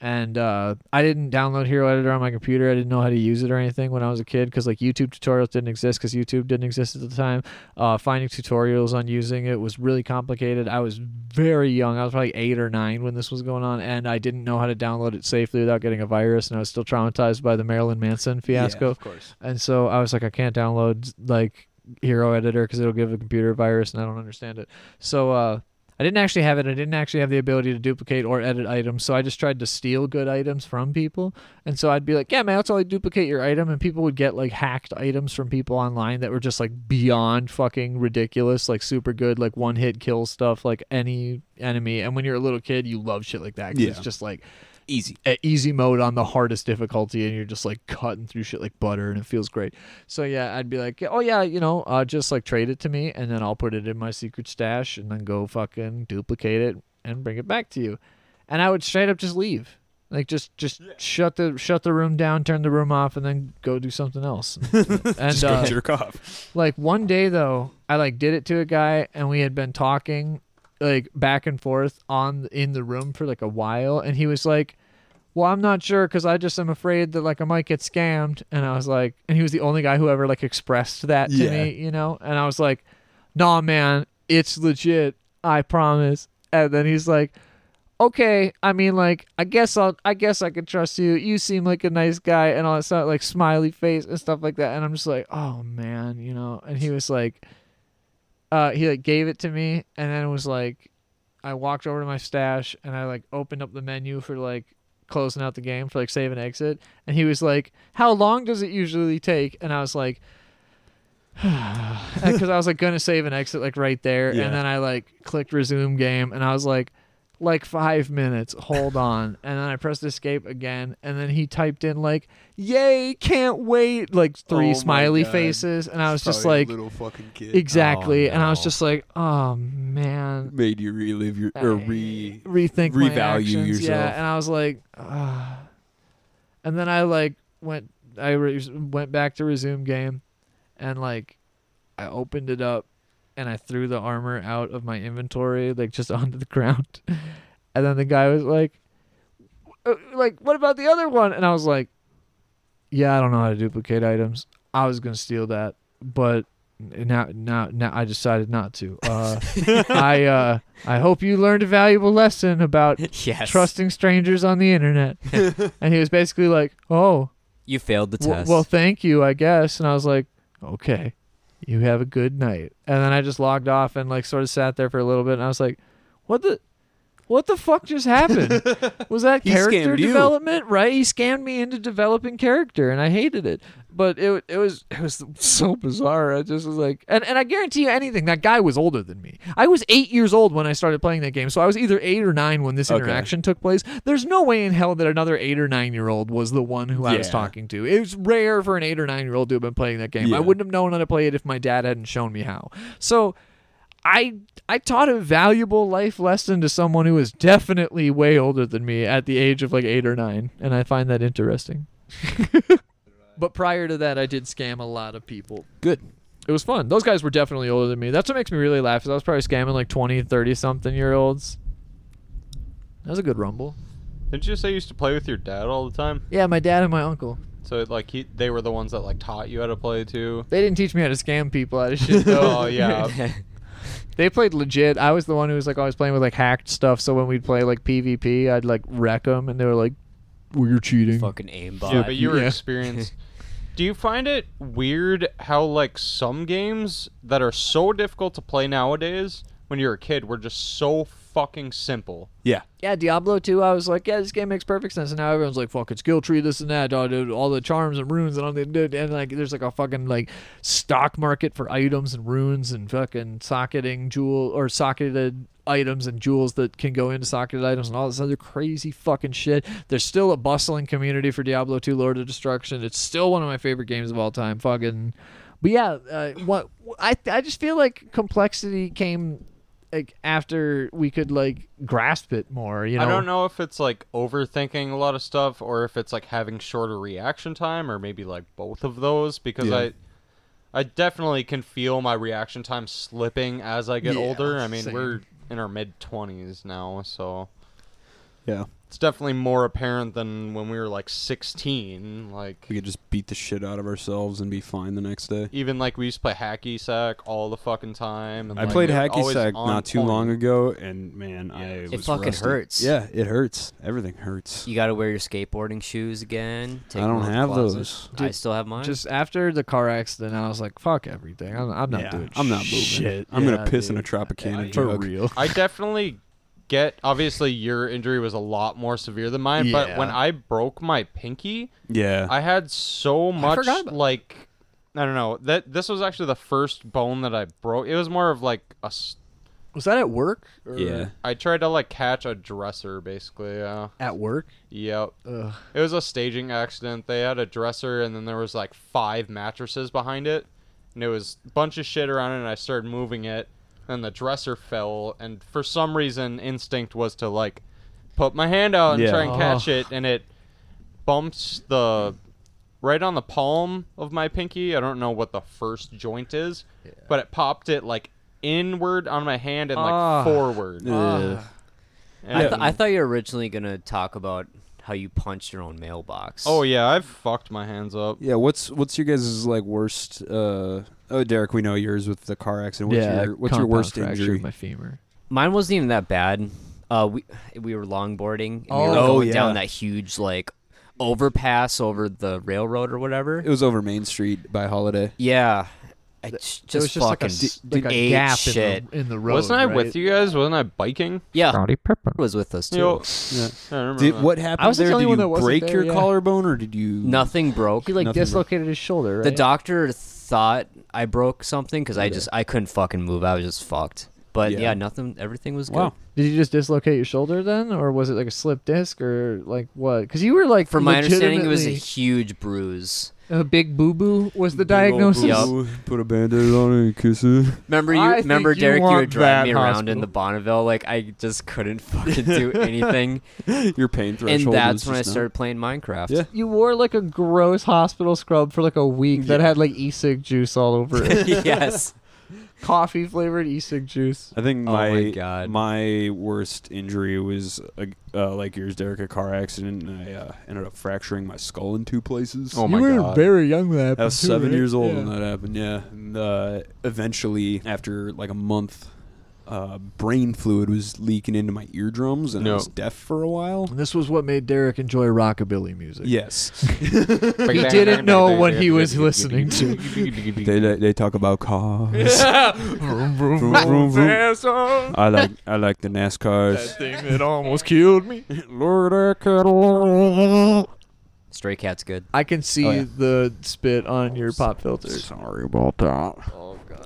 Speaker 4: And uh, I didn't download Hero Editor on my computer. I didn't know how to use it or anything when I was a kid because like YouTube tutorials didn't exist because YouTube didn't exist at the time. Uh, finding tutorials on using it was really complicated. I was very young. I was probably eight or nine when this was going on, and I didn't know how to download it safely without getting a virus. And I was still traumatized by the Marilyn Manson fiasco.
Speaker 1: of course.
Speaker 4: And so I was like, I can't download like Hero Editor because it'll give the computer a virus, and I don't understand it. So uh, I didn't actually have it. I didn't actually have the ability to duplicate or edit items. So I just tried to steal good items from people. And so I'd be like, Yeah, man, that's all I duplicate your item, and people would get like hacked items from people online that were just like beyond fucking ridiculous, like super good, like one hit kill stuff, like any enemy. And when you're a little kid, you love shit like that 'cause it's
Speaker 1: Yeah.
Speaker 4: just like
Speaker 1: Easy.
Speaker 4: at easy mode on the hardest difficulty and you're just like cutting through shit like butter and it feels great. So yeah, I'd be like, "Oh yeah, you know, uh just like trade it to me and then I'll put it in my secret stash and then go fucking duplicate it and bring it back to you." And I would straight up just leave. Like just just shut the shut the room down, turn the room off and then go do something else. and
Speaker 1: Just go
Speaker 4: uh,
Speaker 1: jerk off.
Speaker 4: like one day though i like did it to a guy and we had been talking like back and forth on in the room for like a while and he was like well i'm not sure because i just am afraid that like i might get scammed and i was like and he was the only guy who ever like expressed that to
Speaker 1: Yeah.
Speaker 4: me you know and i was like nah man it's legit i promise and then he's like okay i mean like i guess i'll i guess i could trust you you seem like a nice guy and all that stuff like smiley face and stuff like that and i'm just like oh man you know and he was like uh he like gave it to me and then it was like i walked over to my stash and i like opened up the menu for like closing out the game for like save and exit and he was like how long does it usually take and i was like because i was like gonna save and exit like right there
Speaker 1: Yeah.
Speaker 4: and then i like clicked resume game and i was like like five minutes. Hold on. And then I pressed escape again. And then he typed in, like, yay, can't wait, like
Speaker 1: Oh
Speaker 4: three
Speaker 1: my
Speaker 4: smiley
Speaker 1: God.
Speaker 4: faces. And I was just
Speaker 1: Probably a
Speaker 4: like,
Speaker 1: little fucking kid
Speaker 4: exactly.
Speaker 3: Oh,
Speaker 4: And I was
Speaker 3: no.
Speaker 4: just like, oh, man.
Speaker 1: made you relive your or re.
Speaker 4: Rethink my
Speaker 1: Revalue
Speaker 4: actions.
Speaker 1: yourself.
Speaker 4: Yeah. And I was like, ah. And then I, like, went, I re- went back to resume game and, like, I opened it up and I threw the armor out of my inventory, like just onto the ground. And then the guy was like, "Uh, like, what about the other one? And I was like, yeah, I don't know how to duplicate items. I was going to steal that, but now, now, now I decided not to. Uh, I, uh, I hope you learned a valuable lesson about
Speaker 3: yes.
Speaker 4: trusting strangers on the internet. and he was basically like, oh,
Speaker 3: You failed the
Speaker 4: well-
Speaker 3: test.
Speaker 4: Well, thank you, I guess. And I was like, okay, you have a good night. And then I just logged off and like sort of sat there for a little bit. And I was like, what the, what the fuck just happened? was that
Speaker 1: He
Speaker 4: character
Speaker 1: scammed you.
Speaker 4: development? Right? He scammed me into developing character, and I hated it. But it it was it was so bizarre. I just was like, and and I guarantee you anything, that guy was older than me. I was eight years old when I started playing that game, so I was either eight or nine when this
Speaker 1: Okay.
Speaker 4: interaction took place. There's no way in hell that another eight or nine year old was the one who I was
Speaker 1: Yeah.
Speaker 4: talking to. It was rare for an eight or nine year old to have been playing that game.
Speaker 1: Yeah.
Speaker 4: I wouldn't have known how to play it if my dad hadn't shown me how. So I I taught a valuable life lesson to someone who is definitely way older than me at the age of like eight or nine, and I find that interesting. but prior to that, I did scam a lot of people.
Speaker 1: Good.
Speaker 4: It was fun. Those guys were definitely older than me. That's what makes me really laugh. Is I was probably scamming like 20, 30 something year olds. That was a good rumble.
Speaker 2: Didn't you say you used to play with your dad all the time?
Speaker 4: Yeah, my dad and my uncle.
Speaker 2: So like he, they were the ones that like taught you how to play too.
Speaker 4: They didn't teach me how to scam people out of shit. Though.
Speaker 2: oh yeah,
Speaker 4: They played legit. I was the one who was like always playing with like hacked stuff. So when we'd play like PvP, I'd like wreck them, and they were like, "Well, you're cheating."
Speaker 3: Fucking aimbot.
Speaker 2: yeah, but you were
Speaker 4: Yeah.
Speaker 2: experienced. Do you find it weird how like some games that are so difficult to play nowadays when you're a kid were just so fucking simple?
Speaker 1: Yeah.
Speaker 4: Yeah, Diablo 2, I was like, "Yeah, this game makes perfect sense." And now everyone's like, "Fucking skill tree, this and that, all the, all the charms and runes and all the and like there's like a fucking like stock market for items and runes and fucking socketing jewel or socketed." items and jewels that can go into socketed items and all this other crazy fucking shit. There's still a bustling community for Diablo 2 Lord of Destruction. It's still one of my favorite games of all time. Fucking But yeah, uh, what I I just feel like complexity came like after we could like grasp it more, you know.
Speaker 2: I don't know if it's like overthinking a lot of stuff or if it's like having shorter reaction time or maybe like both of those because
Speaker 1: Yeah.
Speaker 2: I I definitely can feel my reaction time slipping as I get
Speaker 4: Yeah,
Speaker 2: older. I mean,
Speaker 4: same.
Speaker 2: we're in our mid 20s now, so
Speaker 1: Yeah.
Speaker 2: it's definitely more apparent than when we were like 16, like
Speaker 1: We could just beat the shit out of ourselves and be fine the next day.
Speaker 2: even like we used to play hacky sack all the fucking time. And
Speaker 1: I
Speaker 2: like,
Speaker 1: played
Speaker 2: we were
Speaker 1: hacky
Speaker 2: always
Speaker 1: sack
Speaker 2: on
Speaker 1: not too
Speaker 2: point.
Speaker 1: long ago, and man, I was
Speaker 3: It fucking
Speaker 1: rusty.
Speaker 3: hurts.
Speaker 1: Yeah, it hurts. Everything hurts.
Speaker 3: You gotta wear your skateboarding shoes again. Take
Speaker 1: I
Speaker 3: them
Speaker 1: don't
Speaker 3: out the
Speaker 1: have
Speaker 3: closet.
Speaker 1: those.
Speaker 3: I still have mine.
Speaker 4: Just after the car accident, I was like, "Fuck everything. I'm, I'm not
Speaker 1: yeah,
Speaker 4: doing.
Speaker 1: I'm not moving.
Speaker 4: Shit.
Speaker 1: I'm
Speaker 4: Yeah,
Speaker 1: gonna piss in a
Speaker 4: dude.
Speaker 1: Tropicana
Speaker 4: for
Speaker 1: jug.
Speaker 4: real.
Speaker 2: I definitely get. Obviously, your injury was a lot more severe than mine. But when
Speaker 4: Yeah.
Speaker 2: I broke my pinky,
Speaker 1: Yeah,
Speaker 2: I had so much
Speaker 4: forgot about-
Speaker 2: like I don't know that this was actually the first bone that I broke. It was more of like a. s-
Speaker 4: Was that at work? Or
Speaker 1: yeah.
Speaker 2: I tried to like catch a dresser basically. Yeah.
Speaker 4: At work?
Speaker 2: Yep.
Speaker 4: Ugh.
Speaker 2: It was a staging accident. They had a dresser and then there was like five mattresses behind it. And it was a bunch of shit around it and I started moving it and the dresser fell and for some reason instinct was to like put my hand out and
Speaker 1: Yeah.
Speaker 2: try and catch
Speaker 4: Oh.
Speaker 2: it and it bumps the right on the palm of my pinky. I don't know what the first joint is, but it popped it like inward on my hand and like
Speaker 4: Ah.
Speaker 2: forward.
Speaker 1: Ugh.
Speaker 3: I,
Speaker 2: And-
Speaker 3: th- I thought you were originally gonna talk about how you punched your own mailbox.
Speaker 2: oh yeah, I've fucked my hands up.
Speaker 1: yeah. What's what's your guys' like worst? Uh, oh, Derek, we know yours with the car accident. What's
Speaker 4: yeah.
Speaker 1: your what's your
Speaker 4: compound
Speaker 1: worst
Speaker 4: fracture of
Speaker 1: injury?
Speaker 4: My femur.
Speaker 3: mine wasn't even that bad. Uh, we we were longboarding and we
Speaker 1: Oh.
Speaker 3: were
Speaker 1: Oh,
Speaker 3: going
Speaker 1: yeah.
Speaker 3: down that huge like overpass over the railroad or whatever.
Speaker 1: It was over Main Street by Holiday.
Speaker 3: yeah, I just,
Speaker 4: There was
Speaker 3: just
Speaker 4: just like a,
Speaker 3: fucking
Speaker 4: s-
Speaker 3: d-
Speaker 4: like a
Speaker 3: ate
Speaker 4: gap
Speaker 3: shit.
Speaker 4: in the, in the road.
Speaker 2: Wasn't I
Speaker 4: right?
Speaker 2: with you guys? Wasn't I biking?
Speaker 3: yeah,
Speaker 4: Roddy Piper.
Speaker 3: was with us too.
Speaker 2: Yo,
Speaker 1: Yeah.
Speaker 2: I remember
Speaker 1: Did,
Speaker 2: that.
Speaker 1: what happened
Speaker 4: was the
Speaker 1: there?
Speaker 4: only
Speaker 1: Did
Speaker 4: one
Speaker 1: you
Speaker 4: that wasn't
Speaker 1: break
Speaker 4: there,
Speaker 1: your
Speaker 4: yeah.
Speaker 1: collarbone or did you?
Speaker 3: Nothing broke.
Speaker 4: He like
Speaker 1: Nothing, bro.
Speaker 4: dislocated his shoulder. Right?
Speaker 3: The doctor thought I broke something because I just I couldn't fucking move. I was just fucked. But
Speaker 1: Yeah.
Speaker 3: yeah, nothing. Everything was good.
Speaker 1: Wow.
Speaker 4: Did you just dislocate your shoulder then, or was it like a slip disc, or like what? Because you were like,
Speaker 3: From my understanding, it was a
Speaker 4: legitimately-
Speaker 3: huge bruise.
Speaker 4: a big boo boo. Was the
Speaker 1: Big ol'
Speaker 4: diagnosis?
Speaker 1: boo-boo, Put a band-aid on it and kiss it.
Speaker 3: Remember you?
Speaker 4: I think
Speaker 3: remember
Speaker 4: you
Speaker 3: Derek? You
Speaker 4: want
Speaker 3: would drive me
Speaker 4: that
Speaker 3: around
Speaker 4: hospital.
Speaker 3: in the Bonneville. Like I just couldn't fucking do anything,
Speaker 1: Your pain threshold.
Speaker 3: and that's
Speaker 1: is
Speaker 3: when I
Speaker 1: just not-
Speaker 3: started playing Minecraft.
Speaker 1: Yeah.
Speaker 4: You wore like a gross hospital scrub for like a week that
Speaker 1: Yeah.
Speaker 4: had like e-cig juice all over it,
Speaker 3: yes.
Speaker 4: coffee flavored e-cig juice.
Speaker 1: I think
Speaker 3: Oh
Speaker 1: my
Speaker 3: my God.
Speaker 1: my worst injury was uh, uh, like yours, Derek, a car accident, and I uh, ended up fracturing my skull in two places.
Speaker 3: Oh my god.
Speaker 4: very young when that
Speaker 1: I was seven years old when that happened. Yeah. And, uh, eventually, after like a month, uh, brain fluid was leaking into my eardrums, and I
Speaker 2: No.
Speaker 1: was deaf for a while.
Speaker 4: And this was what made Derek enjoy rockabilly music.
Speaker 1: Yes,
Speaker 4: He didn't know what he was listening to.
Speaker 1: they, they they talk about cars. Vroom, vroom, vroom.
Speaker 4: oh.
Speaker 1: I like I like the NASCARs.
Speaker 4: thing that almost killed me.
Speaker 1: Look at that Cadillac.
Speaker 3: Stray Cat's good.
Speaker 4: I can see
Speaker 1: Oh, yeah.
Speaker 4: the spit on your pop filters.
Speaker 1: Sorry about that.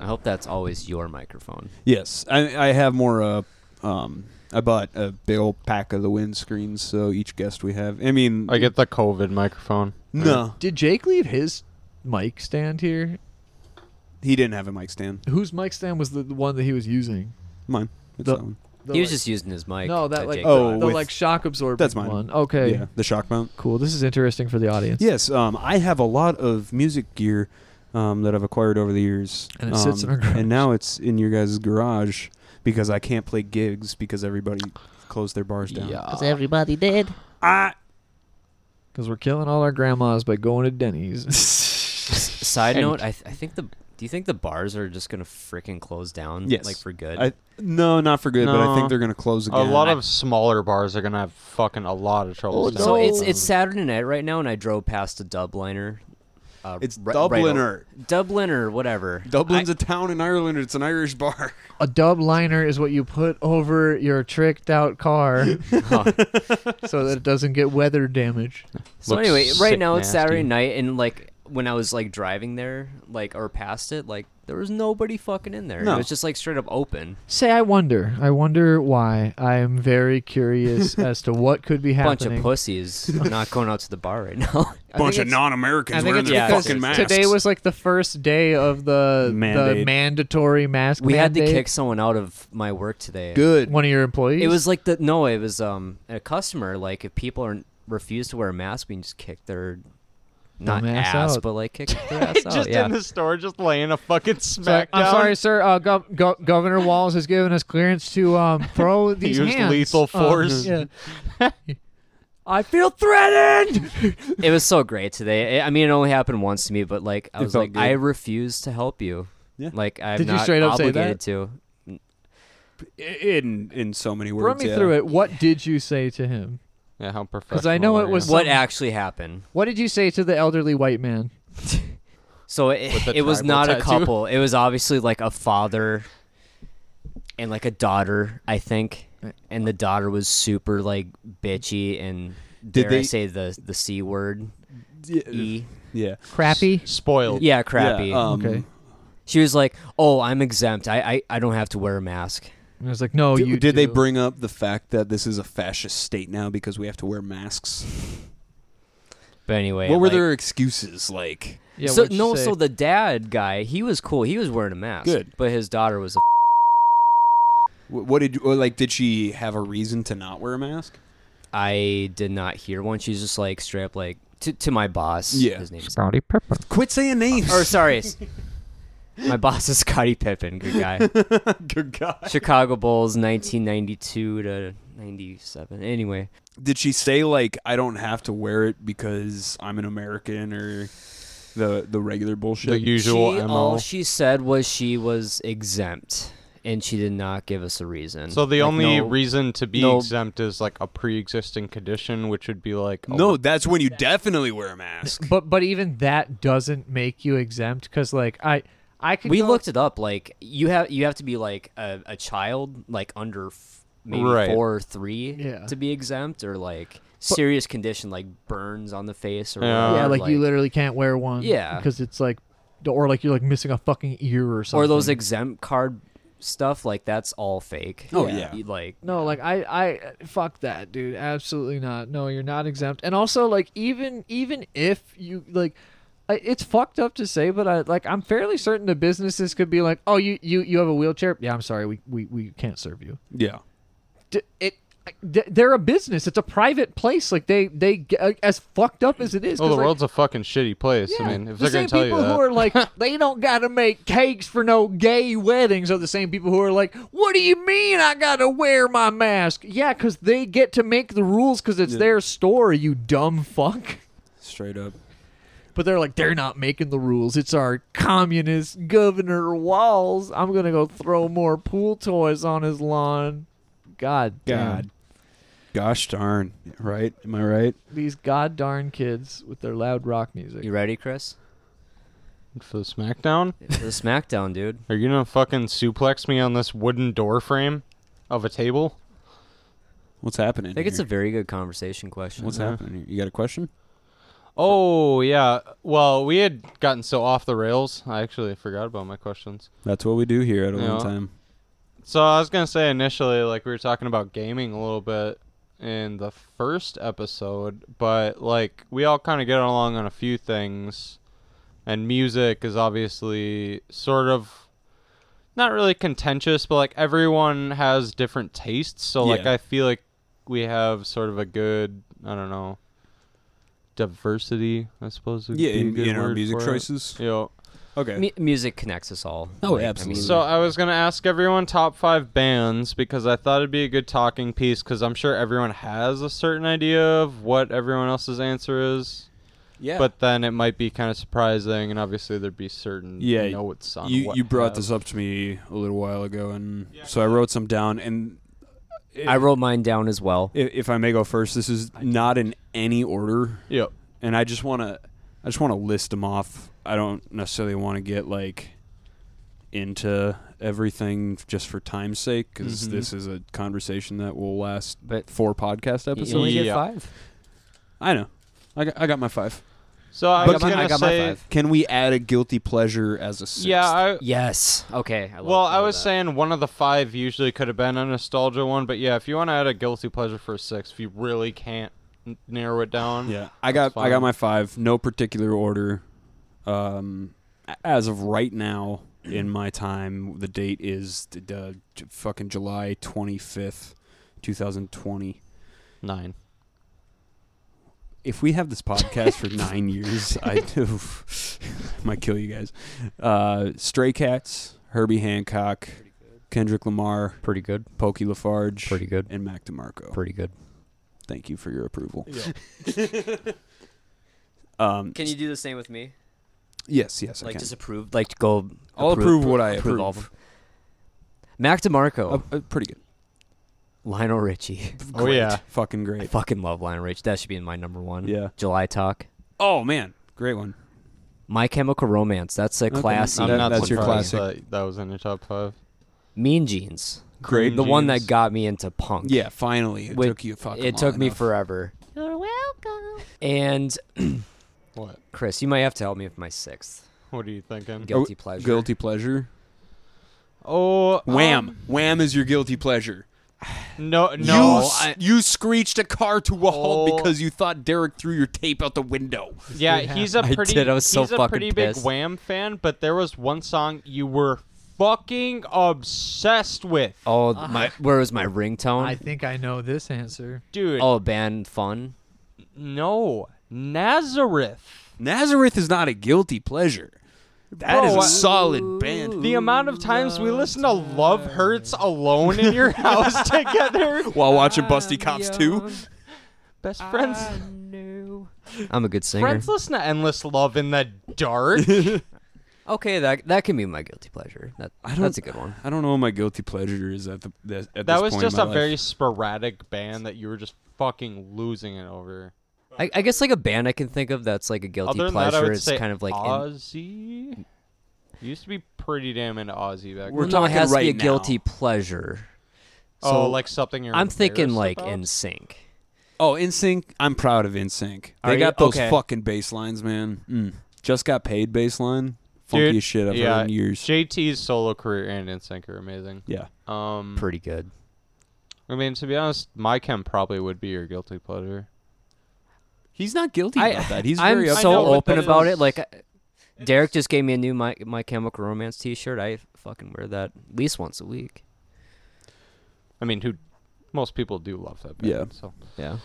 Speaker 3: I hope that's always your microphone.
Speaker 1: Yes, I, I have more. Uh, um, I bought a big old pack of the windscreens, so each guest we have. I mean,
Speaker 2: I get the COVID microphone.
Speaker 1: no,
Speaker 4: Did Jake leave his mic stand here?
Speaker 1: he didn't have a mic stand.
Speaker 4: Whose mic stand was the, the one that he was using?
Speaker 1: Mine. It's um,
Speaker 4: The-
Speaker 1: that one.
Speaker 4: The,
Speaker 3: he was
Speaker 4: like-
Speaker 3: just using his mic.
Speaker 4: no, that like
Speaker 3: Jake
Speaker 1: Oh,
Speaker 3: bought.
Speaker 4: the
Speaker 1: with-
Speaker 4: like shock absorber.
Speaker 1: That's mine.
Speaker 4: One. Okay,
Speaker 1: Yeah, the shock mount.
Speaker 4: cool. This is interesting for the audience.
Speaker 1: Yes, um, I have a lot of music gear um, that I've acquired over the years,
Speaker 4: And it sits
Speaker 1: um,
Speaker 4: in our garage.
Speaker 1: And now it's in your guys' garage because I can't play gigs because everybody closed their bars down.
Speaker 5: Because everybody did.
Speaker 1: I,
Speaker 4: Because we're killing all our grandmas by going to Denny's.
Speaker 3: Side note, I, th- I think the. Do you think the bars are just gonna freaking close down?
Speaker 1: Yes.
Speaker 3: Like for good.
Speaker 1: I no, not for good, but I
Speaker 2: No.
Speaker 1: think they're gonna close again.
Speaker 2: A lot of smaller bars are gonna have fucking a lot of trouble.
Speaker 4: Oh,
Speaker 2: staying
Speaker 3: so it's
Speaker 2: open.
Speaker 3: it's Saturday night right now, and I drove past a Dubliner. Uh,
Speaker 1: It's
Speaker 3: ri- right
Speaker 1: Dubliner.
Speaker 3: o- Dubliner, whatever.
Speaker 1: Dublin's a town in Ireland. It's an Irish bar.
Speaker 4: a dub liner is what you put over your tricked out car so that it doesn't get weather damage.
Speaker 3: So
Speaker 2: Looks
Speaker 3: anyway, right
Speaker 2: sick
Speaker 3: now it's Saturday
Speaker 2: nasty.
Speaker 3: night, and like when I was like driving there, like or past it, like there was nobody fucking in there.
Speaker 1: No.
Speaker 3: It was just like straight up open.
Speaker 4: Say, I wonder. I wonder why. I am very curious as to what could be
Speaker 3: Bunch
Speaker 4: happening.
Speaker 3: of pussies. I'm not going out to the bar right now.
Speaker 4: I think
Speaker 1: bunch of
Speaker 4: it's- I
Speaker 1: non-Americans
Speaker 4: think
Speaker 1: wearing
Speaker 4: it's
Speaker 1: their
Speaker 3: because
Speaker 1: fucking masks.
Speaker 4: Today was like the first day of the the
Speaker 1: Mandate.
Speaker 4: mandatory mask.
Speaker 3: we had to
Speaker 4: mandate.
Speaker 3: kick someone out of my work today.
Speaker 1: good.
Speaker 4: one of your employees.
Speaker 3: It was like the no, it was um a customer. Like if people are refuse to wear a mask, we can just kick their not
Speaker 4: Dumbass
Speaker 3: ass,
Speaker 4: out.
Speaker 3: but like kick their ass out.
Speaker 2: just
Speaker 3: Yeah.
Speaker 2: in the store, just laying a fucking
Speaker 4: So,
Speaker 2: smack
Speaker 4: I'm
Speaker 2: down.
Speaker 4: Oh, sorry, sir. Uh, gov- gov- Governor Walls has given us clearance to um, throw these
Speaker 2: Use
Speaker 4: hands.
Speaker 2: lethal
Speaker 4: Um,
Speaker 2: force.
Speaker 4: yeah.
Speaker 3: I feel threatened. it was so great today. I I mean, it only happened once to me, but like I
Speaker 1: It
Speaker 3: was
Speaker 1: felt
Speaker 3: like,
Speaker 1: good.
Speaker 3: I refuse to help you.
Speaker 1: Yeah.
Speaker 3: Like I'm
Speaker 4: Did you
Speaker 3: not
Speaker 4: straight up say
Speaker 3: obligated to.
Speaker 1: in in so many words.
Speaker 4: Run me
Speaker 1: yeah.
Speaker 4: through it. What did you say to him?
Speaker 2: Yeah, how professional.
Speaker 4: Because I know it
Speaker 2: are
Speaker 4: was
Speaker 2: you?
Speaker 3: What
Speaker 4: some-
Speaker 3: actually happened?
Speaker 4: What did you say to the elderly white man?
Speaker 3: So it,
Speaker 2: With the
Speaker 3: it was
Speaker 2: tribal
Speaker 3: not a
Speaker 2: tattoo.
Speaker 3: couple. It was obviously like a father and like a daughter, I think. And the daughter was super like bitchy and
Speaker 1: Did
Speaker 3: dare I
Speaker 1: they-
Speaker 3: say the the c word
Speaker 1: Yeah.
Speaker 3: e
Speaker 1: yeah.
Speaker 4: Crappy.
Speaker 2: spoiled.
Speaker 3: yeah crappy.
Speaker 1: Yeah, um,
Speaker 4: Okay.
Speaker 3: she was like, "Oh, I'm exempt. I I, I don't have to wear a mask."
Speaker 4: And I was like, no,
Speaker 1: Did,
Speaker 4: you.
Speaker 1: Oh, did they
Speaker 4: do.
Speaker 1: bring up the fact that this is a fascist state now because we have to wear masks?
Speaker 3: But anyway,
Speaker 1: what were
Speaker 3: like-
Speaker 1: their excuses like?
Speaker 4: Yeah,
Speaker 3: so
Speaker 4: what'd you
Speaker 3: no,
Speaker 4: say?
Speaker 3: so the dad guy, he was cool. He was wearing a mask.
Speaker 1: Good.
Speaker 3: but his daughter was a.
Speaker 1: Wh- What did or like? Did she have a reason to not wear a mask?
Speaker 3: I did not hear one. She's just like straight up like to, to my boss.
Speaker 1: Yeah.
Speaker 3: his name's
Speaker 1: Quit saying names.
Speaker 3: or sorry, s- my boss is Scottie Pippen. Good guy.
Speaker 1: Good God.
Speaker 3: Chicago Bulls, 1992 to 97. Anyway,
Speaker 1: Did she say like I don't have to wear it because I'm an American or the the regular bullshit?
Speaker 2: The usual
Speaker 3: she,
Speaker 2: MO.
Speaker 4: oh,
Speaker 3: all she said was she was exempt, and she did not give us a reason.
Speaker 2: so the
Speaker 3: Like,
Speaker 2: only
Speaker 3: no-
Speaker 2: reason to be
Speaker 3: no-
Speaker 2: exempt is like a pre-existing condition, which would be like oh, a-
Speaker 1: no, that's when you definitely wear a mask.
Speaker 4: But but even that doesn't make you exempt because like I I could.
Speaker 3: we
Speaker 4: go-
Speaker 3: looked it up like you have you have to be like a, a child like under f- maybe
Speaker 2: Right.
Speaker 3: four or three
Speaker 4: Yeah.
Speaker 3: to be exempt or like serious condition like burns on the face or
Speaker 2: Yeah.
Speaker 4: Yeah,
Speaker 3: whatever,
Speaker 4: like, you literally can't wear one.
Speaker 3: Yeah.
Speaker 4: Because it's like, or like you're like missing a fucking ear or something.
Speaker 3: or those exempt card stuff, like that's all fake.
Speaker 1: Oh, yeah.
Speaker 3: You- Like
Speaker 4: No, like I, I fuck that, dude. Absolutely not. No, you're not exempt. And also, like even even if you like, I, it's fucked up to say, but I like I'm fairly certain the businesses could be like, oh, you you you have a wheelchair? Yeah, I'm sorry, we we, we can't serve you.
Speaker 1: Yeah.
Speaker 4: D- it. th- They're a business. It's a private place. Like they, they get- as fucked up as it is.
Speaker 2: Well,
Speaker 4: 'cause,
Speaker 2: Oh, the
Speaker 4: like,
Speaker 2: world's a fucking shitty place. I
Speaker 4: yeah,
Speaker 2: mean, if
Speaker 4: the
Speaker 2: they're
Speaker 4: same
Speaker 2: gonna tell you
Speaker 4: people who
Speaker 2: that,
Speaker 4: are like, they don't gotta make cakes for no gay weddings are the same people who are like, what do you mean I gotta wear my mask? Yeah, because they get to make the rules because it's
Speaker 1: Yeah.
Speaker 4: their store, you dumb fuck.
Speaker 1: Straight up.
Speaker 4: But they're like, they're not making the rules. It's our communist governor Walls. I'm gonna go throw more pool toys on his lawn. God,
Speaker 1: God. Gosh darn. Right? Am I right?
Speaker 4: damn, these god darn kids with their loud rock music.
Speaker 3: you ready, Chris?
Speaker 2: for the SmackDown,
Speaker 3: For the SmackDown, dude.
Speaker 2: are you gonna fucking suplex me on this wooden door frame of a table?
Speaker 1: What's happening?
Speaker 3: I think it's a very good conversation question.
Speaker 1: What's happening? here? You got a question?
Speaker 2: Oh yeah. Well, we had gotten so off the rails. I actually forgot about my questions.
Speaker 1: That's what we do here at a
Speaker 2: Yeah.
Speaker 1: one time.
Speaker 2: So I was gonna say initially, like we were talking about gaming a little bit in the first episode, but like we all kind of get along on a few things, and music is obviously sort of not really contentious, but like everyone has different tastes. So like
Speaker 1: Yeah.
Speaker 2: I feel like we have sort of a good, I don't know, diversity. I suppose. would
Speaker 1: Yeah,
Speaker 2: be a
Speaker 1: in,
Speaker 2: good
Speaker 1: in our
Speaker 2: word
Speaker 1: music
Speaker 2: for it.
Speaker 1: choices.
Speaker 2: Yeah.
Speaker 1: Okay.
Speaker 3: Mu- music connects us all.
Speaker 1: Oh,
Speaker 3: I mean,
Speaker 1: absolutely.
Speaker 2: So I was gonna ask everyone top five bands because I thought it'd be a good talking piece because I'm sure everyone has a certain idea of what everyone else's answer is,
Speaker 1: yeah.
Speaker 2: but then it might be kind of surprising and obviously there'd be certain
Speaker 1: Yeah,
Speaker 2: notes on
Speaker 1: you
Speaker 2: what uh,
Speaker 1: you brought
Speaker 2: have.
Speaker 1: this up to me a little while ago, and so I wrote some down. And
Speaker 3: I wrote mine down as well.
Speaker 1: i- if I may go first, this is not in any order,
Speaker 2: Yep.
Speaker 1: and I just want to I just want to list them off. I don't necessarily want to get like into everything just for time's sake because
Speaker 2: Mhm.
Speaker 1: this is a conversation that will last
Speaker 3: But-
Speaker 1: four podcast
Speaker 3: You
Speaker 1: episodes.
Speaker 3: only get
Speaker 2: Yeah.
Speaker 3: five.
Speaker 1: I know. I got, I got my five.
Speaker 2: So I
Speaker 3: But
Speaker 2: was
Speaker 3: I
Speaker 2: gonna
Speaker 3: got my
Speaker 2: say,
Speaker 3: five.
Speaker 1: Can we add a guilty pleasure as a sixth?
Speaker 2: yeah, I,
Speaker 3: Yes. Okay. I love,
Speaker 2: well, I
Speaker 3: love
Speaker 2: was
Speaker 3: that.
Speaker 2: saying one of the five usually could have been a nostalgia one, but yeah, if you want to add a guilty pleasure for a six, if you really can't n- narrow it down,
Speaker 1: Yeah, I
Speaker 2: That's
Speaker 1: got I got
Speaker 2: fine.
Speaker 1: my five. No particular order. Um, a- as of right now, in my time, the date is the, the j- fucking July twenty fifth, two thousand twenty.
Speaker 2: nine.
Speaker 1: If we have this podcast for nine years, I do might kill you guys. Uh, Stray Cats, Herbie Hancock, Kendrick Lamar,
Speaker 3: pretty good.
Speaker 1: Pokey Lafarge,
Speaker 3: Pretty good.
Speaker 1: and Mac DeMarco.
Speaker 3: Pretty good.
Speaker 1: Thank you for your approval. um,
Speaker 3: Can you do the same with me?
Speaker 1: yes, yes, I
Speaker 3: Like
Speaker 1: can.
Speaker 3: disapprove? Like go?
Speaker 1: I'll approve what I approve.
Speaker 3: all of them. Mac DeMarco,
Speaker 1: Uh, uh, pretty good.
Speaker 3: Lionel Richie.
Speaker 2: Oh yeah.
Speaker 1: Fucking
Speaker 3: I
Speaker 1: great.
Speaker 3: fucking love Lionel Richie. That should be in my number one.
Speaker 1: Yeah.
Speaker 3: July Talk.
Speaker 1: Oh man, great one.
Speaker 3: My Chemical Romance. That's a
Speaker 1: Okay,
Speaker 3: classic.
Speaker 1: I'm
Speaker 2: I'm
Speaker 1: That-
Speaker 2: not
Speaker 1: that's your
Speaker 2: surprised
Speaker 1: classic.
Speaker 2: That, that was in your top five.
Speaker 3: Mean Jeans.
Speaker 1: Great.
Speaker 3: The one that
Speaker 2: Jeans.
Speaker 3: got me into punk.
Speaker 1: Mm. Yeah, finally it
Speaker 3: Wait,
Speaker 1: took you fucking.
Speaker 3: It
Speaker 1: long
Speaker 3: took me
Speaker 1: enough.
Speaker 3: forever.
Speaker 5: You're welcome.
Speaker 3: And
Speaker 2: What?
Speaker 3: Chris, you might have to help me with my sixth
Speaker 2: What are you thinking?
Speaker 3: guilty pleasure.
Speaker 1: guilty pleasure.
Speaker 2: Oh,
Speaker 1: Wham!
Speaker 2: um,
Speaker 1: Wham is your guilty pleasure.
Speaker 2: no,
Speaker 1: you,
Speaker 2: no.
Speaker 1: s-
Speaker 2: I-
Speaker 1: you screeched a car to a halt
Speaker 2: Oh.
Speaker 1: because you thought Derek threw your tape out the window.
Speaker 2: yeah, he's a
Speaker 3: I
Speaker 2: pretty.
Speaker 3: did, I was so
Speaker 2: he's a
Speaker 3: fucking
Speaker 2: pretty
Speaker 3: pissed.
Speaker 2: big Wham fan, but there was one song you were fucking obsessed with,
Speaker 3: Oh, my. Where was my ringtone?
Speaker 4: I think I know this answer.
Speaker 2: dude.
Speaker 3: oh, band fun.
Speaker 2: no, Nazareth.
Speaker 1: Nazareth is not a guilty pleasure. That
Speaker 2: Bro,
Speaker 1: is
Speaker 2: I-
Speaker 1: a solid band.
Speaker 2: The amount of times we listen to "Love Hurts" alone in your house together,
Speaker 1: While watching Busty Cops 2.
Speaker 2: best friends.
Speaker 3: I'm a good Ah. singer.
Speaker 2: Friends listen to "Endless Love in the Dark."
Speaker 3: Okay, that that can be my guilty pleasure. That
Speaker 1: I don't-
Speaker 3: that's a good one.
Speaker 1: I don't know what my guilty pleasure is at the th- at
Speaker 2: that
Speaker 1: this point
Speaker 2: was
Speaker 1: in
Speaker 2: just
Speaker 1: my
Speaker 2: a
Speaker 1: life.
Speaker 2: very sporadic band that you were just fucking losing it over.
Speaker 3: I, I guess like a band I can think of that's like a guilty
Speaker 2: Other than that, I
Speaker 3: pleasure
Speaker 2: would
Speaker 3: is
Speaker 2: say
Speaker 3: kind of like in-
Speaker 2: Ozzy. You used to be pretty damn into Ozzy back.
Speaker 1: We're
Speaker 2: then.
Speaker 3: no, it
Speaker 1: talking
Speaker 3: has to be a
Speaker 1: right now.
Speaker 3: guilty pleasure.
Speaker 2: oh, like something you're.
Speaker 3: I'm thinking
Speaker 2: embarrassed
Speaker 3: like
Speaker 2: about?
Speaker 3: in sync.
Speaker 1: Oh, NSYNC. I'm proud of NSYNC. They
Speaker 3: Are you?
Speaker 1: got those
Speaker 3: Okay.
Speaker 1: fucking bass lines, man. Mm. Just got paid bass line. funkiest
Speaker 2: Dude,
Speaker 1: shit I've
Speaker 2: yeah.
Speaker 1: heard in years.
Speaker 2: JT's solo career and NSYNC are amazing.
Speaker 1: Yeah.
Speaker 2: Um,
Speaker 3: Pretty good.
Speaker 2: I mean, to be honest, my chem probably would be your guilty pleasure.
Speaker 1: He's not guilty
Speaker 3: I-
Speaker 1: about that. He's
Speaker 3: I'm
Speaker 1: very up
Speaker 2: know,
Speaker 3: so
Speaker 2: but
Speaker 3: open
Speaker 2: that
Speaker 3: about
Speaker 2: is-
Speaker 3: it. Like, I- Derek just gave me a new My, my Chemical Romance T-shirt. I fucking wear that at least once a week.
Speaker 2: I mean, who? Most people do love that band.
Speaker 1: Yeah.
Speaker 2: So
Speaker 3: Yeah,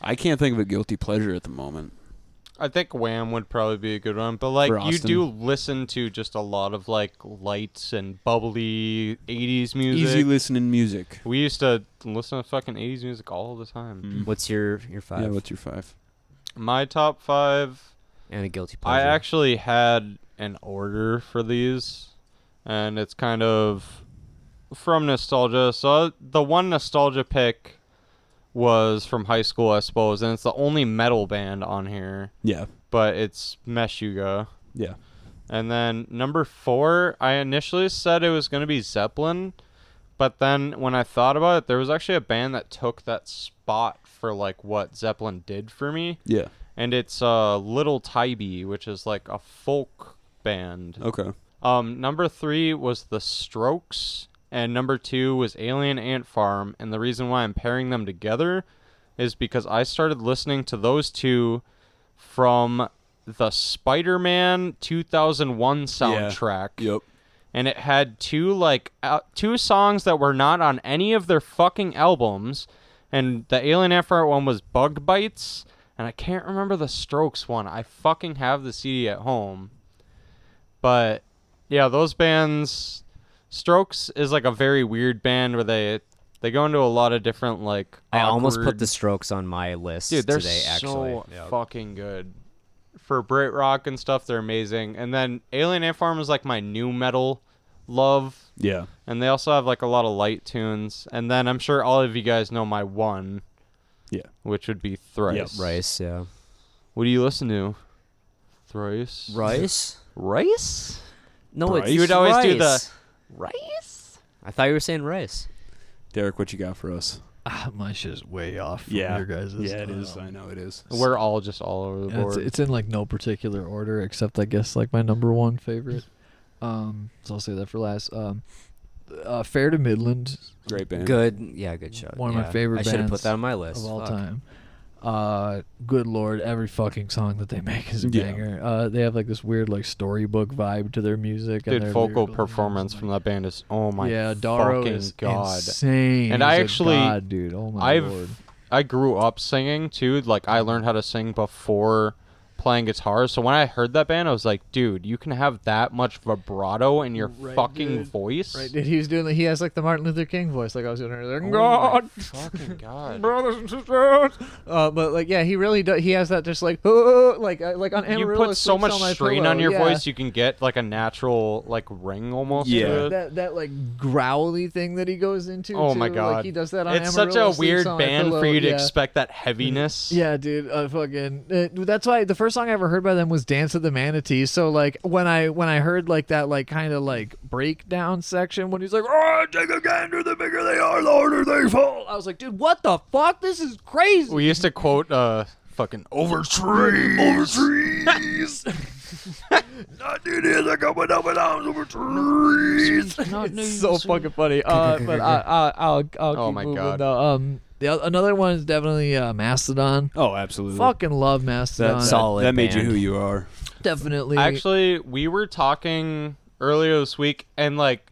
Speaker 1: I can't think of a guilty pleasure at the moment.
Speaker 2: I think Wham would probably be a good one, but like
Speaker 1: For
Speaker 2: you
Speaker 1: Austin.
Speaker 2: do listen to just a lot of like lights and bubbly '80s music.
Speaker 1: Easy listening music.
Speaker 2: we used to listen to fucking '80s music all the time.
Speaker 1: Mm-hmm.
Speaker 3: What's your your five
Speaker 1: Mm. Yeah, what's your five?
Speaker 2: My top five.
Speaker 3: and a guilty
Speaker 2: I
Speaker 3: pleasure?
Speaker 2: actually had an order for these, and it's kind of from nostalgia. So the one nostalgia pick was from high school, I suppose, and it's the only metal band on here,
Speaker 1: Yeah,
Speaker 2: but it's Meshuga.
Speaker 1: yeah.
Speaker 2: And then number four, I initially said it was going to be Zeppelin, but then when I thought about it, there was actually a band that took that spot for like what Zeppelin did for me
Speaker 1: Yeah.
Speaker 2: and it's uh, Little Tybee, which is like a folk band.
Speaker 1: Okay.
Speaker 2: Um, number three was The Strokes, and number two was Alien Ant Farm. And the reason why I'm pairing them together is because I started listening to those two from the Spider-Man 2001 soundtrack
Speaker 1: Yep.
Speaker 2: and it had two like out two songs that were not on any of their fucking albums and the alien effort one was bug bites and i can't remember the strokes one i fucking have the cd at home but yeah those bands strokes is like a very weird band where they they go into a lot of different like
Speaker 3: I almost put
Speaker 2: awkward-
Speaker 3: the Strokes on my list
Speaker 2: Dude, they're
Speaker 3: today.
Speaker 2: so
Speaker 3: Actually,
Speaker 2: fucking good. For Brit rock and stuff, they're amazing. And then Alien Ant Farm is like my new metal love,
Speaker 1: Yeah.
Speaker 2: and they also have like a lot of light tunes. And then I'm sure all of you guys know my one,
Speaker 1: Yeah.
Speaker 2: which would be Thrice.
Speaker 3: Rice. Yeah,
Speaker 2: What do you listen to? Thrice.
Speaker 3: Rice.
Speaker 2: Rice.
Speaker 3: No, it's
Speaker 1: Bryce? You would
Speaker 2: always do the-
Speaker 3: rice. I thought you were saying rice.
Speaker 1: Derek, what you got for us?
Speaker 4: Ah, my shit is way off. From your guys.
Speaker 1: Yeah, it is.
Speaker 4: Um,
Speaker 1: I know it is.
Speaker 2: We're all just all over the
Speaker 4: Yeah, it's,
Speaker 2: board.
Speaker 4: it's in like no particular order except I guess like my number one favorite. Um, so I'll say that for last. Um, uh, Fair to Midland
Speaker 1: great band.
Speaker 3: Good. Yeah, good show.
Speaker 4: One of my favorite
Speaker 3: I should have
Speaker 4: bands
Speaker 3: put that on my list.
Speaker 4: of all
Speaker 3: Fuck.
Speaker 4: time. Uh, good lord, every fucking song that they make is a
Speaker 1: Yeah.
Speaker 4: banger. Uh, they have like this weird like storybook vibe to their music. and
Speaker 2: Dude,
Speaker 4: their
Speaker 2: vocal
Speaker 4: lyrical things
Speaker 2: performance
Speaker 4: and,
Speaker 2: from that band is oh my
Speaker 4: yeah, Daro
Speaker 2: fucking
Speaker 4: is
Speaker 2: god.
Speaker 4: insane.
Speaker 2: And I
Speaker 4: He's a
Speaker 2: actually-
Speaker 4: god, dude, oh my
Speaker 2: I've
Speaker 4: lord.
Speaker 2: I grew up singing too. Like I learned how to sing before playing guitar. So when I heard that band, I was like, dude, you can have that much vibrato in your
Speaker 4: Right,
Speaker 2: fucking
Speaker 4: dude.
Speaker 2: voice.
Speaker 4: Right, dude, he was doing. He has like the Martin Luther King voice, like I was doing earlier.
Speaker 2: Oh my
Speaker 4: God,
Speaker 2: fucking god.
Speaker 4: brothers and sisters. Uh, but like, yeah, he really does. He has that just like, "Oh," like, uh, like on
Speaker 2: You
Speaker 4: Amarillo.
Speaker 2: put so
Speaker 4: Sleeps
Speaker 2: much
Speaker 4: on my
Speaker 2: strain
Speaker 4: pillow.
Speaker 2: on your
Speaker 4: yeah.
Speaker 2: voice, you can get like a natural like ring almost.
Speaker 1: Yeah.
Speaker 2: to it.
Speaker 4: that that like growly thing that he goes into.
Speaker 2: Oh
Speaker 4: too,
Speaker 2: my god.
Speaker 4: like, he does that on.
Speaker 2: it's such
Speaker 4: Amarillo
Speaker 2: a
Speaker 4: Sleeps
Speaker 2: weird
Speaker 4: on My
Speaker 2: band for
Speaker 4: Pillow,
Speaker 2: you to
Speaker 4: yeah.
Speaker 2: expect that heaviness.
Speaker 4: Yeah, dude, uh, fucking. Uh, that's why the first song I ever heard by them was "Dance of the Manatee." So like when I when I heard like that like kind of like breakdown section when he's like, "Oh, take a gander, the bigger they are, the harder they fall." I was like, dude, what the fuck? This is crazy.
Speaker 2: We used to quote uh fucking over trees. Over trees.
Speaker 4: It's so fucking funny. Uh, but I, I, I'll, I'll
Speaker 2: Oh
Speaker 4: keep
Speaker 2: my
Speaker 4: moving
Speaker 2: God.
Speaker 4: though. Um, the, oth- another one is definitely uh, Mastodon.
Speaker 1: Oh, absolutely.
Speaker 4: Fucking love Mastodon.
Speaker 1: That's
Speaker 3: Solid
Speaker 1: That made
Speaker 3: band.
Speaker 1: you who you are.
Speaker 4: definitely.
Speaker 2: Actually, we were talking earlier this week, and like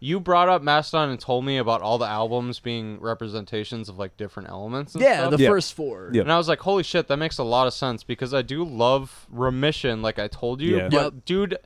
Speaker 2: you brought up Mastodon and told me about all the albums being representations of like different elements. And
Speaker 4: yeah,
Speaker 2: stuff.
Speaker 4: the
Speaker 1: Yeah.
Speaker 4: first four.
Speaker 1: Yeah.
Speaker 2: and I was like, holy shit, that makes a lot of sense because I do love Remission, like I told you.
Speaker 1: Yeah.
Speaker 2: But
Speaker 4: Yep.
Speaker 2: dude,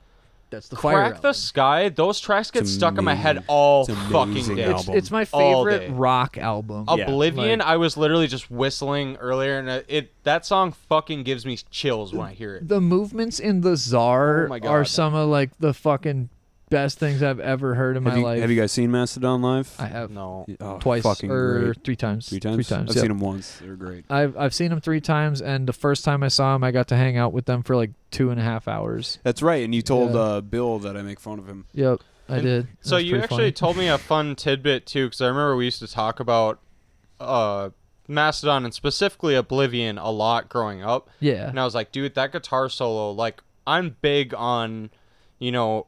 Speaker 4: That's the fire.
Speaker 2: Crack the Sky, those tracks get
Speaker 1: It's
Speaker 2: stuck in my head
Speaker 1: amazing.
Speaker 2: all
Speaker 1: It's an
Speaker 2: fucking
Speaker 1: amazing
Speaker 2: day.
Speaker 1: album.
Speaker 4: album. It's my
Speaker 2: All day.
Speaker 4: favorite rock album.
Speaker 1: Yeah,
Speaker 2: Oblivion, I was literally just whistling earlier, and it that song fucking gives me chills when I hear it.
Speaker 4: the movements in the czar
Speaker 2: Oh my God.
Speaker 4: are some of like the fucking best things I've ever heard in
Speaker 1: Have
Speaker 4: my
Speaker 1: you,
Speaker 4: life.
Speaker 1: have you guys seen Mastodon live?
Speaker 4: I have
Speaker 2: No,
Speaker 1: Oh,
Speaker 4: twice
Speaker 1: fucking
Speaker 4: or
Speaker 1: great.
Speaker 4: three times.
Speaker 1: three times.
Speaker 4: Three times.
Speaker 1: I've
Speaker 4: yeah.
Speaker 1: seen them once. They're great.
Speaker 4: I've I've seen them three times, and the first time I saw him, I got to hang out with them for like two and a half hours.
Speaker 1: That's right. And you told
Speaker 4: Yeah.
Speaker 1: uh, Bill that I make fun of him.
Speaker 4: Yep, I
Speaker 2: And-
Speaker 4: did.
Speaker 2: So
Speaker 4: That's
Speaker 2: you
Speaker 4: pretty
Speaker 2: actually
Speaker 4: funny.
Speaker 2: told me a fun tidbit too, because I remember we used to talk about uh, Mastodon and specifically Oblivion a lot growing up,
Speaker 4: yeah,
Speaker 2: and I was like, dude, that guitar solo, like, I'm big on you know,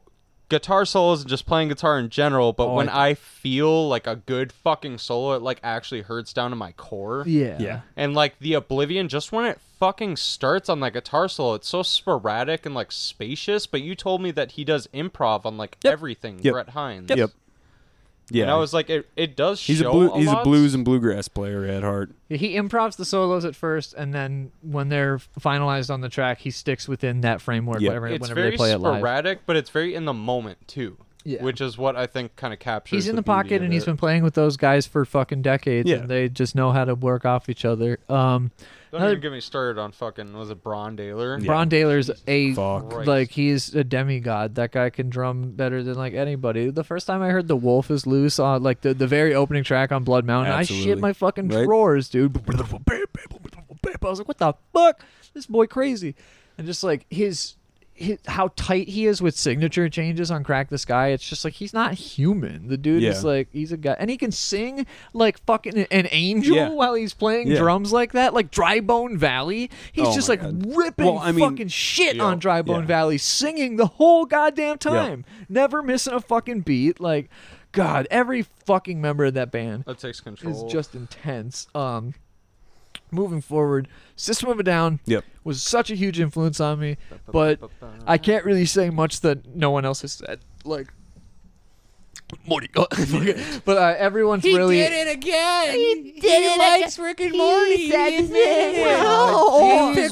Speaker 2: guitar solos and just playing guitar in general,
Speaker 4: Oh,
Speaker 2: but when I, feel like a good fucking solo, it like actually hurts down to my core.
Speaker 4: Yeah.
Speaker 1: Yeah.
Speaker 2: And like the Oblivion, just when it fucking starts on that guitar solo, it's so sporadic and like spacious. But you told me that he does improv on like
Speaker 1: Yep.
Speaker 2: everything,
Speaker 1: Yep.
Speaker 2: Brett Hines.
Speaker 1: Yep. Yeah.
Speaker 2: And I was like, it, it does
Speaker 1: he's
Speaker 2: show
Speaker 1: a blue, he's a
Speaker 2: lot.
Speaker 1: blues and bluegrass player at heart.
Speaker 4: He improvs the solos at first, and then when they're finalized on the track, he sticks within that framework.
Speaker 1: Yeah.
Speaker 4: Whenever,
Speaker 2: It's
Speaker 4: whenever
Speaker 2: very
Speaker 4: they play it live,
Speaker 2: sporadic, but it's very in the moment too.
Speaker 4: Yeah.
Speaker 2: Which is what I think kind of captures.
Speaker 4: he's in the
Speaker 2: beauty
Speaker 4: pocket,
Speaker 2: of
Speaker 4: and he's
Speaker 2: it.
Speaker 4: been playing with those guys for fucking decades,
Speaker 1: Yeah.
Speaker 4: and they just know how to work off each other. Um,
Speaker 2: Don't
Speaker 4: another-
Speaker 2: even get me started on fucking was it Bron Daler?
Speaker 4: Bron Daler's a
Speaker 1: Fuck.
Speaker 2: Christ.
Speaker 4: like he's a demigod. That guy can drum better than like anybody. The first time I heard the Wolf is Loose on like the, the very opening track on Blood Mountain, I shit
Speaker 1: Absolutely.
Speaker 4: my fucking
Speaker 1: Right?
Speaker 4: drawers, dude. I was like, what the fuck? This boy crazy, and just like his. His, how tight he is with signature changes on Crack the Sky. It's just like he's not human. The dude is
Speaker 1: Yeah.
Speaker 4: like he's a guy, and he can sing like fucking an angel
Speaker 1: Yeah.
Speaker 4: while he's playing
Speaker 1: Yeah.
Speaker 4: drums like that, like Drybone Valley. He's
Speaker 1: Oh
Speaker 4: just
Speaker 1: my
Speaker 4: like
Speaker 1: God.
Speaker 4: ripping
Speaker 1: Well, I mean-
Speaker 4: fucking shit
Speaker 2: Yeah.
Speaker 4: on Dry Bone
Speaker 1: Yeah.
Speaker 4: Valley, singing the whole goddamn time, never missing a fucking beat. Like, God, every fucking member of that band
Speaker 2: That takes control.
Speaker 4: is just intense. Um, moving forward, System of a Down
Speaker 1: Yep.
Speaker 4: was such a huge influence on me, but I can't really say much that no one else has said. Like. Morty, but uh, everyone's really
Speaker 5: it again. He did it. likes Rick and Morty. He said
Speaker 4: Oh,
Speaker 5: Jeez,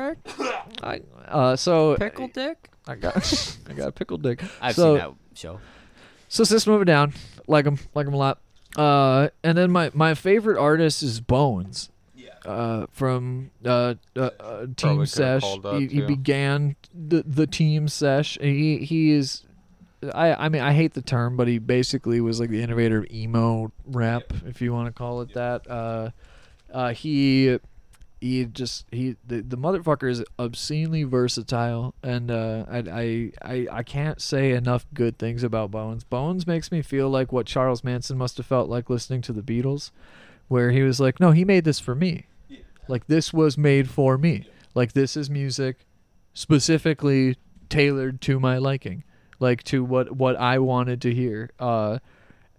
Speaker 4: Pickle Rick. Uh, I, uh, so
Speaker 3: Pickle dick.
Speaker 4: I got I got a pickle dick.
Speaker 3: I've
Speaker 4: so,
Speaker 3: seen that show.
Speaker 4: So System of a Down, like him, like him a lot. Uh, and then my my favorite artist is Bones. Uh, from uh, uh, uh team
Speaker 2: could've
Speaker 4: sesh,
Speaker 2: called that,
Speaker 4: he, he
Speaker 2: too.
Speaker 4: began the the team sesh. He he is, I I mean I hate the term, but he basically was like the innovator of emo rap, if you want to call it that. Uh, uh, he he just he the, the motherfucker is obscenely versatile and uh I, I i i can't say enough good things about bones bones makes me feel like what charles manson must have felt like listening to the beatles where he was like no he made this for me like this was made for me like this is music specifically tailored to my liking like to what what i wanted to hear uh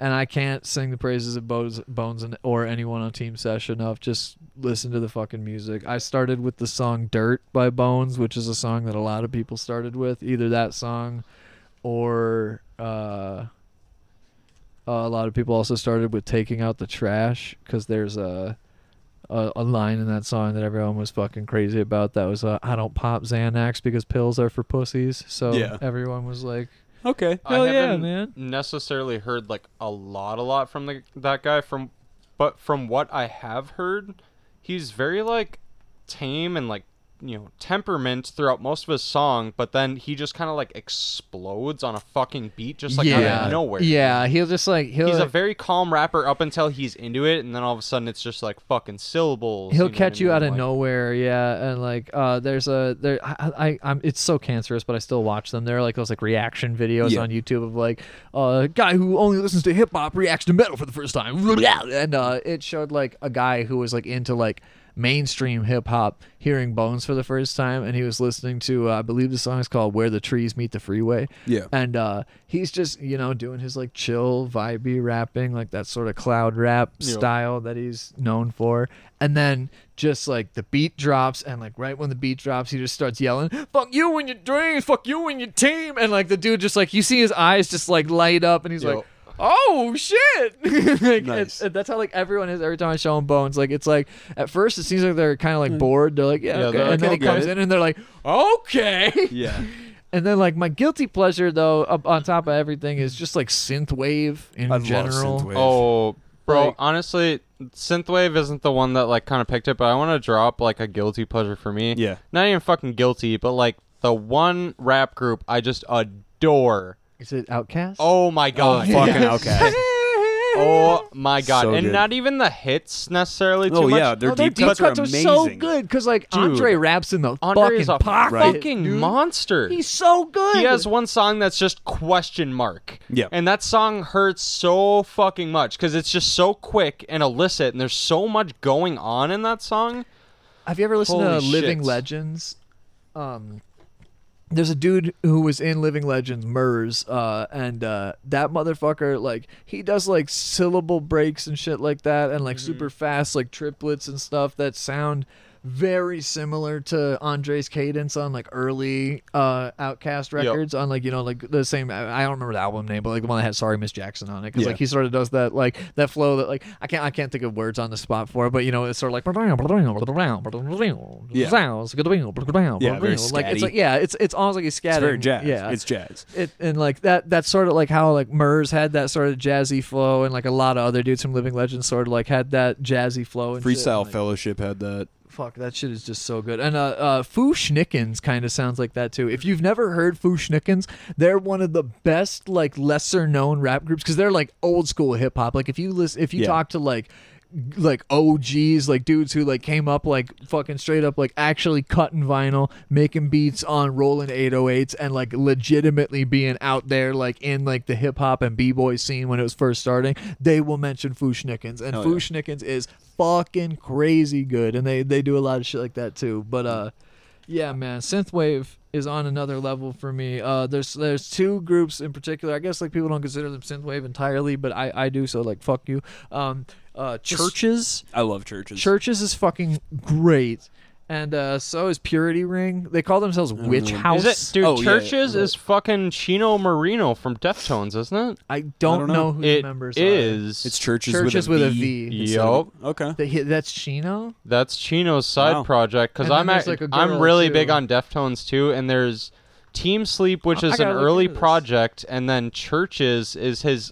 Speaker 4: and I can't sing the praises of Bones, Bones and, or anyone on Team Sesh enough. Just listen to the fucking music. I started with the song "Dirt" by Bones, which is a song that a lot of people started with. Either that song, or uh, a lot of people also started with "Taking Out the Trash" because there's a, a a line in that song that everyone was fucking crazy about. That was uh, "I don't pop Xanax because pills are for pussies." So
Speaker 1: Yeah.
Speaker 4: everyone was like,
Speaker 1: Okay.
Speaker 2: I
Speaker 4: "Hell yeah,
Speaker 2: haven't
Speaker 4: man!"
Speaker 2: necessarily heard like a lot, a lot from the, that guy. From but from what I have heard, he's very like tame and like you know temperament throughout most of his song. But then he just kind of like explodes on a fucking beat, just like out of nowhere.
Speaker 4: Yeah, he'll just like he'll
Speaker 2: He's a very calm rapper up until he's into it, and then all of a sudden it's just like fucking syllables.
Speaker 4: he'll
Speaker 2: know what I
Speaker 4: catch you
Speaker 2: mean?
Speaker 4: out of
Speaker 2: Like,
Speaker 4: nowhere yeah and like uh there's a there i i i'm it's so cancerous but i still watch them there are like those like reaction videos
Speaker 1: Yeah.
Speaker 4: on youtube of like uh guy who only listens to hip-hop reacts to metal for the first time and uh it showed like a guy who was like into like mainstream hip-hop hearing bones for the first time and he was listening to uh, i believe the song is called where the trees meet the freeway
Speaker 1: Yeah.
Speaker 4: and uh he's just you know doing his like chill vibey rapping like that sort of cloud rap style that he's known for and then just like the beat drops and like right when the beat drops he just starts yelling fuck you and your dreams fuck you and your team and like the dude just like you see his eyes just like light up and he's
Speaker 2: Yo.
Speaker 4: like oh shit like,
Speaker 1: Nice.
Speaker 4: it's- that's how like everyone is every time i show him bones like it's like at first it seems like they're kind of like bored they're like yeah,
Speaker 2: Yeah,
Speaker 4: okay.
Speaker 2: they're
Speaker 4: and
Speaker 2: like,
Speaker 4: then he
Speaker 1: "I'll get
Speaker 4: comes
Speaker 1: it."
Speaker 4: in and they're like okay
Speaker 1: Yeah.
Speaker 4: and then like my guilty pleasure though, up on top of everything, is just like synthwave in
Speaker 1: I
Speaker 4: general.
Speaker 1: love synthwave.
Speaker 2: Oh, bro,
Speaker 4: Like-
Speaker 2: honestly, synthwave isn't the one that like kind of picked it, but I want to drop like a guilty pleasure for me.
Speaker 1: Yeah.
Speaker 2: Not even fucking guilty, but like the one rap group I just adore.
Speaker 4: Is it Outcast?
Speaker 2: Oh my god.
Speaker 1: Fucking okay.
Speaker 2: Oh my god.
Speaker 1: So
Speaker 2: and
Speaker 1: good.
Speaker 2: not even the hits necessarily too
Speaker 1: Oh
Speaker 2: much.
Speaker 1: yeah, their
Speaker 4: No,
Speaker 1: deep
Speaker 4: their
Speaker 1: cuts, are amazing.
Speaker 4: so good because like
Speaker 2: Dude.
Speaker 4: Andre raps in the
Speaker 2: Andre is
Speaker 4: fucking
Speaker 2: a
Speaker 4: pocket.
Speaker 2: fucking
Speaker 4: dude.
Speaker 2: monster.
Speaker 4: He's so good.
Speaker 2: he has one song that's just question mark.
Speaker 1: Yeah.
Speaker 2: And that song hurts so fucking much because it's just so quick and illicit, and there's so much going on in that song.
Speaker 4: Have you ever listened
Speaker 2: Holy
Speaker 4: to Living
Speaker 2: shit.
Speaker 4: Legends? Um, there's a dude who was in Living Legends, Murs, uh, and uh, that motherfucker, like, he does like syllable breaks and shit like that, and like super fast, like triplets and stuff that sound very similar to Andre's cadence on like early uh, Outcast records, on like you know like the same. I I don't remember the album name, but like the one that had Sorry Miss Jackson on it, because
Speaker 1: Yeah.
Speaker 4: like he sort of does that like that flow that like I can't I can't think of words on the spot for it, but you know it's sort of like
Speaker 1: Yeah. Yeah, very
Speaker 4: like it's
Speaker 1: scatty.
Speaker 4: like yeah, it's it's almost like he's
Speaker 1: It's
Speaker 4: scatting.
Speaker 1: very jazz.
Speaker 4: Yeah,
Speaker 1: It's jazz.
Speaker 4: it, and like that that's sort of like how like Murs had that sort of jazzy flow, and like a lot of other dudes from Living Legends sort of like had that jazzy flow. And shit.
Speaker 1: Freestyle
Speaker 4: Like,
Speaker 1: Fellowship had that.
Speaker 4: fuck, that shit is just so good. And uh, uh Foo Schnickens kind of sounds like that too. If you've never heard Foo Schnickens, they're one of the best like lesser known rap groups because they're like old school hip hop. Like if you listen, if you
Speaker 1: Yeah.
Speaker 4: talk to like g- like OGs, like dudes who like came up like fucking straight up like actually cutting vinyl, making beats on rolling 808s and like legitimately being out there like in like the hip hop and b-boy scene when it was first starting, they will mention Foo Schnickens and
Speaker 1: Hell
Speaker 4: Foo
Speaker 1: yeah.
Speaker 4: Schnickens is fucking crazy good and they they do a lot of shit like that too. But uh yeah, man, synthwave is on another level for me. Uh, there's there's two groups in particular. I guess like people don't consider them synthwave entirely, but I I do. So like fuck you. Um, uh, churches.
Speaker 1: I love churches.
Speaker 4: Churches is fucking great, and uh, so is Purity Ring. They call themselves Witch House.
Speaker 2: Is it, dude?
Speaker 1: Oh, yeah,
Speaker 2: Churches
Speaker 1: right.
Speaker 2: is fucking Chino Marino from Deftones, isn't it?
Speaker 4: I don't,
Speaker 1: I don't
Speaker 4: know.
Speaker 1: know.
Speaker 4: who the
Speaker 2: It
Speaker 4: members are.
Speaker 2: is.
Speaker 1: It's churches,
Speaker 4: Churches
Speaker 1: with
Speaker 4: with
Speaker 1: a
Speaker 4: a
Speaker 1: V.
Speaker 4: V.
Speaker 1: instead of-
Speaker 2: Yup.
Speaker 1: Okay.
Speaker 4: They hit- that's Chino.
Speaker 2: That's Chino's side
Speaker 1: Wow.
Speaker 2: project because
Speaker 4: And then
Speaker 2: I'm
Speaker 4: there's,
Speaker 2: at,
Speaker 4: like, a
Speaker 2: I'm
Speaker 4: girl,
Speaker 2: really
Speaker 4: too.
Speaker 2: big on Deftones too, and there's Team Sleep, which
Speaker 4: I- I
Speaker 2: is an
Speaker 4: gotta look
Speaker 2: early
Speaker 4: into this.
Speaker 2: project, and then Churches is his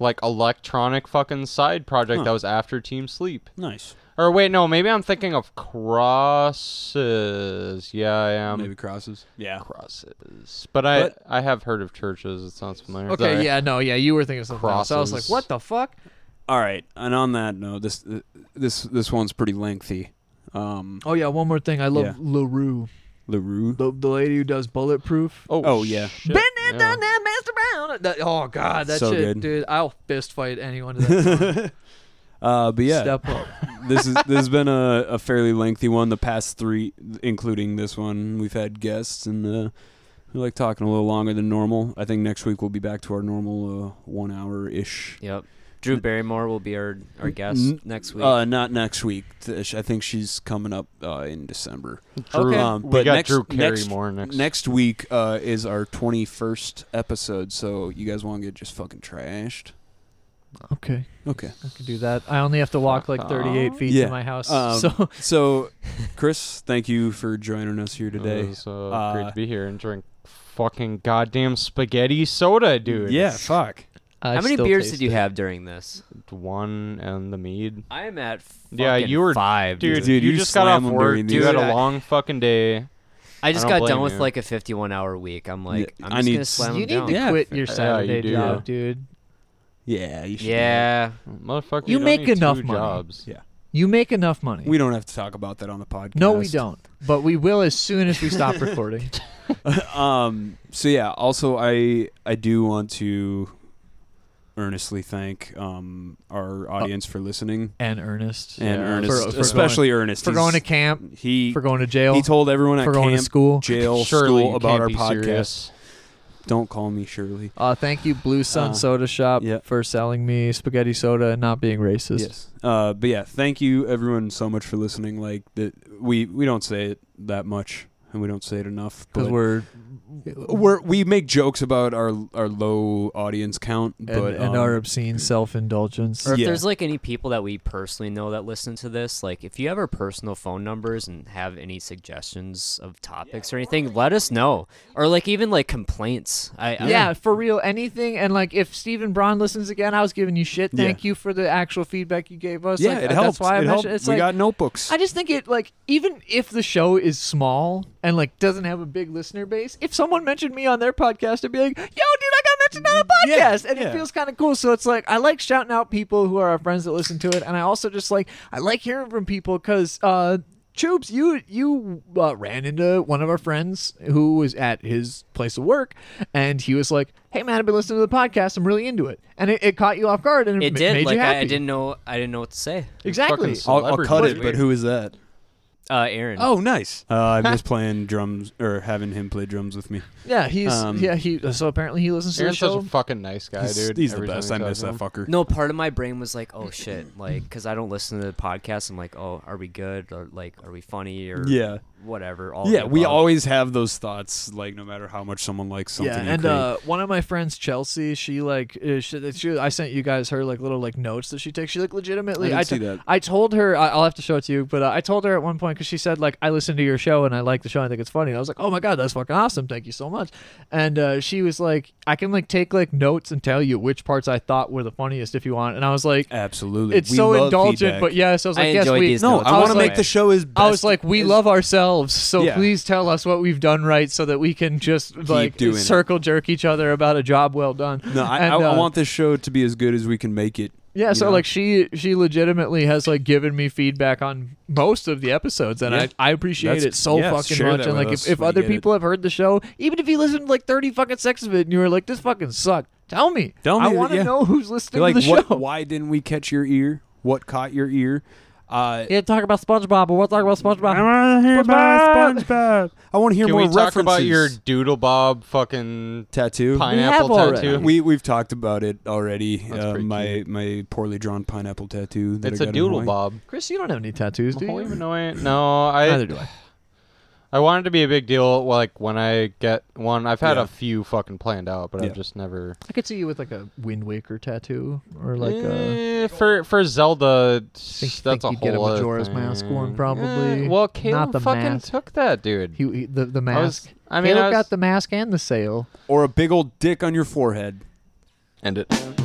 Speaker 2: like electronic fucking side project
Speaker 1: Huh.
Speaker 2: that was after Team Sleep.
Speaker 1: Nice.
Speaker 2: Or wait, no, maybe I'm thinking of Crosses. Yeah, I am.
Speaker 4: Um,
Speaker 1: Maybe crosses. Yeah.
Speaker 2: Crosses, but I
Speaker 1: But-
Speaker 2: I have heard of Churches. It sounds familiar.
Speaker 4: Okay,
Speaker 2: Sorry.
Speaker 4: yeah, no, yeah, you were thinking of something else. I was like,
Speaker 2: Crosses.
Speaker 4: what the fuck?
Speaker 1: All right. And on that note, this this this one's pretty lengthy. Um,
Speaker 4: Oh yeah, one more thing. I love
Speaker 1: Yeah.
Speaker 4: Larue,
Speaker 1: Larue.
Speaker 4: the, the lady who does Bulletproof.
Speaker 2: Oh,
Speaker 1: Oh, yeah.
Speaker 2: shit,
Speaker 4: Been there,
Speaker 2: yeah.
Speaker 4: done that, messed around. That- oh god, that
Speaker 1: So
Speaker 4: shit,
Speaker 1: good.
Speaker 4: dude. I'll fist fight anyone. To that song.
Speaker 1: Uh, but yeah,
Speaker 4: Step up.
Speaker 1: this is this has been a, a fairly lengthy one. The past three, including this one, we've had guests and uh, we like talking a little longer than normal. I think next week we'll be back to our normal uh, one hour ish.
Speaker 3: Yep. Drew Barrymore will be our, our guest
Speaker 1: N-
Speaker 3: next week.
Speaker 1: Uh, not next week. Th- I think she's coming up uh, in December.
Speaker 2: Drew,
Speaker 4: Okay.
Speaker 1: Um,
Speaker 2: we
Speaker 1: but
Speaker 2: got
Speaker 1: next-
Speaker 2: Drew
Speaker 1: next-
Speaker 2: Carrymore next.
Speaker 1: Next week uh, is our twenty first episode, so you guys want to get just fucking trashed?
Speaker 4: Okay,
Speaker 1: Okay.
Speaker 4: I can do that. I only have to walk
Speaker 2: Fuck
Speaker 4: like 38
Speaker 2: off.
Speaker 4: feet
Speaker 1: Yeah,
Speaker 4: to my house.
Speaker 1: um,
Speaker 4: so
Speaker 1: So, Chris, thank you for joining us here
Speaker 2: It
Speaker 1: today.
Speaker 2: was, uh,
Speaker 1: Uh,
Speaker 2: great to be here and drink fucking goddamn spaghetti soda, dude.
Speaker 1: Yeah, fuck.
Speaker 4: I
Speaker 3: How many
Speaker 4: still
Speaker 3: beers
Speaker 4: taste
Speaker 3: did you
Speaker 4: it.
Speaker 3: have during this?
Speaker 2: One and the mead.
Speaker 3: I am at
Speaker 2: Yeah, you were-
Speaker 3: five,
Speaker 2: Dude,
Speaker 1: Dude,
Speaker 2: you,
Speaker 1: you
Speaker 2: just got off
Speaker 1: slam 'em
Speaker 2: work.
Speaker 1: during
Speaker 2: you
Speaker 1: these-
Speaker 2: had a
Speaker 3: Dude, I-
Speaker 2: long fucking day.
Speaker 3: I just
Speaker 2: I don't
Speaker 3: got done
Speaker 2: blame
Speaker 3: with
Speaker 2: you.
Speaker 3: like a 51 hour week. I'm like,
Speaker 1: Yeah,
Speaker 3: I'm
Speaker 1: I
Speaker 3: just
Speaker 1: need
Speaker 3: gonna
Speaker 1: s-
Speaker 3: slam 'em
Speaker 4: You need
Speaker 3: down.
Speaker 4: to
Speaker 1: Yeah.
Speaker 4: quit your
Speaker 2: Yeah, you
Speaker 4: Saturday
Speaker 2: do.
Speaker 4: job, dude.
Speaker 1: Yeah, you should.
Speaker 3: yeah,
Speaker 2: Motherfucker,
Speaker 4: You
Speaker 2: don't
Speaker 4: make
Speaker 2: need
Speaker 4: enough
Speaker 2: two
Speaker 4: money.
Speaker 2: jobs.
Speaker 1: Yeah.
Speaker 4: You make enough money.
Speaker 1: We don't have to talk about that on the podcast.
Speaker 4: no, we don't. But we will as soon as we stop recording.
Speaker 1: um. So yeah. Also, I I do want to earnestly thank um our audience for listening
Speaker 4: And Ernest.
Speaker 1: and
Speaker 2: Yeah.
Speaker 1: Ernest,
Speaker 4: For- for
Speaker 1: especially Ernest.
Speaker 4: For going to
Speaker 1: He's-
Speaker 4: camp,
Speaker 1: he
Speaker 4: for going to jail,
Speaker 1: he told everyone at
Speaker 4: for going
Speaker 1: camp,
Speaker 4: to school.
Speaker 1: jail,
Speaker 2: Surely
Speaker 1: school
Speaker 2: you
Speaker 1: about
Speaker 2: can't
Speaker 1: our
Speaker 2: be
Speaker 1: podcast.
Speaker 2: serious.
Speaker 1: Don't call me Shirley.
Speaker 4: Uh, thank you, Blue Sun
Speaker 1: Uh,
Speaker 4: Soda Shop,
Speaker 1: yeah.
Speaker 4: for selling me spaghetti soda and not being racist.
Speaker 1: Yes. Uh, but yeah, thank you everyone so much for listening. Like that, we we don't say it that much, and we don't say it enough
Speaker 4: Because
Speaker 1: but-
Speaker 4: we're
Speaker 1: we're we make jokes about our our low audience count,
Speaker 4: and,
Speaker 1: but
Speaker 4: and
Speaker 1: um, er,
Speaker 4: our obscene self indulgence.
Speaker 3: Or if
Speaker 1: Yeah.
Speaker 3: there's like any people that we personally know that listen to this, like if you have our personal phone numbers and have any suggestions of topics or anything, let us know. Or like even like complaints. I, I
Speaker 4: Yeah, for real. Anything and like if Stephen Braun listens again, I was giving you shit.
Speaker 1: Yeah.
Speaker 4: Thank you for the actual feedback you gave us.
Speaker 1: yeah,
Speaker 4: like,
Speaker 1: it
Speaker 4: that's
Speaker 1: helps.
Speaker 4: why I
Speaker 1: it helped.
Speaker 4: mentioned it's
Speaker 1: we
Speaker 4: like
Speaker 1: got notebooks.
Speaker 4: I just think it like even if the show is small and like doesn't have a big listener base, if someone mentioned me on their podcast, it'd be like, "Yo, dude, I got mentioned on a
Speaker 1: Yeah,
Speaker 4: podcast," and it
Speaker 1: yeah.
Speaker 4: feels kind of cool. So it's like I like shouting out people who are our friends that listen to it, and I also just like I like hearing from people because. uh Choops, you you uh, ran into one of our friends who was at his place of work, and he was like, "Hey man, I've been listening to the podcast. I'm really into it," and it, it caught you off guard and
Speaker 3: it
Speaker 4: ma-
Speaker 3: did.
Speaker 4: made
Speaker 3: Like
Speaker 4: you
Speaker 3: I,
Speaker 4: happy.
Speaker 3: I didn't know. I didn't know what to say.
Speaker 4: exactly.
Speaker 2: Fucking
Speaker 1: I'll, I'll
Speaker 2: Celebrity.
Speaker 1: cut it, but who is that?
Speaker 3: Uh, Aaron.
Speaker 1: Oh, nice. Uh, I miss playing drums or having him play drums with me.
Speaker 4: Yeah, he's
Speaker 1: Um,
Speaker 4: yeah he. So apparently he listens to the
Speaker 2: Aaron's such
Speaker 4: show.
Speaker 2: a fucking nice guy,
Speaker 1: he's
Speaker 2: dude.
Speaker 1: he's the
Speaker 2: Every time
Speaker 1: best.
Speaker 2: he
Speaker 1: I miss
Speaker 2: talks to
Speaker 1: that
Speaker 2: him.
Speaker 1: fucker.
Speaker 3: No, part of my brain was like, "Oh shit!" Like, because I don't listen to the podcast. I'm like, "Oh, are we good? Or like, are we funny? Or
Speaker 1: Yeah.
Speaker 3: whatever." All of
Speaker 1: Yeah,
Speaker 3: the
Speaker 1: we
Speaker 3: above.
Speaker 1: always have those thoughts, like no matter how much someone likes something.
Speaker 4: yeah,
Speaker 1: you
Speaker 4: and
Speaker 1: create.
Speaker 4: uh, one of my friends, Chelsea, she like uh, she, she I sent you guys her like little like notes that she takes. She like legitimately.
Speaker 1: I didn't
Speaker 4: to-
Speaker 1: see that.
Speaker 4: I told her I, I'll have to show it to you, but uh, I told her at one point because she said like I listened to your show and I like the show. and I think it's funny. And I was like, oh my god, that's fucking awesome! Thank you so much. And uh, she was like, I can like take like notes and tell you which parts I thought were the funniest if you want. And I was like,
Speaker 1: absolutely,
Speaker 4: it's
Speaker 1: We
Speaker 4: so
Speaker 1: love
Speaker 4: indulgent,
Speaker 1: feedback.
Speaker 4: but yes, I was
Speaker 3: I
Speaker 4: like, yes,
Speaker 3: enjoy
Speaker 4: we.
Speaker 3: these
Speaker 1: no,
Speaker 3: notes.
Speaker 1: I
Speaker 4: I
Speaker 1: want
Speaker 4: was
Speaker 1: to
Speaker 4: like-
Speaker 1: make the show as. Best
Speaker 4: I was like, we
Speaker 1: as-
Speaker 4: love ourselves, so
Speaker 1: Yeah.
Speaker 4: please tell us what we've done right so that we can just like
Speaker 1: doing it.
Speaker 4: circle jerk each other about a job well done.
Speaker 1: No, I,
Speaker 4: And,
Speaker 1: I, I
Speaker 4: uh,
Speaker 1: want this show to be as good as we can make it.
Speaker 4: Yeah,
Speaker 1: you
Speaker 4: so
Speaker 1: know?
Speaker 4: like she she legitimately has like given me feedback on most of the episodes, and
Speaker 1: Yeah.
Speaker 4: I, I appreciate
Speaker 1: That's-
Speaker 4: it so
Speaker 1: yeah,
Speaker 4: fucking
Speaker 1: share
Speaker 4: much.
Speaker 1: that
Speaker 4: And
Speaker 1: with
Speaker 4: like
Speaker 1: us
Speaker 4: if, if
Speaker 1: when you
Speaker 4: other
Speaker 1: get it.
Speaker 4: people have heard the show, even if you listened to like thirty fucking seconds of it, and you were like, "This fucking sucked," tell me.
Speaker 1: Tell
Speaker 4: I
Speaker 1: me,
Speaker 4: want to
Speaker 1: yeah.
Speaker 4: know who's
Speaker 1: You're
Speaker 4: listening
Speaker 1: like,
Speaker 4: to the
Speaker 1: what?
Speaker 4: show.
Speaker 1: Why didn't we catch your ear? What caught your ear? Uh,
Speaker 4: Yeah, talk about SpongeBob, but we'll talk about SpongeBob.
Speaker 1: want to hear
Speaker 4: about
Speaker 1: SpongeBob. I want to hear
Speaker 2: Can
Speaker 1: more
Speaker 2: we talk
Speaker 1: references.
Speaker 2: about your doodle bob fucking
Speaker 1: tattoo?
Speaker 2: pineapple
Speaker 4: have already.
Speaker 2: tattoo?
Speaker 1: We we've talked about it already.
Speaker 2: That's
Speaker 1: Uh,
Speaker 2: pretty
Speaker 1: my my poorly drawn pineapple tattoo. That
Speaker 2: it's
Speaker 1: I
Speaker 2: a
Speaker 1: got in
Speaker 2: doodle
Speaker 1: Hawaii.
Speaker 2: bob.
Speaker 4: Chris, you don't have any tattoos, do you?
Speaker 2: Annoying. No, I
Speaker 4: Neither do I.
Speaker 2: I wanted to be a big deal. Like when I get one, I've had
Speaker 1: Yeah.
Speaker 2: a few fucking planned out, but
Speaker 1: Yeah.
Speaker 2: I've just never.
Speaker 4: I could see you with like a Wind Waker tattoo or like a.
Speaker 2: Eh, for for Zelda, s-
Speaker 4: Think-
Speaker 2: that's
Speaker 4: think
Speaker 2: a
Speaker 4: you'd
Speaker 2: whole
Speaker 4: get a
Speaker 2: other
Speaker 4: Majora's
Speaker 2: thing.
Speaker 4: Mask one, probably.
Speaker 2: Eh, well,
Speaker 4: Not
Speaker 2: Caleb
Speaker 4: the
Speaker 2: fucking
Speaker 4: mask.
Speaker 2: took that dude.
Speaker 4: He, he the the
Speaker 2: I was-
Speaker 4: mask.
Speaker 2: I mean,
Speaker 4: Caleb
Speaker 2: I was,
Speaker 4: got the mask and the sail.
Speaker 1: or a big old dick on your forehead.
Speaker 2: end it.